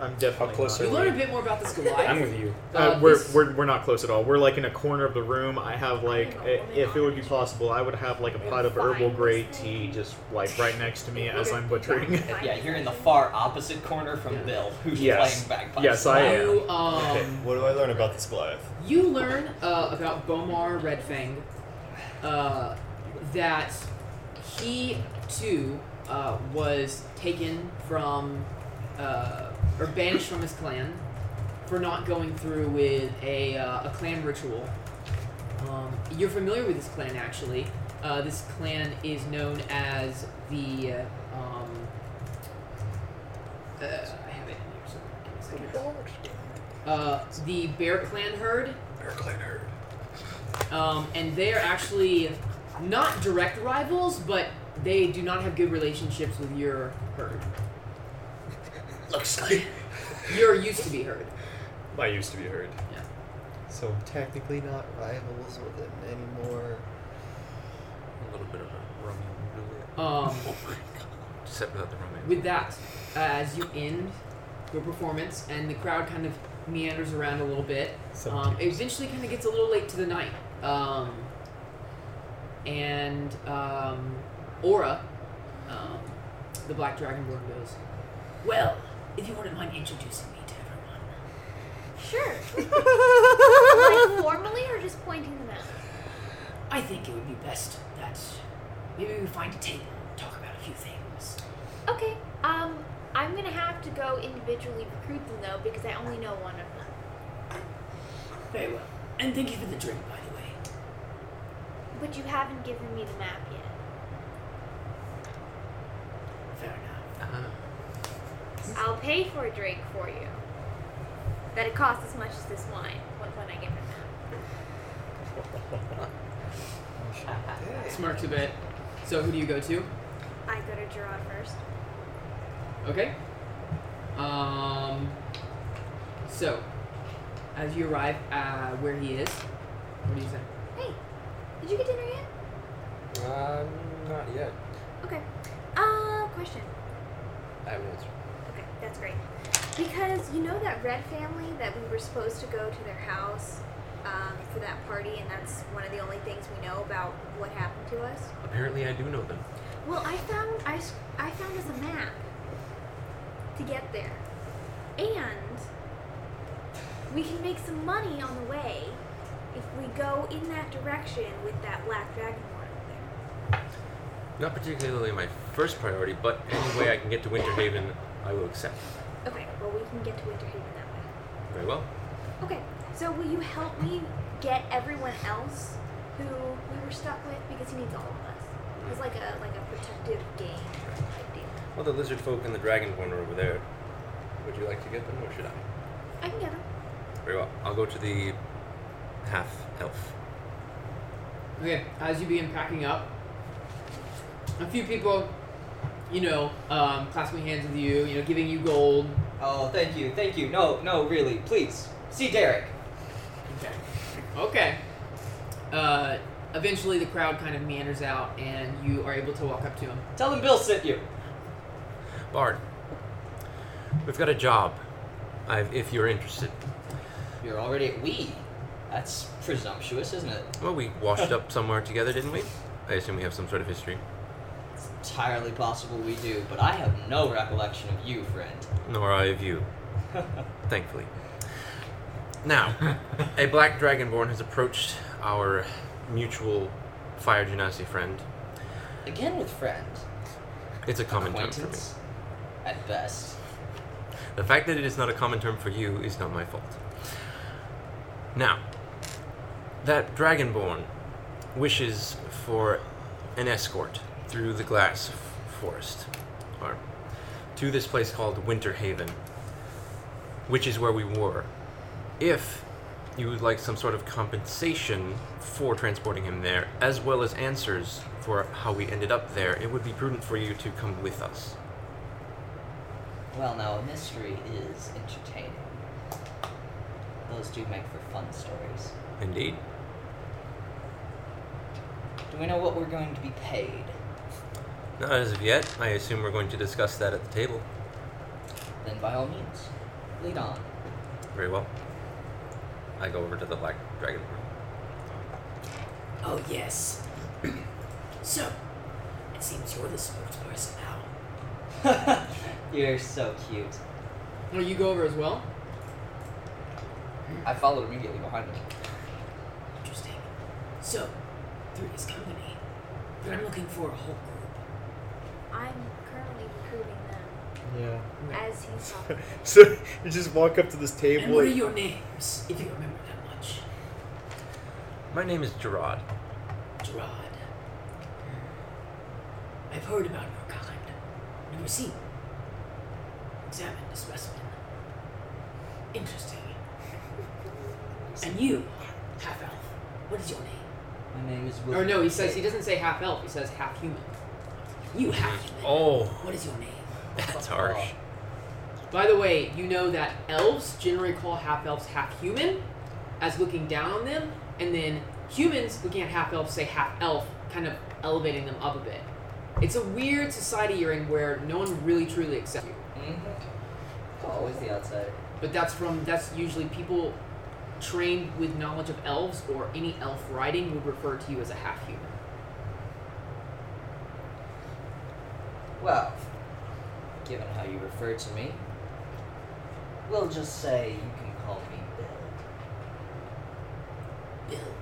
I'm definitely How You learn a bit more about this Goliath. you. Uh, we're, this- we're, we're not close at all. We're like in a corner of the room. I have like, a, if it would be possible, I would have like a pot of herbal grey tea just like right next to me as I'm butchering. yeah, you're in the far opposite corner from Bill, who's Yes. playing bagpipes. Yes, I am. You, um, <laughs> What do I learn about this Goliath? You learn uh, about Bomar Redfang uh, that he too uh, was taken from uh, or banished from his clan for not going through with a, uh, a clan ritual. Um, you're familiar with this clan actually. Uh, this clan is known as the. uh, Um, uh, I have it in here somewhere. Give me a second. Uh, the Bear Clan herd. Bear Clan herd. Um, and they are actually not direct rivals, but they do not have good relationships with your herd. Looks like You're used to be herd. I used to be heard. Yeah. So technically not rivals with it anymore. A little bit of a Romeo and Juliet. Um, Except without the Romeo. with that, uh, as you end your performance, and the crowd kind of meanders around a little bit, um, it eventually kind of gets a little late to the night. Um, and um, Aura, um, the Black Dragonborn, goes, Well, if you wouldn't mind introducing me to everyone. Sure. like <laughs> formally or just pointing them out? I think it would be best that maybe we find a table and talk about a few things. Okay. Um, I'm gonna have to go individually recruit them though because I only know one of them. Very well. And thank you for the drink, by the way. But you haven't given me the map yet. Fair enough. I'll pay for a drink for you. That it costs as much as this wine when, when I get my map. smirks a bit. So who do you go to? I go to Gerard first. Okay. Um. So, as you arrive uh, where he is, what do you say? Hey, did you get dinner yet? Um, not yet. Okay. Uh, question. I will answer. Okay, that's great. Because you know that Red family that we were supposed to go to their house um, for that party, and that's one of the only things we know about what happened to us. Apparently, I do know them. Well, I found I, s- I found us a map to get there, and we can make some money on the way if we go in that direction with that black dragonborn up there. Not particularly my first priority, but any way I can get to Winter Haven, I will accept. Okay, well we can get to Winterhaven that way. Very well. Okay, so will you help me get everyone else who we were stuck with because he needs all of us? It's like a like a protective game type deal. Well, the lizard folk and the dragonborn are over there. Would you like to get them, or should I? I can get him. Very well. I'll go to the half elf. Okay, as you begin packing up, a few people, you know, um, clasping hands with you, you know, giving you gold. Oh, thank you, thank you. No, no, really, please. See Derek. Okay. Okay. Uh, Eventually, the crowd kind of meanders out, and you are able to walk up to him. Tell them Bill sent you. Bard, we've got a job. I've, if you're interested. You're already at we. That's presumptuous, isn't it? Well, we washed up somewhere together, didn't we? I assume we have some sort of history. It's entirely possible we do, but I have no recollection of you, friend. Nor I of you. Thankfully. Now, a black dragonborn has approached our mutual fire genasi friend. Again with friend. It's a common term for me. At best. The fact that it is not a common term for you is not my fault. Now, that dragonborn wishes for an escort through the glass f- forest, or to this place called Winter Haven, which is where we were. If you would like some sort of compensation for transporting him there, as well as answers for how we ended up there, it would be prudent for you to come with us. Well, now a mystery is entertaining. Those do make for fun stories. Indeed. Do we know what we're going to be paid? Not as of yet. I assume we're going to discuss that at the table. Then by all means, lead on. <laughs> Very well. I go over to the black dragonborn. Oh, yes. so, it seems you're the spokesperson now. You're so cute. Well, you go over as well. I followed immediately behind him. Interesting. So, through his company, but I'm looking for a whole group. I'm currently recruiting them Yeah. as he's talking. So <laughs> you just walk up to this table. And what are your names, if you remember that much? My name is Gerard. Gerard. I've heard about your kind. Never seen. Examined a specimen. Interesting. and you are half elf. What is your name? My name is Will. Or no, he says he doesn't say half elf. He says half human. You half human. Oh. What is your name? That's harsh. By the way, you know that elves generally call half elves half human, as looking down on them, and then humans looking at half elves say half elf, kind of elevating them up a bit. It's a weird society you're in where no one really truly accepts you. Mm-hmm. Always the outsider. But that's from that's usually people trained with knowledge of elves or any elf writing would refer to you as a half human. Well, given how you refer to me, we'll just say you can call me Bill. Bill.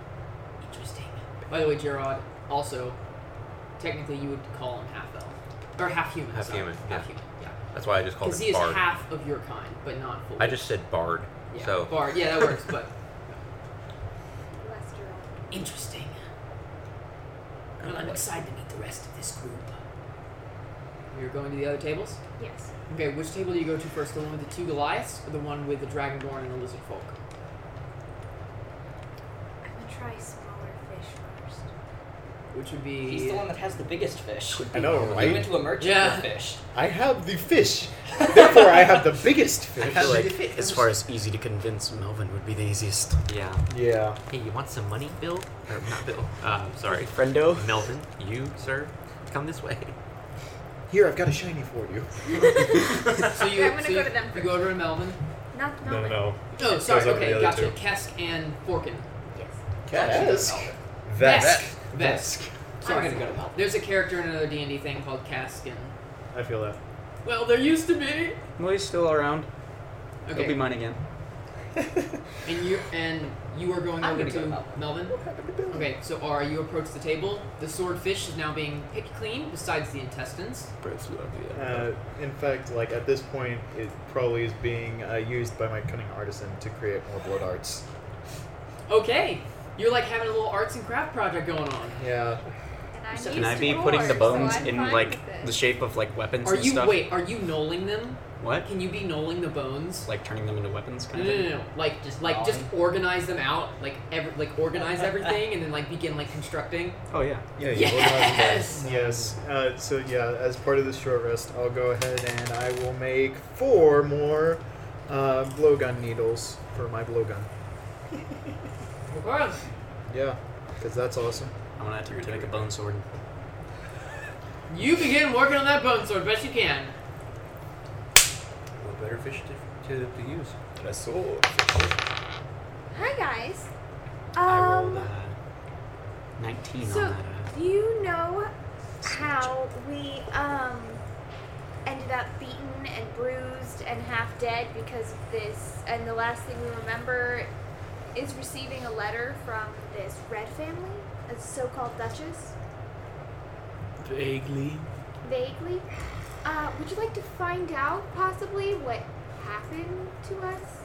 Interesting. By the way, Gerard, also, technically you would call him half elf. Or half human. Half sorry. human, Half yeah. human, yeah. That's why I just called Because he him is Bard. half of your kind, but not fully. I just said Bard. yeah, So Bard, yeah, that works, but Lester. Interesting. Well, I'm excited to meet the rest of this group. you're going to the other tables? Yes. Okay, which table do you go to first? The one with the two Goliaths or the one with the Dragonborn and the Lizard Folk? I'm gonna try smaller fish first. Which would be <laughs> He's the one that has the biggest fish. I know, We right? went to a merchant Yeah. for fish. I have the fish. Therefore, I have the biggest I <laughs> fish. feel like, as far as easy to convince, Melvin would be the easiest. yeah. Yeah. Hey, you want some money, Bill? Or not Bill. Uh, sorry, Friendo. Melvin. You, sir, come this way. Here, I've got a shiny for you. So you, I'm gonna so go you- to them You go over to Melvin. Not the No, no, moment. no. Oh, sorry. Goes over to the Okay, gotcha. other two. Kesk and Forkin. Yes. Yes. Vesk. Vesk. Vesk. Sorry. I'm gonna go to Melvin. There's a character in another D and D thing called Kesk, and I feel that. well, there used to be. Well, he's still around. He'll be Okay. mine again. And you and you are going I'm over gonna to go to Melvin. Okay, so R, you approach the table. The swordfish is now being picked clean, besides the intestines. Uh, in fact, like at this point, it probably is being uh, used by my cunning artisan to create more blood arts. Okay, you're like having a little arts and craft project going on. Yeah. And I'm Can used I to be putting the roars, so bones I'm in fine like with it. the shape of like weapons Are and you stuff? wait? Are you knolling them? What? Can Mm. you be knolling the bones? Like turning them into weapons, No, kind no, of no, thing. no. Like just like just organize them out, like every like organize everything, and then like begin like constructing. Oh yeah. Yeah. you will have that. Yes! Yes. Uh, so yeah, as part of the short rest, I'll go ahead and I will make four more uh, blowgun needles for my blowgun. Okay. Yeah. Because that's awesome. I'm gonna attempt to make a bone sword. You begin working on that bone sword best you can. What better fish to, to, to use? And a sword. Hi guys. I Um. rolled uh, 19 on So, that. uh, do you know how we um ended up beaten and bruised and half dead because of this? And the last thing we remember is receiving a letter from this Red family, a so-called Duchess, Vaguely. vaguely. Uh, would you like to find out possibly what happened to us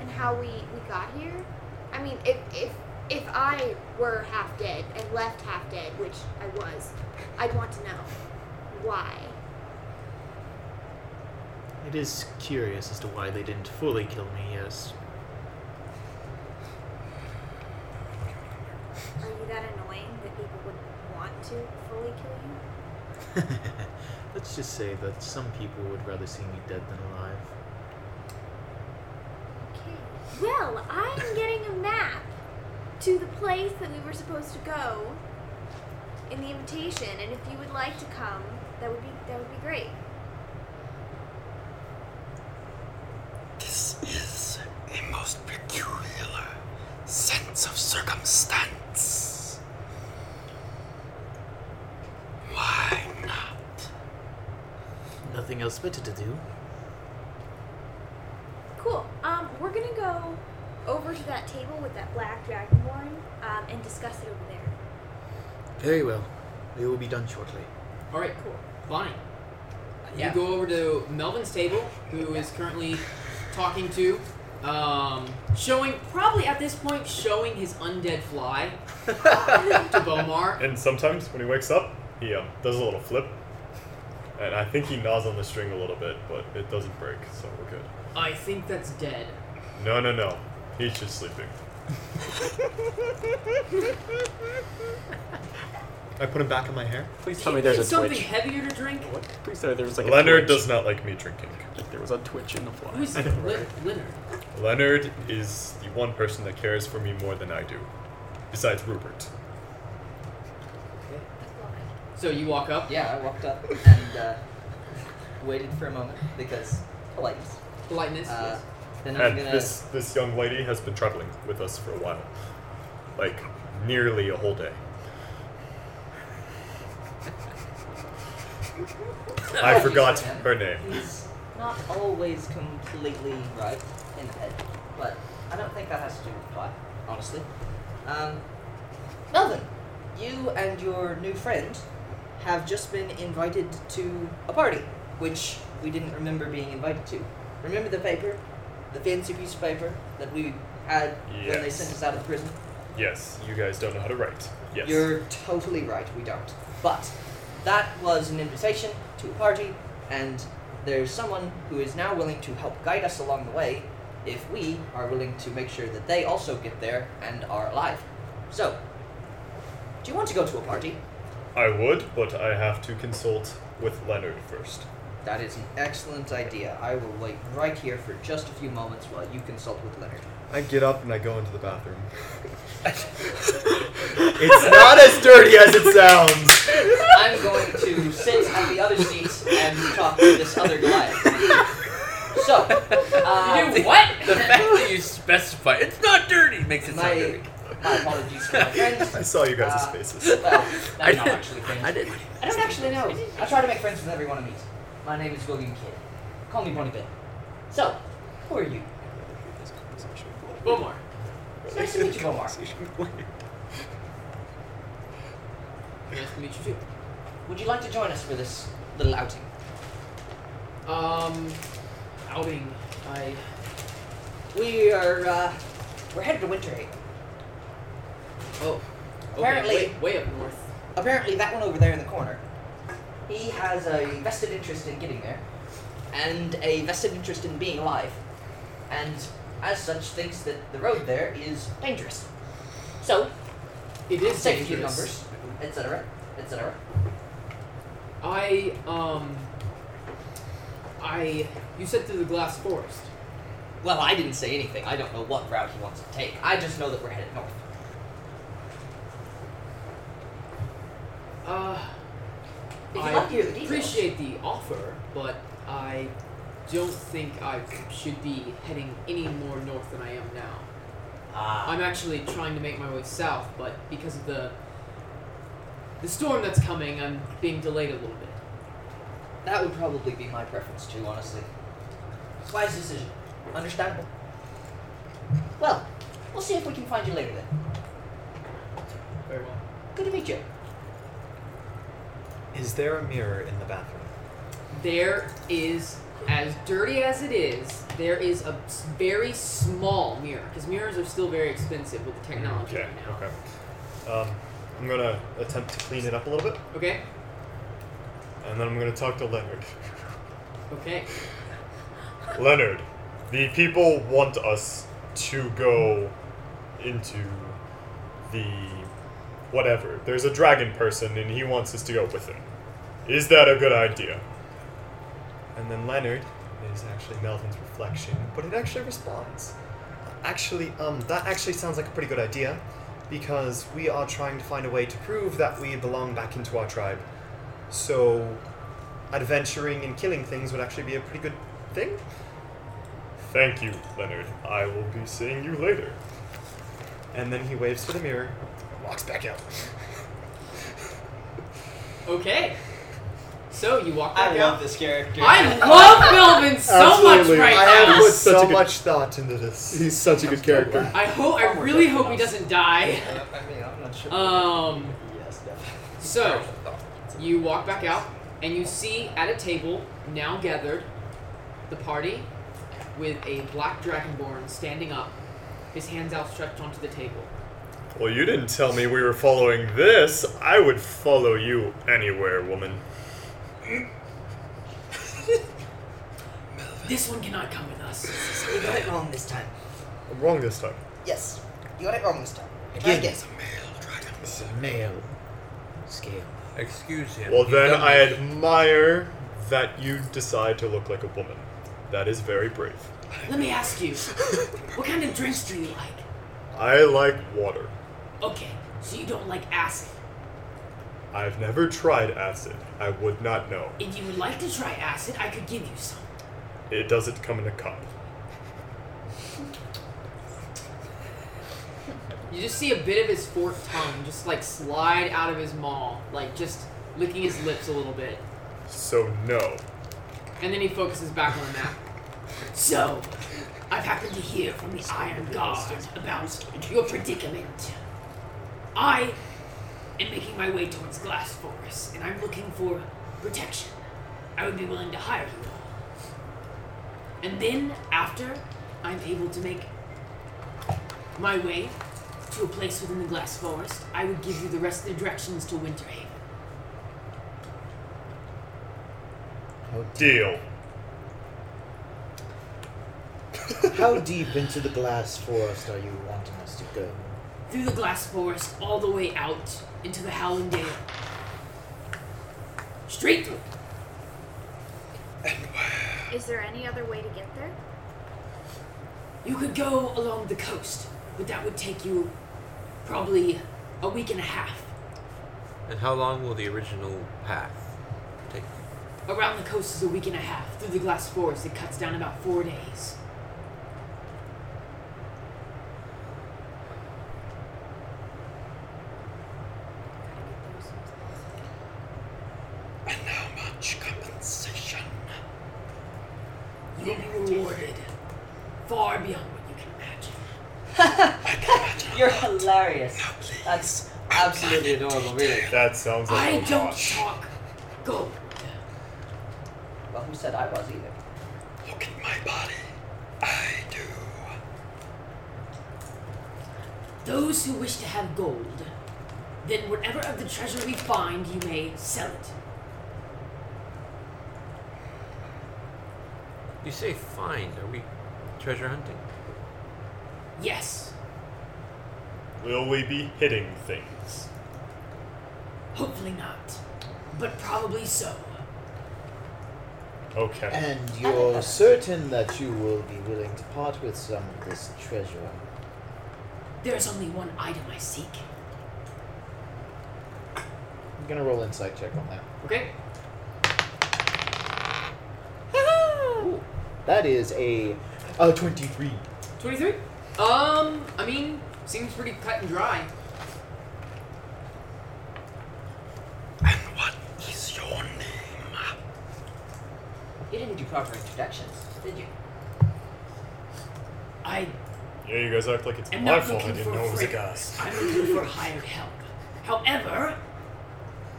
and how we we got here? I mean, if if if I were half dead and left half dead, which I was, I'd want to know why. It is curious as to why they didn't fully kill me, yes. Are you that annoying that people would want to fully kill you? Let's just say that some people would rather see me dead than alive. Well, I'm getting a map to the place that we were supposed to go in the invitation, and if you would like to come, that would be that would be great. This is a most peculiar sense of circumstance. Why not? Nothing else better to do. Cool. Um, we're gonna go over to that table with that black dragonborn um, and discuss it over there. Very well. We will be done shortly. All right, cool. Bonnie, Yeah. you go over to Melvin's table, who is currently talking to, um, showing probably at this point showing his <laughs> undead fly to Bomar. And sometimes when he wakes up, he um, does a little flip. And I think he gnaws on the string a little bit, but it doesn't break, so we're good. I think that's dead. No, no, no. He's just sleeping. I put him back in my hair. Please tell me there's a something twitch. heavier to drink. Please tell me there was like a Leonard twitch. does not like me drinking. Like there was a twitch in the fly. Who's Le- Leonard? Leonard is the one person that cares for me more than I do, besides Rupert. So you walk up. Yeah, I walked up and uh, <laughs> waited for a moment because politeness. Politeness. Uh, then I'm And gonna. this this young lady has been traveling with us for a while, like nearly a <laughs> whole day. I forgot her name. He's not always completely right in the head, but I don't think that has to do with plot, honestly. Um, Melvin, you and your new friend have just been invited to a party, which we didn't remember being invited to. Remember the paper? The fancy piece of paper that we had when they Yes. sent us out of prison? Yes, you guys don't know how to write. Yes. You're totally right, we don't. But that was an invitation to a party, and there's someone who is now willing to help guide us along the way if we are willing to make sure that they also get there and are alive. So, do you want to go to a party? I would, but I have to consult with Leonard first. That is an excellent idea. I will wait right here for just a few moments while you consult with Leonard. I get up and I go into <laughs> the bathroom. It's not as dirty as it sounds. I'm going to sit at the other seat and talk to this other Goliath. So, uh, You do what? The fact that you specify it's not dirty makes it My- sound dirty. my apologies to my friends. I saw you guys' Uh, faces. Well, <laughs> I I'm not did- actually friends. I didn't. I don't actually know. I try to make friends with everyone I meet. My name is William Kidd. Call me Bonnie Bill. So, who are you? Bomar. It's nice to meet you, Bomar. Nice to meet you too. Would you like to join us for this little outing? Um, outing. I. We are, uh, we're headed to Winterhaven. Oh. Okay, Apparently- way, way up north. Apparently, that one over there in the corner, he has a vested interest in getting there, and a vested interest in being alive, and as such thinks that the road there is dangerous. So, It is safety dangerous. numbers, etc., etc. I um I you said through the glass forest. Well, I didn't say anything. I don't know what route he wants to take. I just know that we're headed north. Uh, If you'd I like to hear the details. appreciate the offer, but I don't think I should be heading any more north than I am now. Ah. I'm actually trying to make my way south, but because of the the storm that's coming, I'm being delayed a little bit. That would probably be my preference too, honestly. It's a wise decision. Understandable. Well, we'll see if we can find you later then. Very well. Good to meet you. Is there a mirror in the bathroom? There is, as dirty as it is, there is a s- very small mirror because mirrors are still very expensive with the technology Mm, Okay. right now. Okay. Um, I'm gonna attempt to clean it up a little bit, Okay. and then I'm gonna talk to Leonard. Okay. Leonard, the people want us to go into the whatever. There's a dragon person, and he wants us to go with him. Is that a good idea? And then Leonard is actually Melvin's reflection, but it actually responds. Actually, um, that actually sounds like a pretty good idea, because we are trying to find a way to prove that we belong back into our tribe. So, adventuring and killing things would actually be a pretty good thing. Thank you, Leonard. I will be seeing you later. And then he waves to the mirror, and walks back out. Okay. So you walk back I out. love this character. <laughs> I love Melvin so much Absolutely. right I now. have put so I much thought into this. He's such a <laughs> good character. hope. Oh I really hope he <laughs> doesn't die. I mean, I'm not sure. Um. Yes, definitely. So you walk back out, and you see at a table now gathered the party with a black dragonborn standing up, his hands outstretched onto the table. Well, you didn't tell me we were following this. I would follow you anywhere, woman. This one cannot come with us. You got it wrong this time. I'm wrong this time. Yes, you got it wrong this time. Again. I guess. It's a male scale. Excuse him. Well, He's then done I this. admire that you decide to look like a woman. That is very brave. Let me ask you, what kind of drinks do you like? I like water. Okay, so you don't like acid. I've never tried acid. I would not know. If you would like to try acid, I could give you some. It doesn't come in a cup. You just see a bit of his forked tongue just like slide out of his maw, like just licking his lips a little bit. So, no. And then he focuses back on the map. So, I've happened to hear from the Iron Guard about your predicament. I am making my way towards Glass Forest, and I'm looking for protection. I would be willing to hire you all. And then, after I'm able to make my way to a place within the Glass Forest, I would give you the rest of the directions to Winterhaven. Deal. How deep into the glass forest are you wanting us to go? through the glass forest all the way out into the howling gale. Straight through. Is there any other way to get there? You could go along the coast, but that would take you probably a week and a half. And how long will the original path take? Around the coast is a week and a half. Through the glass forest, it cuts down about four days. And how much compensation? You'll be rewarded far beyond what you can imagine. You're hilarious. That's absolutely adorable, really. That sounds like I a don't lot. talk gold. Well, who said I was either? Look at my body. Those who wish to have gold, then whatever of the treasure we find, you may sell it. You say find. Are we treasure hunting? Yes, Will we be hitting things? hopefully not, but probably so. Okay. And you're certain that you will be willing to part with some of this treasure. There's only one item I seek. I'm gonna roll insight check on that. Okay. That is a, a 23. 23? Um, I mean, seems pretty cut and dry. What is your name? You didn't do proper introductions, did you? I Yeah, you guys act like it's am my not fault I looking didn't for know it was a guy. friends. I'm looking for hired help. However,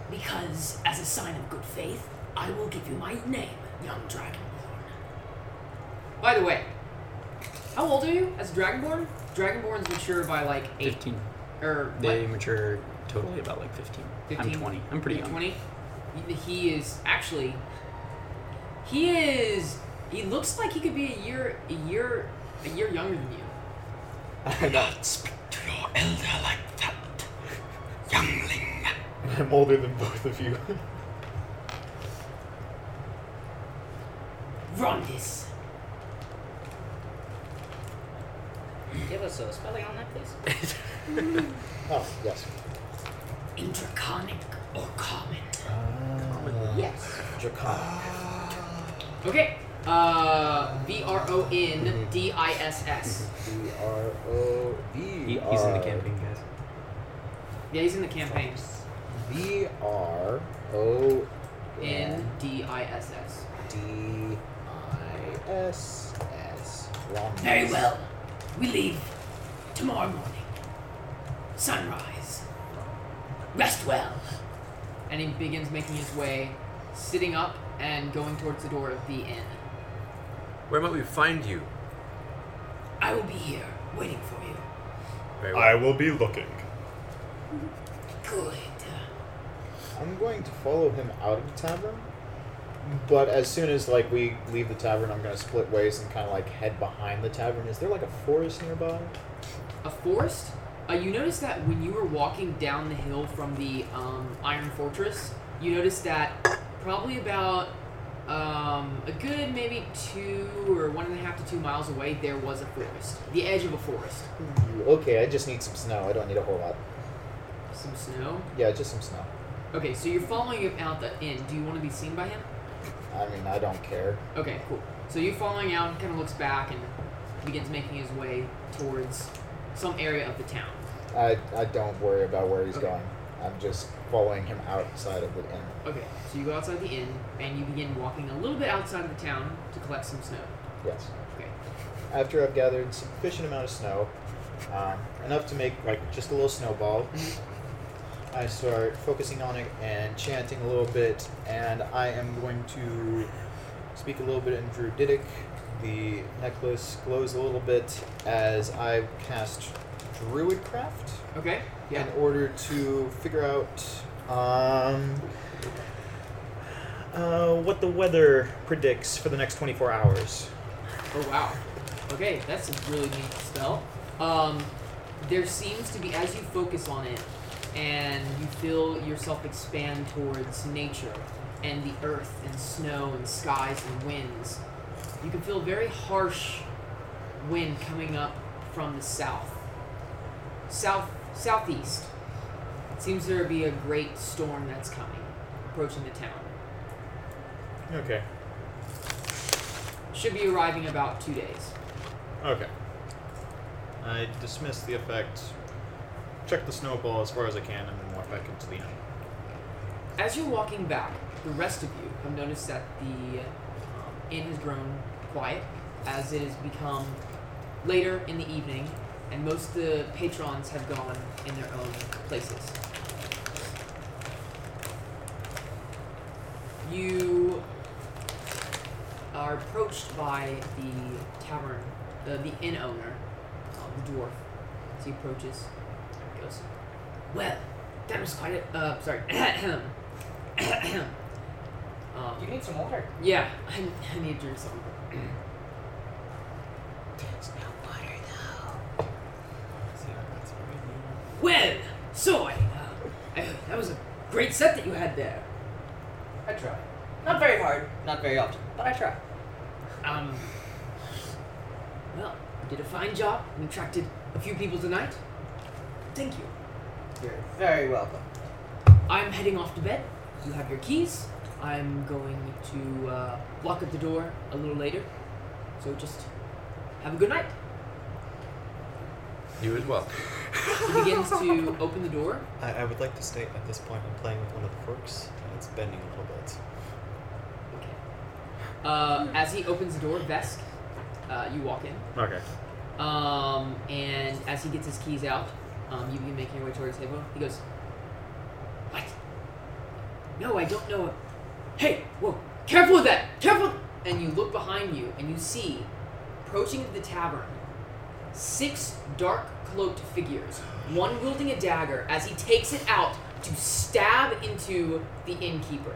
because as a sign of good faith, I will give you my name, young dragonborn. By the way, how old are you as a Dragonborn? Dragonborns mature by like 8. 15. Or They what? mature totally about like 15. 15? I'm 20. I'm pretty You're young. 20? He- He is actually. He is. He looks like he could be a year, a year, a year younger than you. Do not speak to your elder like that, youngling. I'm older than both of you. Rondis. Give us a spelling on that, please. Oh, yes. Indraconic or common? Ah. Yes. Draconic. Okay. Uh, V R O N D I S S. B R O V. He- he's in the campaign, guys. Yeah, he's in the campaign. V R O N D I S S. D I S S. Rhombus. Very well. We leave tomorrow morning. Sunrise. Rest well. And he begins making his way, sitting up and going towards the door of the inn. Where might we find you? I will be here waiting for you. Very well. I will be looking. Good. I'm going to follow him out of the tavern, but as soon as like we leave the tavern, I'm going to split ways and kind of like head behind the tavern. Is there like a forest nearby? A forest. Uh, you notice that when you were walking down the hill from the um, Iron Fortress, you noticed that probably about um, a good maybe two or one and a half to two miles away, there was a forest. The edge of a forest. Ooh, Okay, I just need some snow. I don't need a whole lot. Some snow. Yeah, just some snow. Okay, so you're following him out the inn. Do you want to be seen by him? I mean, I don't care. Okay, cool. So you following out, he kind of looks back and begins making his way towards some area of the town. I, I don't worry about where he's Okay. going. I'm just following him outside of the inn. Okay, so you go outside the inn and you begin walking a little bit outside of the town to collect some snow. Yes. Okay. After I've gathered sufficient amount of snow, um, enough to make like just a little snowball, I start focusing on it and chanting a little bit, and I am going to speak a little bit in Druidic. The necklace glows a little bit as I cast Druidcraft Okay. Yeah. in order to figure out um, uh, what the weather predicts for the next 24 hours. Oh wow. Okay, that's a really neat spell. Um, there seems to be as you focus on it, and you feel yourself expand towards nature and the earth and snow and skies and winds. You can feel a very harsh wind coming up from the south, south southeast. It seems there to be a great storm that's coming, approaching the town. Okay. Should be arriving about two days. Okay. I dismiss the effect, check the snowball as far as I can, and then walk back into the inn. As you're walking back, the rest of you have noticed that the um, inn has grown quiet as it has become later in the evening, and most of the patrons have gone in their own places. You are approached by the tavern, the, the inn owner, uh, the dwarf. As he approaches, goes, Well, that was quite a. Uh, sorry. <clears throat> um, <clears throat> You need some water. yeah, I, I need to drink something. There's no water though. Well, Soy, uh, uh, that was a great set that you had there. I try. Not very hard, not very often. but I try. Um. Well, you did a fine job and attracted a few people tonight. Thank you. You're very welcome. I'm heading off to bed. You have your keys. I'm going to uh, lock up the door a little later. So just have a good <laughs> night. You as well. She begins to open the door. I, I would like to state at this point I'm playing with one of the forks and it's bending a little bit. Uh, as he opens the door, Vesk, uh, you walk in. Okay. Um, and as he gets his keys out, um, you begin making your way towards the table. He goes, What? No, I don't know. Hey, whoa, careful with that! Careful! And you look behind you and you see, approaching the tavern, six dark cloaked figures, one wielding a dagger as he takes it out to stab into the innkeeper.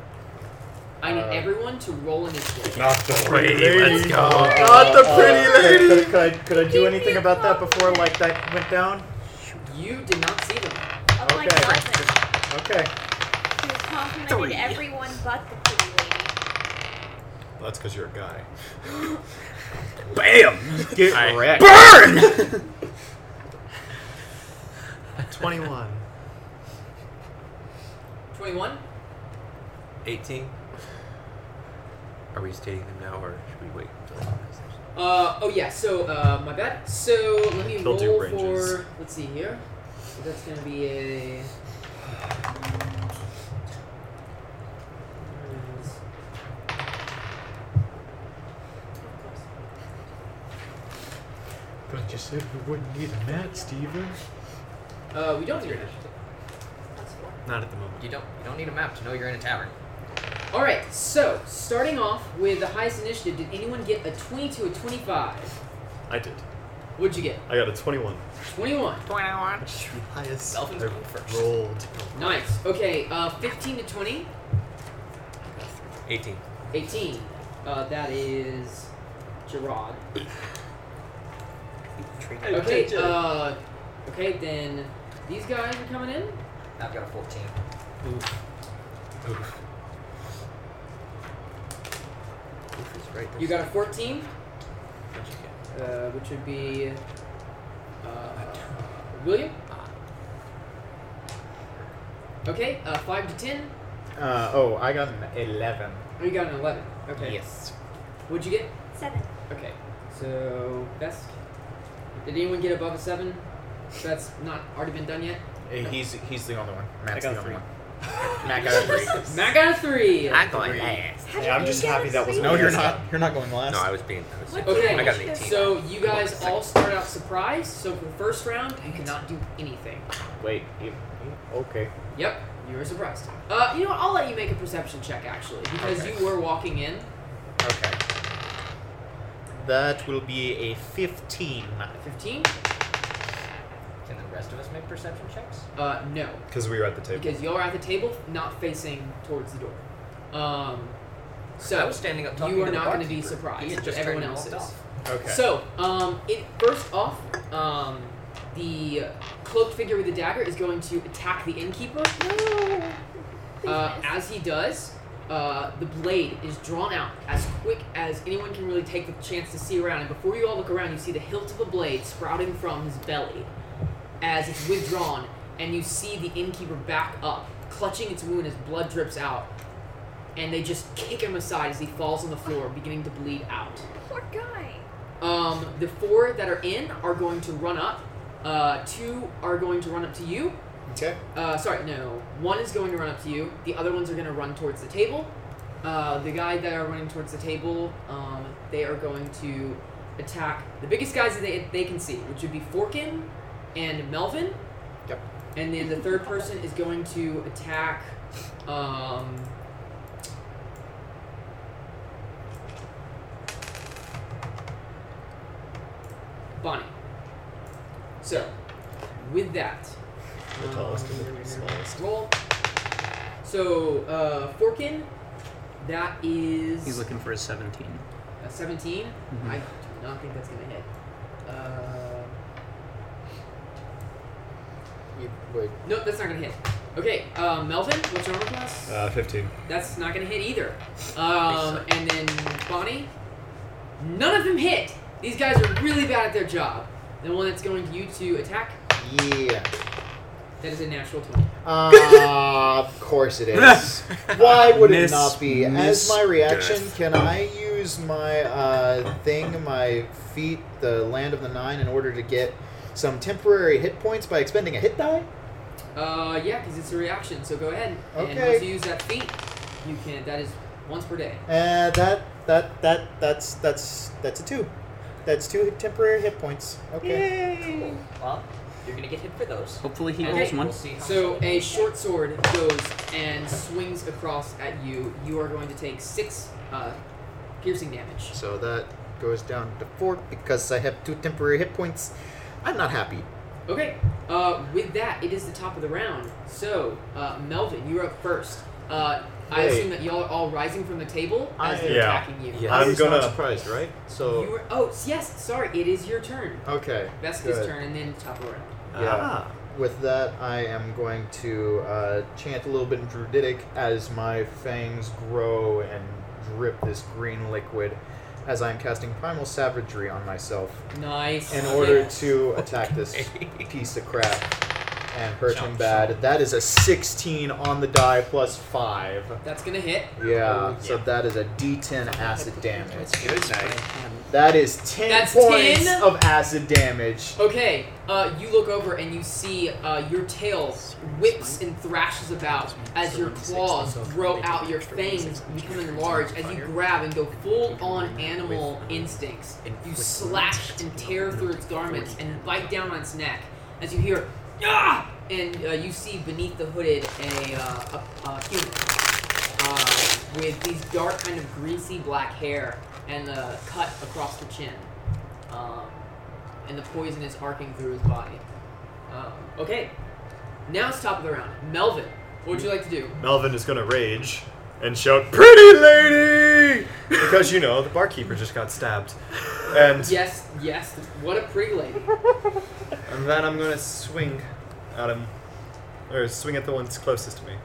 I need Uh, everyone to roll initiative. Not the pretty lady. Let's go. Not the pretty lady. Uh, Could, could I, could I do anything about that before like that went down? You did not see them. Oh my god. Okay. He was complimented Three. everyone but the pretty lady. Well, that's because you're a guy. Bam! Get I- <laughs> wrecked. Burn! 21. 21? 18. Are we stating them now or should we wait until the next session? Uh, oh yeah, so, uh, my bad. So, let me They'll do roll ranges. for, let's see here. So that's gonna be a... God, you said we wouldn't need a mat, Steven. Uh, we don't need your initiative. Not at the moment. You don't. You don't need a map to know you're in a tavern. Alright, so, starting off with the highest initiative, did anyone get a 20 to a 25? I did. What'd you get? I got a 21. 21. 21. Highest. Elvin's I going first. Rolled. Nice. Okay, uh, 15 to 20? 18. 18. Uh, that is... Gerard. Okay, uh, okay, then these guys are coming in. I've got a 14. Oof. Oof. Oof is right. You got a 14, What'd you get? uh, which would be uh, William. Okay, uh, 5 to 10. Uh, oh, I got an 11. Oh, you got an 11. Okay. Yes. What'd you get? Seven. Okay, so best. Did anyone get above a 7? That's not already been done yet? Eh, He's he's the only one. Matt's I the got a only three. one. Matt got <laughs> a three. Matt got a 3. I got an ass. Hey, I'm just happy that was No, you're not. You're not going last. No, I was being. I was, Okay, I got an 18. so you guys all start out surprised, so for the first round, you cannot do anything. Wait. You, you- okay. Yep, you were surprised. Uh, you know what? I'll let you make a perception check actually, because Okay. you were walking in. Okay. That will be a 15. Can 15? the rest of us make perception checks? Uh, no, Because we were at the table. because y'all are at the table, not facing towards the door. Um, so I was standing up talking you to are the not going to be barkeeper. He surprised. had just everyone turned and else is. walked Okay. So, um, it first off, um, the cloaked figure with the dagger is going to attack the innkeeper. Uh, as he does, uh, the blade is drawn out as quick as anyone can really take the chance to see around. And before you all look around, you see the hilt of a blade sprouting from his belly as it's withdrawn, and you see the innkeeper back up, clutching its wound as blood drips out. And they just kick him aside as he falls on the floor, beginning to bleed out. Poor guy. Um, the four that are in are going to run up. Uh, two are going to run up to you. Okay. Uh, sorry, no. One is going to run up to you. The other ones are going to run towards the table. Uh, the guy that are running towards the table, um, they are going to attack the biggest guys that they, they can see, which would be Forkin and Melvin. Yep. And then the third person is going to attack. Um, Bonnie. So, with that, The um, tallest and the we're gonna smallest. roll. So, uh, Forkin, that is He's looking for a 17. a 17. Mhm. I do not think that's going to hit. Uh, You would. no, that's not going to hit. Okay, uh, Melvin, what's your armor class? Uh, 15. That's not gonna hit either. Um, and then Bonnie, none of them hit. These guys are really bad at their job. The one that's going to you to attack, Yeah. that is a natural twenty. Uh, of course it <laughs> is. Why would Miss- it not be? As my Miss reaction, Death. can I use my uh, thing, my feet, the land of the nine, in order to get some temporary hit points by expending a hit die? Uh, yeah, because it's a reaction. So go ahead. And Okay. once you use that feat, you can. That is once per day. Uh, that that that that's that's that's a two. That's two temporary hit points. Okay. Cool. Well, you're gonna get hit for those. Hopefully he And rolls we'll one. see how So much- a short sword goes and swings across at you. You are going to take six uh, piercing damage. So that goes down to four because I have two temporary hit points. I'm not happy. Okay. Uh, with that, it is the top of the round. So uh, Melvin, you're up first. Uh, I Hey. assume that y'all are all rising from the table as they're attacking you. I'm gonna surprised, right? You So were, oh yes, sorry. It is your turn. Okay. Vesca's good. turn, and then top of the round. Yeah. Ah. With that, I am going to uh, chant a little bit in Druidic as my fangs grow and drip this green liquid as I'm casting Primal Savagery on myself Nice. in order Ah, Yes. to attack this piece of crap and hurt him bad. That is a 16 on the die plus 5. That's gonna hit. Yeah, so that is a d10 acid damage. That's good, nice. That is 10 That's points 10? of acid damage. Okay, uh, you look over and you see uh, your tail whips and thrashes about as your claws grow out, your fangs become enlarged as you grab and go full on animal instincts. You slash and tear through its garments and bite down on its neck as you hear, ah! And uh, you see beneath the hooded a, uh, a, a human uh, with these dark, kind of greasy black hair and the cut across the chin. Um, and the poison is arcing through his body. Um, okay, now it's top of the round. Melvin, what would you like to do? Melvin is gonna rage and <laughs> shout, "Pretty lady!" because you know the barkeeper just got stabbed, and yes, yes, what a pretty lady. and then I'm gonna swing at him, or swing at the ones closest to me.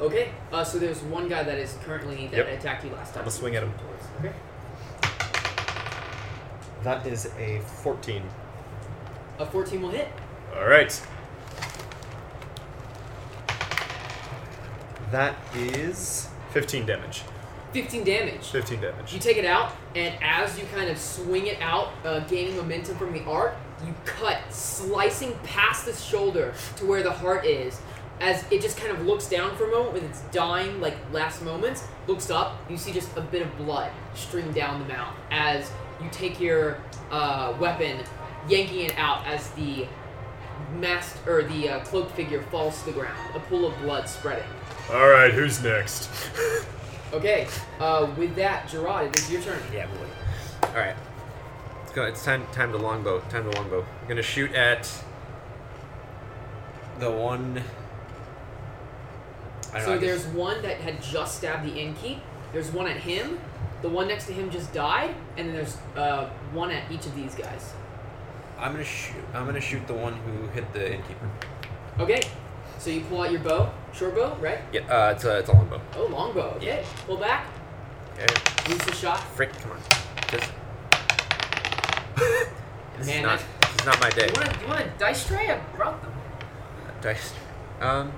Okay, uh, so there's one guy that is currently that Yep. attacked you last time. I'm gonna swing at him. Okay. That is a 14. A 14 will hit. All right. That is <laughs> 15 damage. 15 damage. 15 damage. You take it out, and as you kind of swing it out, uh, gaining momentum from the arc, you cut, slicing past the shoulder to where the heart is. As it just kind of looks down for a moment with its dying, like last moments, looks up, you see just a bit of blood stream down the mouth as you take your uh, weapon, yanking it out as the masked or the uh, cloaked figure falls to the ground, a pool of blood spreading. All right, who's next? Okay, uh, with that, Gerard, it is your turn. Yeah, boy. <laughs> All right, let's go. It's time. Time to longbow. Time to longbow. I'm gonna shoot at the one. I don't know, So I guess- there's one that had just stabbed the innkeep. There's one at him. The one next to him just died, and then there's uh, one at each of these guys. I'm gonna shoot. I'm gonna shoot the one who hit the innkeeper. Okay, so you pull out your bow, short bow, right? Yeah, uh, it's a it's a longbow. Oh, longbow. Okay, pull back, Okay. use the shot. Frick, come on. Just. <laughs> this Man, is not. This is not my day. You want to you want to dice tray? I brought them. Dice. Um.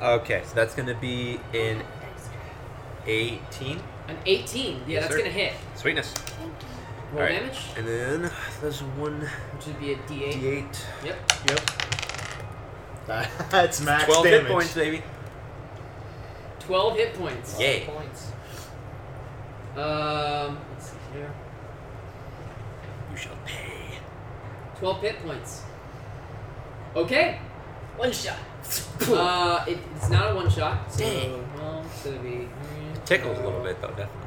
Okay, so that's gonna be in 18. An 18. Yeah, Yes, that's sir. gonna hit. Sweetness. Roll All right. damage. And then there's one Which would be a D8. D8. Yep. Yep. That's max 12 damage. hit points, baby. 12 hit points. Yay. Points. Um. Let's see here. You shall pay. 12 hit points. Okay. One shot. uh, it, it's not a one shot. So, Dang. Well, it's gonna be. It tickles a little bit though, definitely.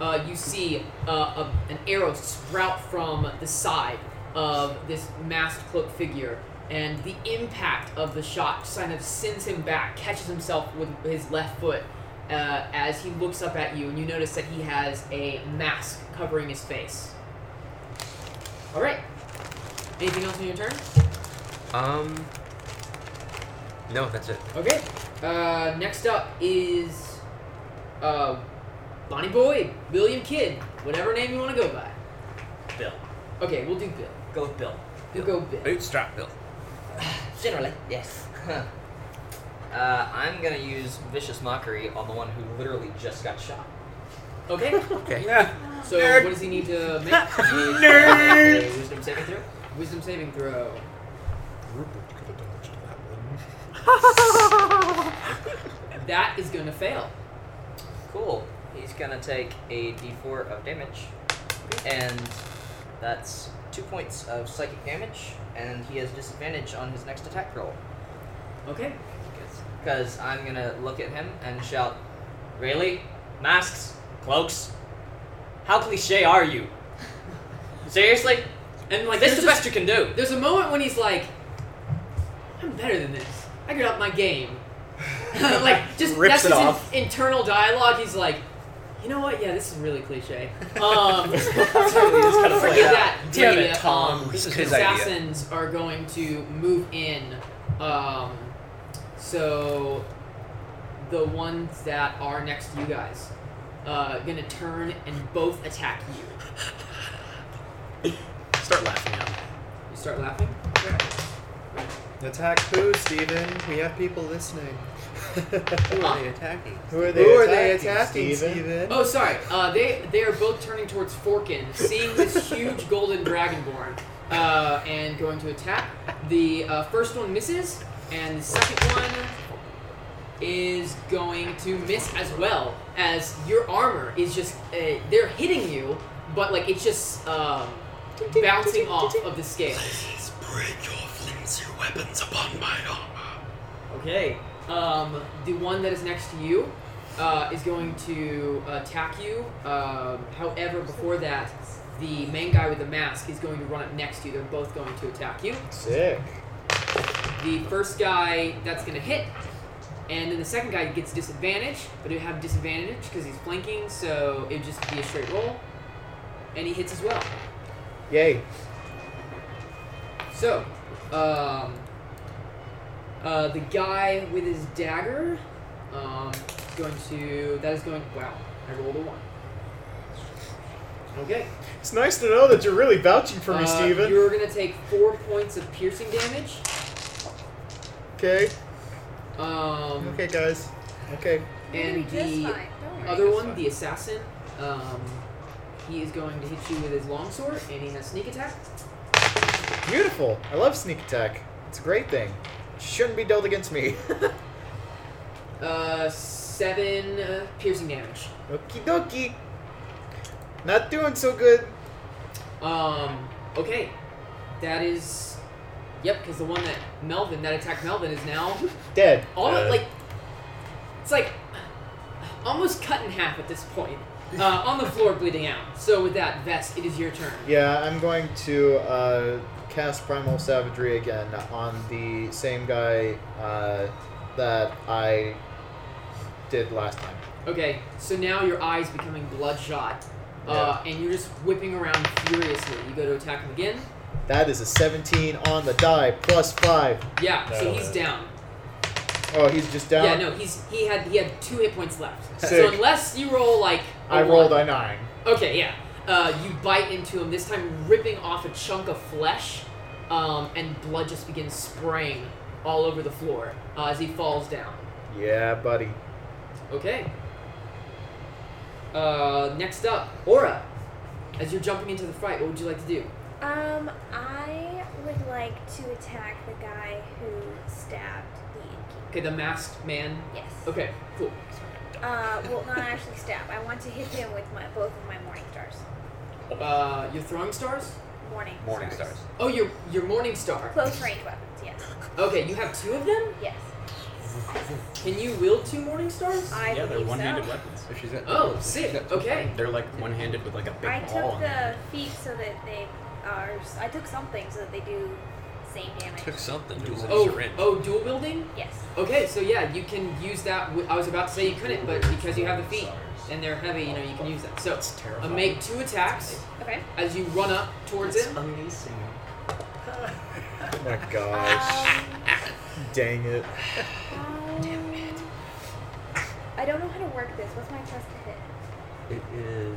Uh, you see uh, a, an arrow sprout from the side of this masked cloak figure, and the impact of the shot just kind of sends him back, catches himself with his left foot uh, as he looks up at you, and you notice that he has a mask covering his face. All right. Anything else on your turn? Um. No, that's it. Okay. Uh, next up is uh, Bonnie Boyd, William Kidd, whatever name you want to go by. Bill. Okay, we'll do Bill. Go with Bill. We'll go Bill. Bootstrap Bill. Generally, yes. Huh. <laughs> Uh, I'm gonna use vicious mockery on the one who literally just got shot. Okay. Okay. So Nerd. what does he need to make? <laughs> Nerd. A wisdom saving throw? Wisdom saving throw. Rupert could have dodged that one. That is gonna fail. Cool. He's gonna take a d4 of damage, and that's two points of psychic damage, and he has disadvantage on his next attack roll. Okay. Because I'm gonna look at him and shout, "Really? Masks? Cloaks? How cliche are <laughs> you? Seriously? And like this is there's the a- best you can do." There's a moment when he's like, "I'm better than this. I could up my game." <laughs> like just Rips that's it his in- off. internal dialogue. He's like, "You know what? Yeah, this is really <laughs> cliche." Um, gotta play forget it out. that. Damn The, it, Tom. um, This is the his idea. assassins are going to move in. Um, so the ones that are next to you guys uh, gonna turn and both attack you. Start laughing at him. You start laughing. Attack who, Steven? We have people listening. who Ah. are they attacking? Who are are they they attacking, attacking, Steven? Steven? Oh, sorry. Uh, they they are both turning towards Forkin, seeing this huge golden dragonborn, uh, and going to attack. The uh, first one misses, and the second one is going to miss as well as your armor is just uh, they're hitting you, but like it's just um, bouncing off of the scales. Please break your flimsy weapons upon my armor. Okay. Um, the one that is next to you uh, is going to attack you. Um, however, before that, the main guy with the mask is going to run up next to you. They're both going to attack you. Sick. The first guy that's going to hit, and then the second guy gets disadvantage, but he'll have disadvantage because he's flanking, so it'd just be a straight roll. And he hits as well. Yay. So, um, uh, the guy with his dagger, um, is going to that is going. Wow, I rolled a one. Okay. It's nice to know that you're really vouching for me, Uh, Steven. You're gonna take four points of piercing damage. Okay. Um, Okay, guys. Okay. and the other one, the assassin, um, he is going to hit you with his longsword, and he has sneak attack. Beautiful. I love sneak attack. It's a great thing. Shouldn't be dealt against me. <laughs> Uh, seven uh, piercing damage. Okie dokie. Not doing so good. Um. Okay. That is. Yep, because the one that Melvin that attacked Melvin is now Dead. all Uh, like. It's like almost cut in half at this point. Uh, <laughs> on the floor, bleeding out. So with that vest, it is your turn. Yeah, I'm going to uh, cast Primal Savagery again on the same guy uh, that I did last time. Okay, so now your eyes becoming bloodshot, uh, and you're just whipping around furiously. You go to attack him again. That is a 17 on the die, plus 5. Yeah, so That'll he's hit. down. Oh, he's just down? Yeah, no, he's he had he had two hit points <laughs> left. So Sick. unless you roll like a I rolled one- a 9. Okay, yeah. Uh, you bite into him, this time ripping off a chunk of flesh, um, and blood just begins spraying all over the floor uh, as he falls down. Yeah, buddy. Okay. Uh, next up, Aura. As you're jumping into the fight, what would you like to do? Um, I would like to attack the guy who stabbed the innkeeper. Okay, the masked man. Yes. Okay, cool. Uh, well, not actually stab. I want to hit him with my both of my morning stars. Uh, you're throwing stars. Morning. Morning stars. Oh, your your morning star. Close range weapons. Yes. Okay, you have two of them. Yes. Can you wield two morning stars? I yeah, they're believe one-handed so. weapons. If she's Oh, sick. Okay. They're like one-handed with like a big I ball took on them. the feet so that they are. I took something so that they do same damage. Took something. It was in a Oh, syringe. oh, dual wielding. Yes. Okay, so yeah, you can use that. With, I was about to say you couldn't, but because you have the feet and they're heavy, you know you can use that. So uh, make two attacks Okay. as you run up towards him. Amazing. my <laughs> gosh. Dang it. Damn it. Um, I don't know how to work this. What's my trust to hit? It is.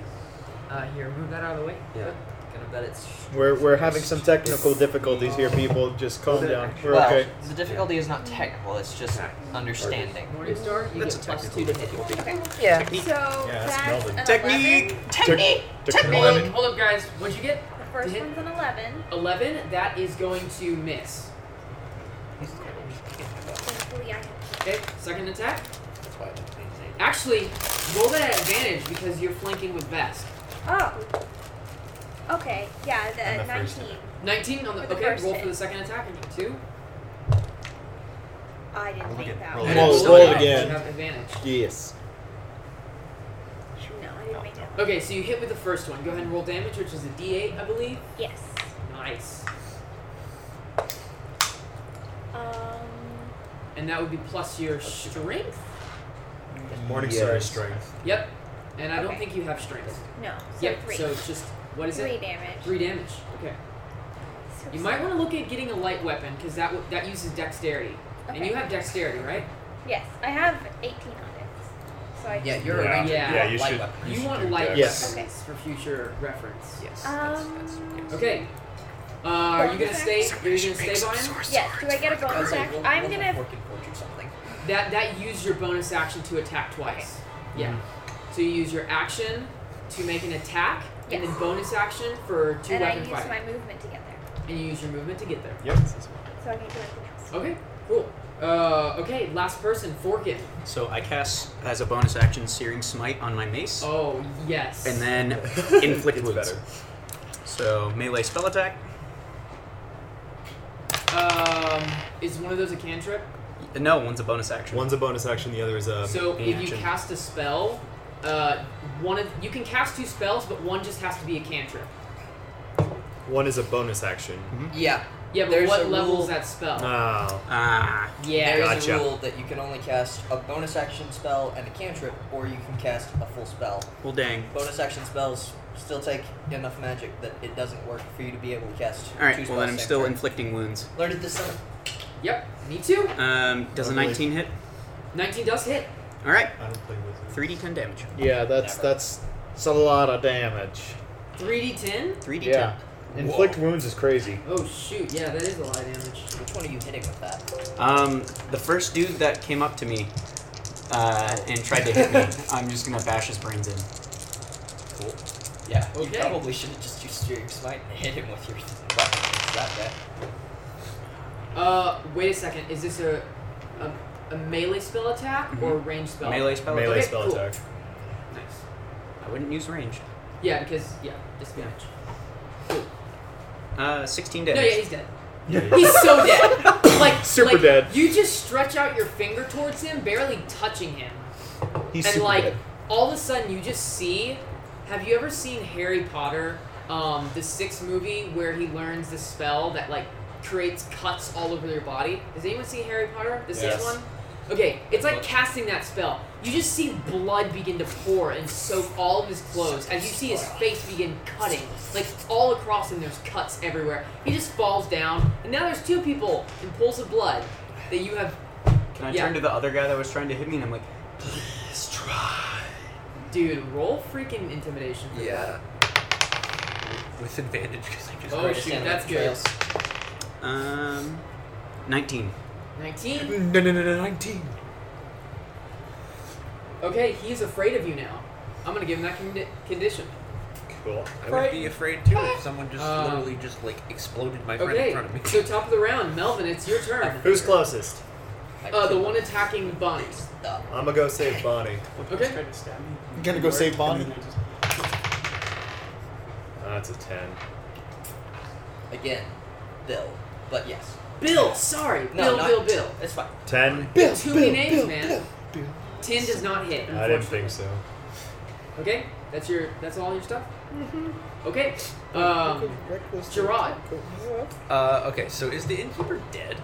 Uh, here, move that out of the way. Yeah. Gonna bet it's. We're, we're having some technical difficulties here, people. Just calm down. We're well, okay. The difficulty is not technical; it's just understanding. Morningstar, you That's get a plus two to hit. Okay. Yeah. So that's an 11. Technique! technique. Hold up, hold up, guys. What'd you get? The first one's an 11. 11. That is going to miss. Thankfully, I have Okay, second attack. Actually, roll that at advantage because you're flanking with Vesk. Oh. Okay. Yeah, And the, the first 19. Nineteen on the, For the okay. first Roll hit. for the second attack and two. I didn't make that Roll one. again. Still Roll have- again. you have advantage. Yes. No, I didn't make that one. Okay, so you hit with the first one. Go ahead and roll damage, which is a D8, I believe. Yes. Nice. Um, And that would be plus your strength. Morningstar is strength. Yep. And I don't Okay. think you have strength. no. So yep. three. So it's just what is three it? damage. Three damage. Okay. So You might want to look at getting a light weapon because that w- that uses dexterity, and you Okay. have dexterity, right? Yes, I have 18 on it. So I Yeah, just- you're Yeah. a ranger. Yeah, you should- you You should want do light dex. weapons Yes. for future reference. Yes. Um, Okay. Uh, are you gonna Bonus stay? action? Are you gonna stay by him? Yes. Do I get a bonus action? I'm gonna. That that used your bonus action to attack twice. Yeah. Mm-hmm. So you use your action to make an attack, Yes. and then bonus action for two And I weapon use fight, my movement to get there, and you use your movement to get there. Yep. so I can't do anything else. Okay. Cool. Uh, okay. Last person, Forkin. So I cast as a bonus action Searing Smite on my mace, Oh yes. and then inflict wounds. So melee spell attack. Um, is one of those a cantrip? No, one's a bonus action. One's a bonus action, the other is um, a. So main if you action. cast a spell, uh, one of you can cast two spells, but one just has to be a cantrip. One is a bonus action. Mm-hmm. Yeah. Yeah, but There's a what rule- level's that spell? Oh. Ah. Yeah. There is Gotcha. a rule that you can only cast a bonus action spell and a cantrip, or you can cast a full spell. Well, dang. Bonus action spells still take enough magic that it doesn't work for you to be able to cast. All right. two Well, then spells I'm same still turn. inflicting wounds. Learned it this summer. Yep. Me too. Um, does a Lovely. 19 hit? Nineteen does hit. All right. I don't play wizards. 3d10 damage. Yeah, that's that's it's a lot of damage. Three d ten. 3d10. Yeah. Inflict wounds is crazy. Oh shoot! Yeah, that is a lot of damage. Which one are you hitting with that? Um, the first dude that came up to me uh, and tried to <laughs> hit me, I'm just gonna bash his brains in. Cool. Yeah. You Okay. probably should have just used your smite and hit him with your weapon. It's that bad. Uh, wait a second. Is this a a, a melee spell attack or a range spell? Melee spell Melee Okay, spell cool. attack. Nice. I wouldn't use range. Yeah, because yeah, disadvantage. Uh, 16 No, yeah, damage. he's dead. <laughs> He's so dead. Like Super like, dead. You just stretch out your finger towards him, barely touching him, He's and super like dead. all of a sudden you just see. Have you ever seen Harry Potter, um, the sixth movie where he learns the spell that like creates cuts all over your body? Has anyone seen Harry Potter, the sixth Yes. one? Okay, it's like casting that spell. You just see blood begin to pour and soak all of his clothes as you see his face begin cutting. Like all across him, there's cuts everywhere. He just falls down, and now there's two people in pools of blood that you have. Can I yeah. turn to the other guy that was trying to hit me and I'm like, Please try. Dude, roll freaking intimidation. For Yeah. With advantage because I just. Oh, shoot, that's good. um, 19. 19. No, no, no, no, 19. Okay, he's afraid of you now. I'm gonna give him that condi- condition. Cool. I would be afraid too if someone just Um, literally just like exploded my friend in Okay, front of me. so top of the round, Melvin, it's your turn. Who's closest? Uh, the one attacking Bonnie. I'm gonna go save Bonnie. Okay. I'm gonna go save Bonnie. That's a 10. Again, Bill. But yes. Bill, sorry. No, Bill, not- Bill, Bill. It's fine. 10? Too many names, man. Ten does not hit. I didn't think so. Okay, that's your. That's all your stuff. Okay. Um, Gerard. Uh, okay, so is the innkeeper dead?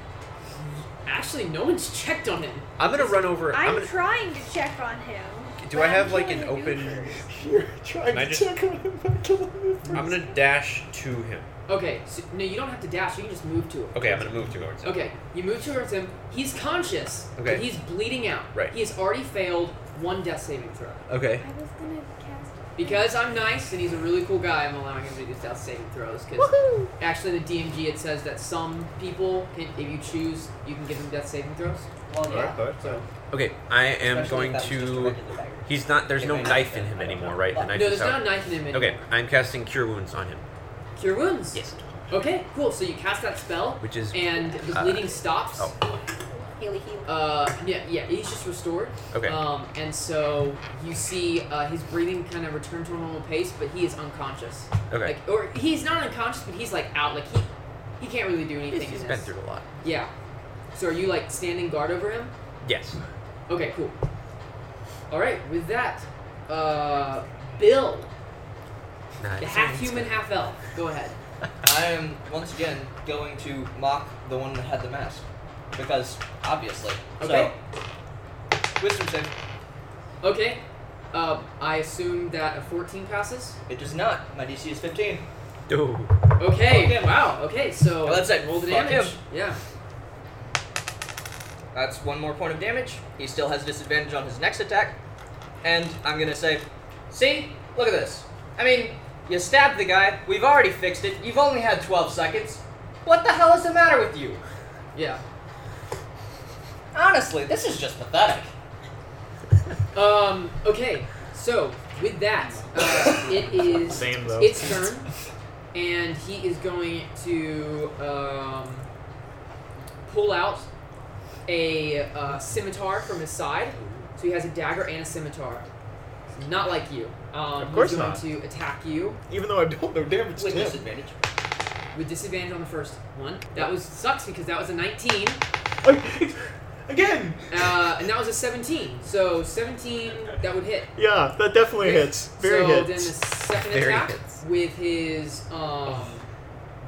Actually, no one's checked on him. I'm gonna run over. I'm, I'm gonna, trying to check on him. do but I I'm have like an killing the <laughs> open? goobers. You're trying Can I to just- check on him by killing him I'm gonna dash to him. Okay, so, no, you don't have to dash. You can just move to him. Okay, I'm gonna move towards him. Okay, you move towards him. He's conscious. but Okay. he's bleeding out. Right. He has already failed one death saving throw. Okay. I was gonna cast. Because I'm nice and he's a really cool guy, I'm allowing him to do death saving throws. Because Woohoo! actually, in the DMG, it says that some people, can, if you choose, you can give them death saving throws. Well, yeah. so. Okay, I am Especially going if that was just a to. He's not. There's no knife in him anymore, right? The No, knife is there's out. not a knife in him Okay, anymore. I'm casting Cure Wounds on him. Cure wounds. Yes. Okay, cool. So you cast that spell, Which is, and the uh, bleeding stops. Oh. Haley heal. Uh, yeah, yeah, he's just restored. Okay. Um, and so you see uh, his breathing kind of return to a normal pace, but he is unconscious. Okay. Like, or he's not unconscious, but he's like out. Like he, he can't really do anything. He's in been this. through a lot. Yeah. So are you like standing guard over him? <laughs> Yes. Okay, cool. All right. With that, uh, Bill, Nice. the half <laughs> human, half elf. Go ahead. I am once again going to mock the one that had the mask because obviously. Okay. So, wisdom save. Okay. Uh, I assume that a 14 passes. It does not. My DC is 15. Dude. Okay. Fuck him. Wow. Okay. So Well, that's it. Roll the Fuck damage. him. Yeah. That's one more point of damage. He still has disadvantage on his next attack. And I'm gonna say, see, look at this. I mean, you stabbed the guy, we've already fixed it, you've only had 12 seconds. What the hell is the matter with you? Yeah. Honestly, this is just pathetic. Um. Okay. So with that, uh, <laughs> it is Same, though. its turn, and he is going to um, pull out a uh, scimitar from his side. So he has a dagger and a scimitar. Not like you. Um, Of course he's going not. to attack you Even though I don't know damage to him. with disadvantage on the first one. That was sucks because that was a 19. Again! Uh, and that was a 17. So 17, that would hit. Yeah, that definitely hits. Very so hits. then the second Very attack hits. with his um,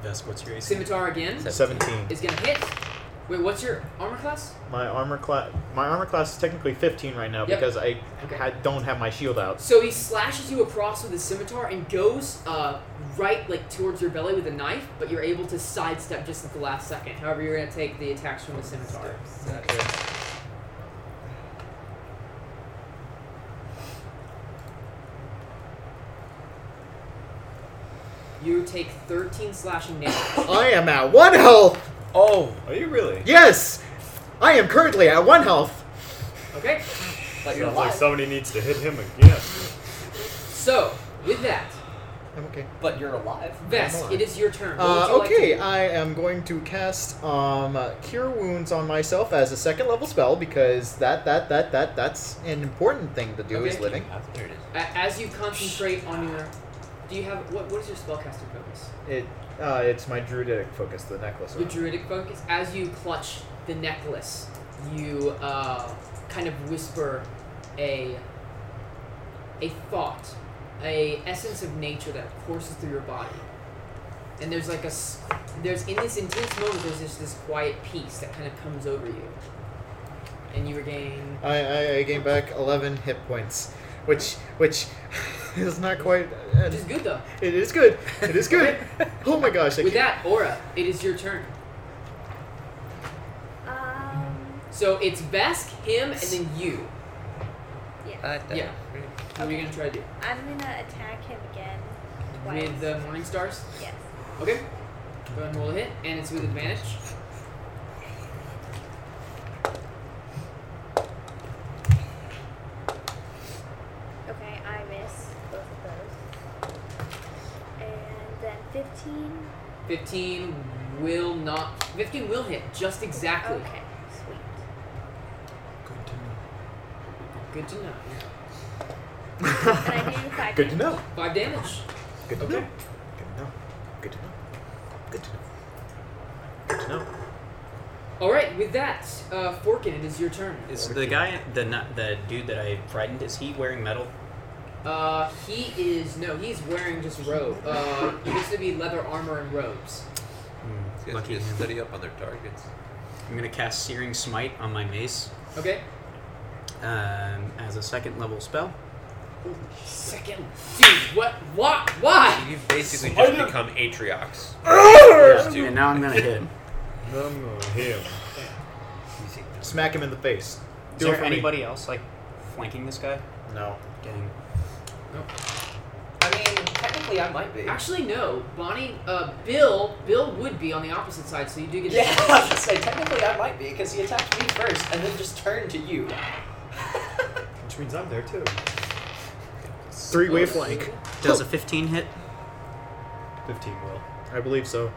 Vesk, Oh, what's your AC? scimitar again Seventeen. is gonna hit. Wait, what's your armor class? My armor class, my armor class is technically 15 right now Yep. because I Okay. had, don't have my shield <laughs> out. So he slashes you across with his scimitar and goes uh, right like towards your belly with a knife, but you're able to sidestep just at the last second. However, you're gonna take the attacks from the scimitar. You take 13 slashing damage. I am at one health. Oh, Are you really? yes, I am currently at one health. Okay. Sounds like somebody needs to hit him again. So, with that, I'm okay. But you're alive. Vest, it is your turn. What Uh, would you like to okay, do? I am going to cast um, uh, Cure Wounds on myself as a second level spell because that that that that that's an important thing to do Okay. is living. There it is. A- As you concentrate on your, do you have what? What is your spellcaster focus? It uh, it's my druidic focus, the necklace. Your around. druidic focus. As you clutch the necklace, you uh, kind of whisper a a thought, a essence of nature that courses through your body, and there's like a s- there's in this intense moment there's just this quiet peace that kind of comes over you, and you regain. I, I, I gain back 11 hit points, which which <laughs> is not quite. uh, Which is good though. It is good. It is <laughs> good. oh my gosh! I With can't- that aura, it is your turn. Um, So it's Vesk, him, and then you. yeah. Uh, Yeah. What are you gonna try to do? I'm gonna attack him again. Twice. With the Morning Stars? Yes. Okay. Go ahead and roll a hit, and it's with advantage. Okay, I miss both of those. And then 15. 15 will not. 15 will hit, just exactly. Okay, sweet. Good to know. And I do 5 Good to know. 5 damage. Good to Okay. know. Good to know. Good to know. Good to know. Good to know. Alright, with that, uh, Forkin, it is your turn. Is the guy, the not, the dude that I frightened, is he wearing metal? Uh, he is. No, he's wearing just robe. Uh, it used to be leather armor and robes. These guys need to study up on their targets. I'm gonna cast Searing Smite on my mace Okay? um, as a second level spell. Second, dude, what? What? Why? You've basically just become Atriox. And now I'm gonna hit <laughs> him. him. Smack him in the face. Is Do it there for me. anybody else like flanking this guy? No. Dang. I mean, technically, I might <laughs> be. Actually, no. Bonnie, uh, Bill, Bill would be on the opposite side, so you do get. Yeah, <laughs> I was gonna say technically I might be because he attacked me first and then just turned to you. Which means I'm there too. Three way flank. Does a 15 hit? 15 will. I believe so.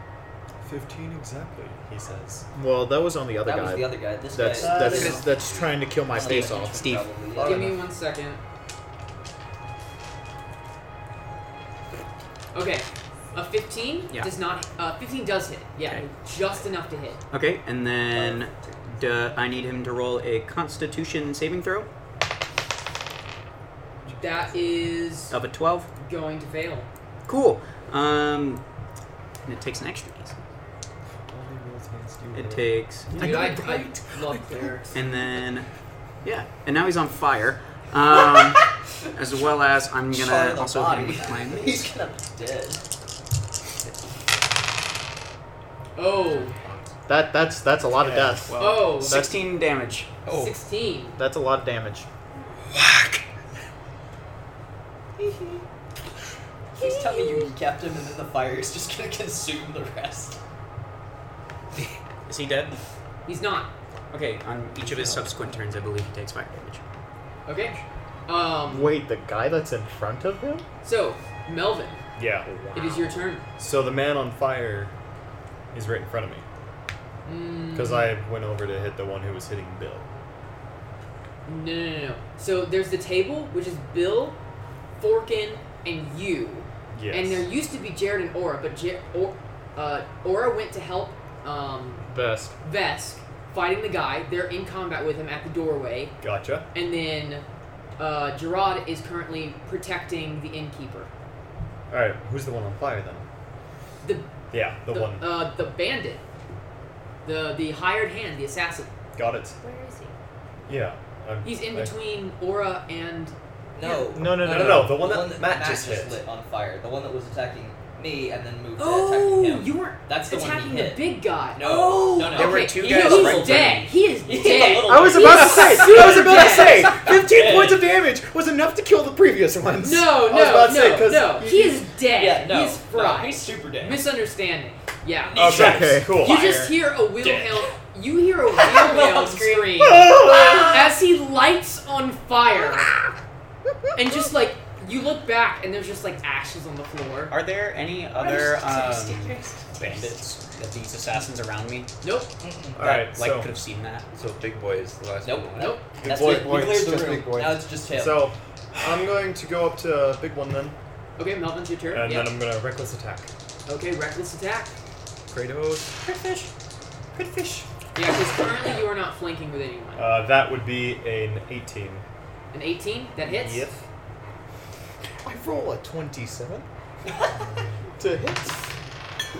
15 exactly, he says. Well, that was on the other That guy. was the other guy. This that's, guy- That's, Uh, that's, trying to kill my Steve. face off. Steve. Give me one second. Okay, a 15 Yeah. does not. Uh, 15 does hit. Yeah, just enough to hit. Okay, and then do I need him to roll a Constitution saving throw That is of a 12. going to fail. Cool. Um, and it takes an extra d6. It takes. Dude, I, I love their And then, yeah, and now he's on fire. Um, as well as I'm gonna Shot in the also body. <laughs> hit him with my He's gonna be dead. Oh. That that's that's a lot of Yeah, death. well, Oh. <laughs> That's- 16 damage. Oh. 16. That's a lot of damage. Please tell me you recapped him and then the fire is just gonna consume the rest. Is he dead? He's not. Okay, on each of his subsequent turns, I believe he takes fire damage. Okay. Um. Wait, the guy that's in front of him? So, Melvin, Yeah. it is your turn. So the man on fire is right in front of me. Mm. Because I went over to hit the one who was hitting Bill. No, no, no, no. So there's the table, which is Bill, Forkin, and you. Yes. And there used to be Jared and Aura, but Jer- or- uh, Aura went to help um, Best. Vesk fighting the guy. They're in combat with him at the doorway. Gotcha. And then uh, Gerard is currently protecting the innkeeper. Alright, who's the one on fire then? The Yeah, the, one. Uh, the bandit. The the hired hand, the assassin. Got it. Where is he? Yeah. I'm, He's in I- between Aura and. No. No, no, no, no, no, the one that Matt just hit. lit on fire. The one that was attacking me and then moved <gasps> Oh, to attacking him. you weren't That's the one attacking he the hit. big guy. No, oh, no, no. Okay. There were two he guys is right in dead. front He <laughs> is He's a dead. little I was about He's to say, super dead. Dead. of damage was enough to kill the previous ones. No, I was no, about no, to say, 'cause no. you- He is dead. Yeah, no, he is fried. no, he's super dead. Misunderstanding. Yeah. Okay, okay, cool. You just hear a <laughs> wheelhouse. You hear a wheelhouse scream as he lights on <laughs> fire, and just like you look back, and there's just like ashes on the floor. Are there any other um, bandits that these assassins around me? Nope. That, Alright, like so- could have seen that. So Big Boy is the last Nope, one. nope. Big That's boy, it. boy, we cleared it's the just room. big boy. Now it's just him. So I'm going to go up to Big One then. Okay, Melvin's your turn. And yeah. then I'm going to reckless attack. Okay, reckless attack. Kratos. Good fish. Good fish. Yeah, because currently you are not flanking with anyone. Uh, that would be an 18. An 18 that hits. Yep. I roll a 27 to hit. <laughs>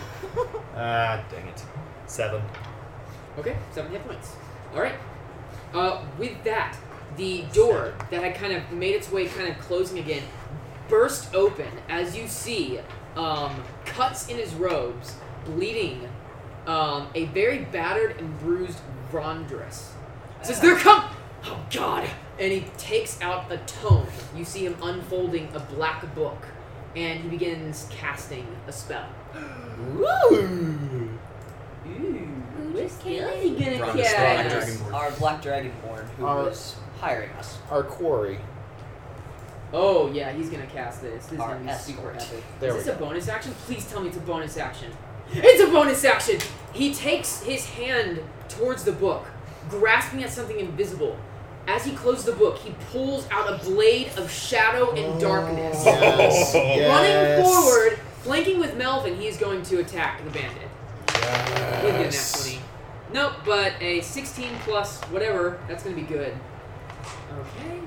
Ah, dang it. Seven. Okay, seven hit points. All right. Uh, with that, the door that had kind of made its way, kind of closing again, burst open as you see um, cuts in his robes, bleeding um, a very battered and bruised Rondress. Says, "There come!" Oh God! And he takes out a tome. You see him unfolding a black book, and he begins casting a spell. Woo! Ooh, Who just came is he gonna Ron cast? Dragonborn. Our black dragonborn who Our- was hiring us. Our quarry. Oh yeah, he's gonna cast this. This is Our gonna be escort. super epic. There is we this a bonus action? Please tell me it's a bonus action. It's a bonus action. He takes his hand towards the book, grasping at something invisible. As he closes the book, he pulls out a blade of shadow and darkness. Oh, Yes, Running yes. forward, flanking with Melvin, he is going to attack the bandit. With an nat Yes. 20. Nope, but a 16 plus whatever, that's gonna be good. Okay.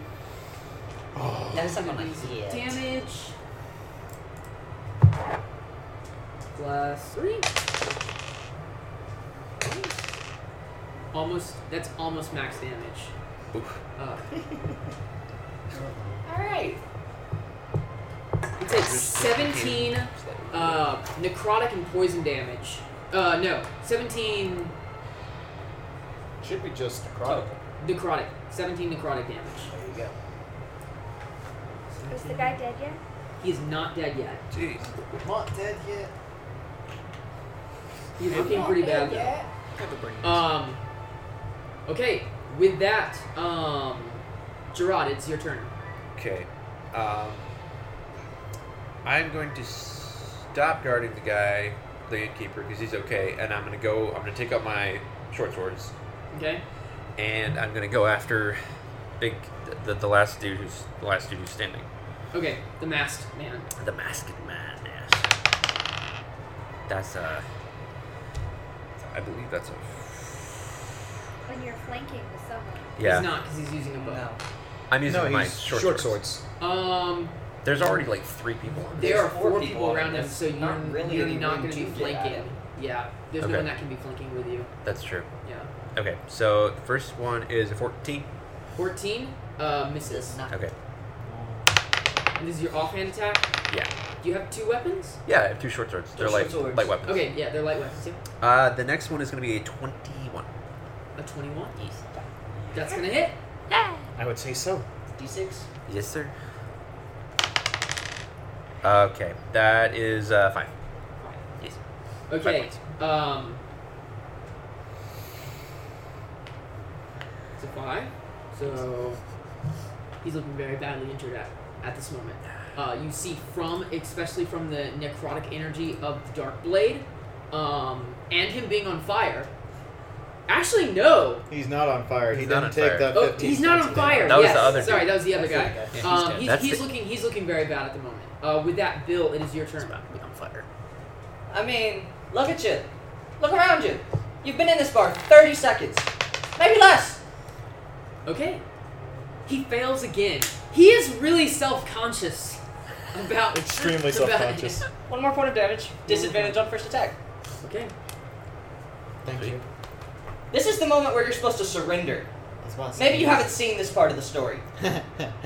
That's not gonna hit. Damage. Plus three. Almost. That's almost max damage. Uh, All right. It did 17 uh, necrotic and poison damage. Uh, no, 17. Should be just necrotic. necrotic. 17 necrotic damage. There you go. Is the guy dead yet? He is not dead yet. Jeez. Not dead yet. He's looking pretty bad though. Um. Okay, with that, um, Gerard, it's your turn. Okay. Um, I'm going to stop guarding the guy, the gatekeeper, because he's okay, and I'm going to go. I'm going to take up my short swords, Okay. and I'm going to go after big the, the last dude who's the last dude who's standing. Okay, the masked man. The masked man. Yes. That's a. I believe that's a. When you're flanking with someone. Yeah. He's not because he's using a bow. I'm using No, my he's short, short swords. Um, There's already like three people. on there this. are four, people, around him, That's so you're not really you're any not room going to be to get at flanking. him. Yeah, there's Okay. no one that can be flanking with you. That's true. Yeah. Okay, so the first one is a 14. 14 uh, misses. Okay. And this is your offhand attack. Yeah. Do you have two weapons? Yeah, I have two short swords. They're Two light, short swords. light weapons. Okay, yeah, they're light weapons. Yeah. Uh, the next one is going to be a 21. A 21? That's going to hit. I would say so. D6. Yes, sir. Okay, that is uh, 5. Yes. Okay. Um. It's a five. So he's looking very badly injured at, at this moment. Uh, you see from especially from the necrotic energy of the dark blade, um, and him being on fire. Actually, no. He's not on fire. He's he not didn't on take fire. that Oh, 15 he's not points on of damage. fire. That was yes. the other Sorry, dude. that was the other That's the guy. other guy. Yeah, he's um, dead. he's, That's he's the- looking he's looking very bad at the moment. Uh, with that, Bill, it is your turn. on fire. I mean, look at you. Look around you. You've been in this bar 30 seconds. Maybe less. Okay. He fails again. He is really self-conscious about <laughs> <laughs> Extremely about- self-conscious. One more point of damage. Disadvantage on first attack. Okay. Thank you. This is the moment where you're supposed to surrender. That's why I said- Maybe you haven't seen this part of the <laughs> story.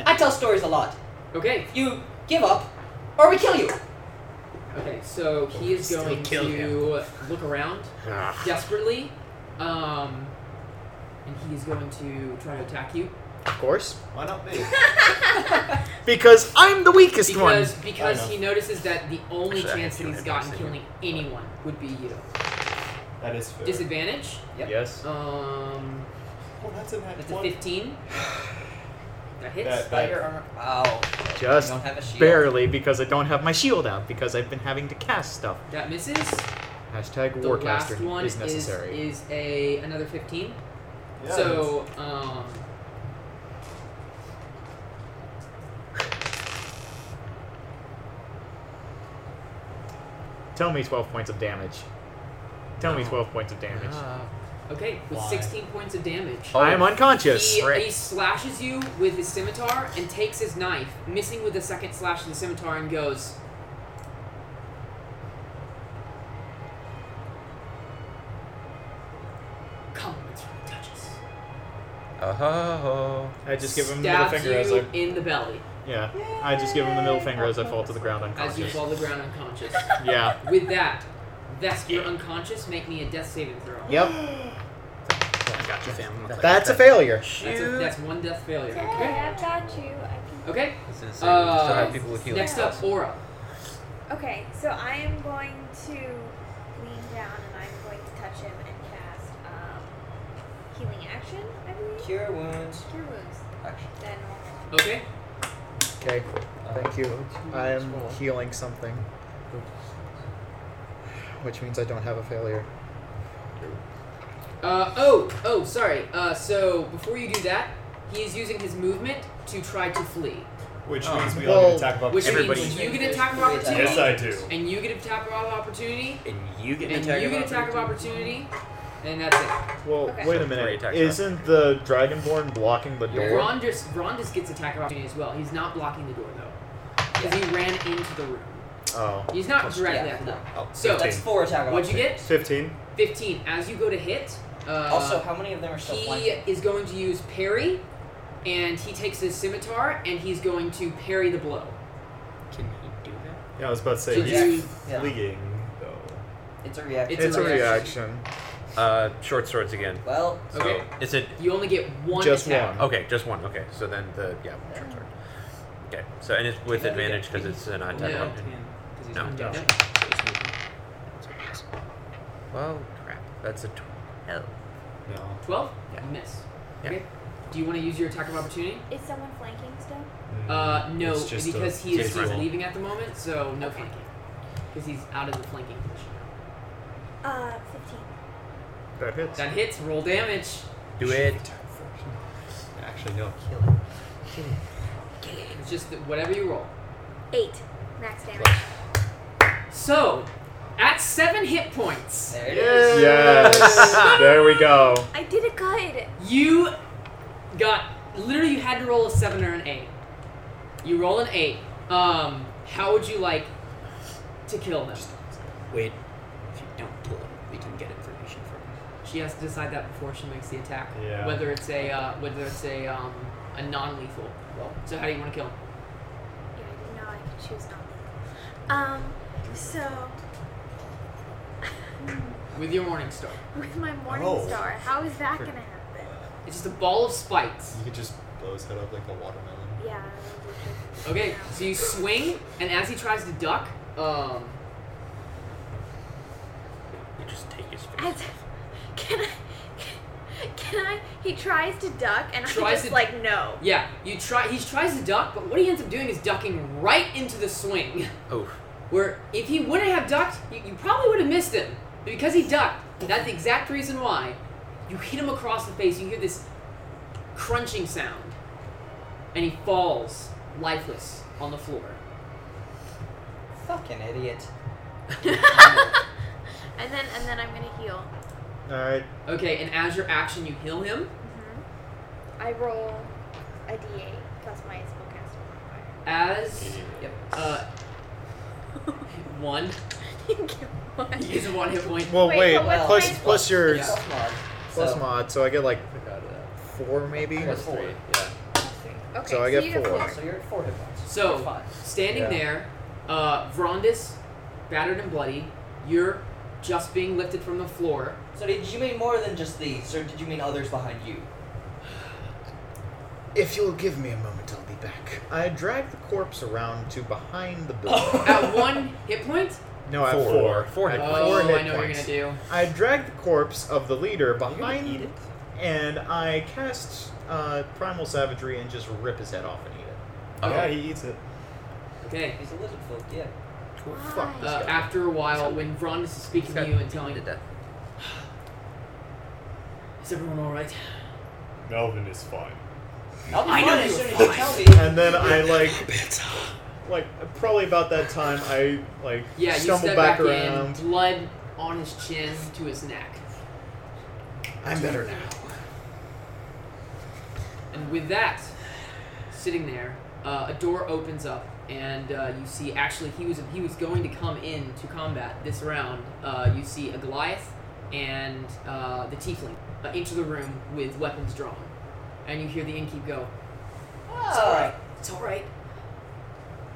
I tell stories a lot. Okay. You give up, or we kill you. Okay, so he is Still going kill to look around desperately, um, and he is going to try to attack you Of course. Why <laughs> not me? Because I'm the weakest because one. because he notices that the only Actually, I chance that do he's have gotten this killing anyone would be you. That is fair. Disadvantage. Yes. Um, Well, Oh, that's a that's a <sighs> fifteen. That hits. That- that- Spider armor. Wow. Just don't have a shield. barely because I don't have my shield out because I've been having to cast stuff. That misses. Hashtag The last warcaster one is necessary. Is, a another fifteen. Yeah, so um, Tell me 12 points of damage. Tell me 12 points of damage. okay, with Why? sixteen points of damage. Oh, I am unconscious. He, he slashes you with his scimitar and takes his knife, missing with the second slash of the scimitar, and goes. Come, let's run the Duchess." Oh. I just give him the middle Stabs finger as you I. in the belly Yeah, I just give him the middle finger as I fall to the ground as you unconscious. fall to the ground unconscious. Yeah. With that, Vesk, you're unconscious. Make me a death saving throw. Yep. I got you, fam. That's a failure. That's, a, that's one death failure. Okay. I've got you. I can Okay. That's Uh, insane. We still have people with healing next up, Aura. Okay, so I am going to lean down and I'm going to touch him and cast um, healing action, I believe. Cure wounds. Cure wounds. Action. Then normal. Okay. Okay, thank you. I am healing something. Which means I don't have a failure. Uh, oh, oh, sorry. Uh, so before you do that, he is using his movement to try to flee. Which Oh. means we all Well, get attack of Which opportunity. means you get attack of opportunity. Yes, I do. And you get attack of opportunity. And you get And you get attack of opportunity. And that's it. Well, Okay. wait a Three minute. attacks Isn't the dragonborn blocking the door? Ron just, Ron just gets attack of opportunity as well. He's not blocking the door though, because he ran into the room. Oh. He's not directly yeah, at the no. door. Oh, So That's four attack. what'd you get? 15. Fifteen. As you go to hit. Uh, Also, how many of them are still He flanking? is going to use parry, and he takes his scimitar and he's going to parry the blow. Can he do Yeah, I was about to say So he's you- yeah. fleeing though. It's a reaction. It's a reaction. Uh, short swords again. Well, so okay. Is it? You only get one Just attack. one. Okay, just one. Okay, so then the yeah, short sword. Okay, so and it's with advantage because it's an odd No. time. No. No. No. Well, crap. That's a twelve. No. Twelve? You miss. Yeah. Okay. Do you want to use your attack of opportunity? Is someone flanking still? Uh, no, It's just because a- he is it's he's just- leaving at the moment, so no flanking. Because he's out of the flanking position. Uh, 15. That hits. That hits. Roll damage. Do it. Actually, no. Kill it. It's just that whatever you roll. Eight. Max damage. So, at seven hit points. There it is. <laughs> Yes. there we go. I did it good. You got literally you had to roll a seven or an eight. You roll an eight. Um, how would you like to kill them? Wait, if you don't kill him, we can get information from him. She has to decide that before she makes the attack. Yeah. Whether it's a uh, whether it's a um, a non-lethal. Well, so how do you want to kill him? Yeah, no, I can choose not. Um, so With your morning star. with my morning Oh. star, how is that gonna happen? It's just a ball of spikes. You could just blow his head up like a watermelon. Yeah. Okay, so you swing, and as he tries to duck, um, You just take his face. As, can I? Can I? He tries to duck, and I'm Tries just to- like, no. yeah, you try. He tries to duck, but what he ends up doing is ducking right into the swing. Oof. Where if he wouldn't have ducked, you, you probably would have missed him. But because he ducked, that's the exact reason why. You hit him across the face. You hear this crunching sound, and he falls lifeless on the floor. Fucking idiot. And then, and then I'm gonna heal. All right. Okay, and as your action, you heal him. I roll a d8 plus my spellcaster <laughs> modifier. As yep, uh, one. He gets one hit point. Well, wait. but what's plus- my- plus yours. mod. Plus So- mod, so I get like four maybe. Plus four. Yeah. Okay, So I get you four. So you're at four hit points. Or So five. standing Yeah. there, uh, Vrondis, battered and bloody. You're just being lifted from the floor. So did you mean more than just these, or did you mean others behind you? If you'll give me a moment, I'll be back. I drag the corpse around to behind the building. <laughs> At one hit point. No, I have Four. four. Four hit I have points. four Oh, hit I know what you're points. gonna do. I drag the corpse of the leader behind, and I cast uh, primal savagery and just rip his head off and eat it. Yeah, Okay. he eats it. Okay. He's a lizard folk, yeah. Fuck this Uh, guy. after a while, when Vrondis is speaking to you and telling you, <sighs> "Is everyone all right?" Melvin is fine. Oh I'll be I know fine as you soon were as you fine. tell me. And then I like, like probably about that time I like Yeah, you stumble step back, back, around. in, blood on his chin to his neck, I'm better now. and with that, sitting there, uh, a door opens up, and uh, you see actually he was he was going to come in to combat this round. Uh, you see a Goliath and uh, the Tiefling uh, into the room with weapons drawn, and you hear the innkeep go, "It's all right, it's all right."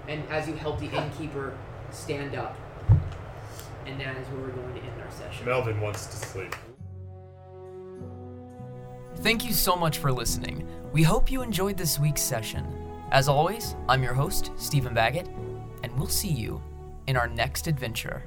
And as you help the innkeeper stand up, and that is where we're going to end our session. Melvin wants to sleep. Thank you so much for listening. We hope you enjoyed this week's session. As always, I'm your host, Stephen Baggett, and we'll see you in our next adventure.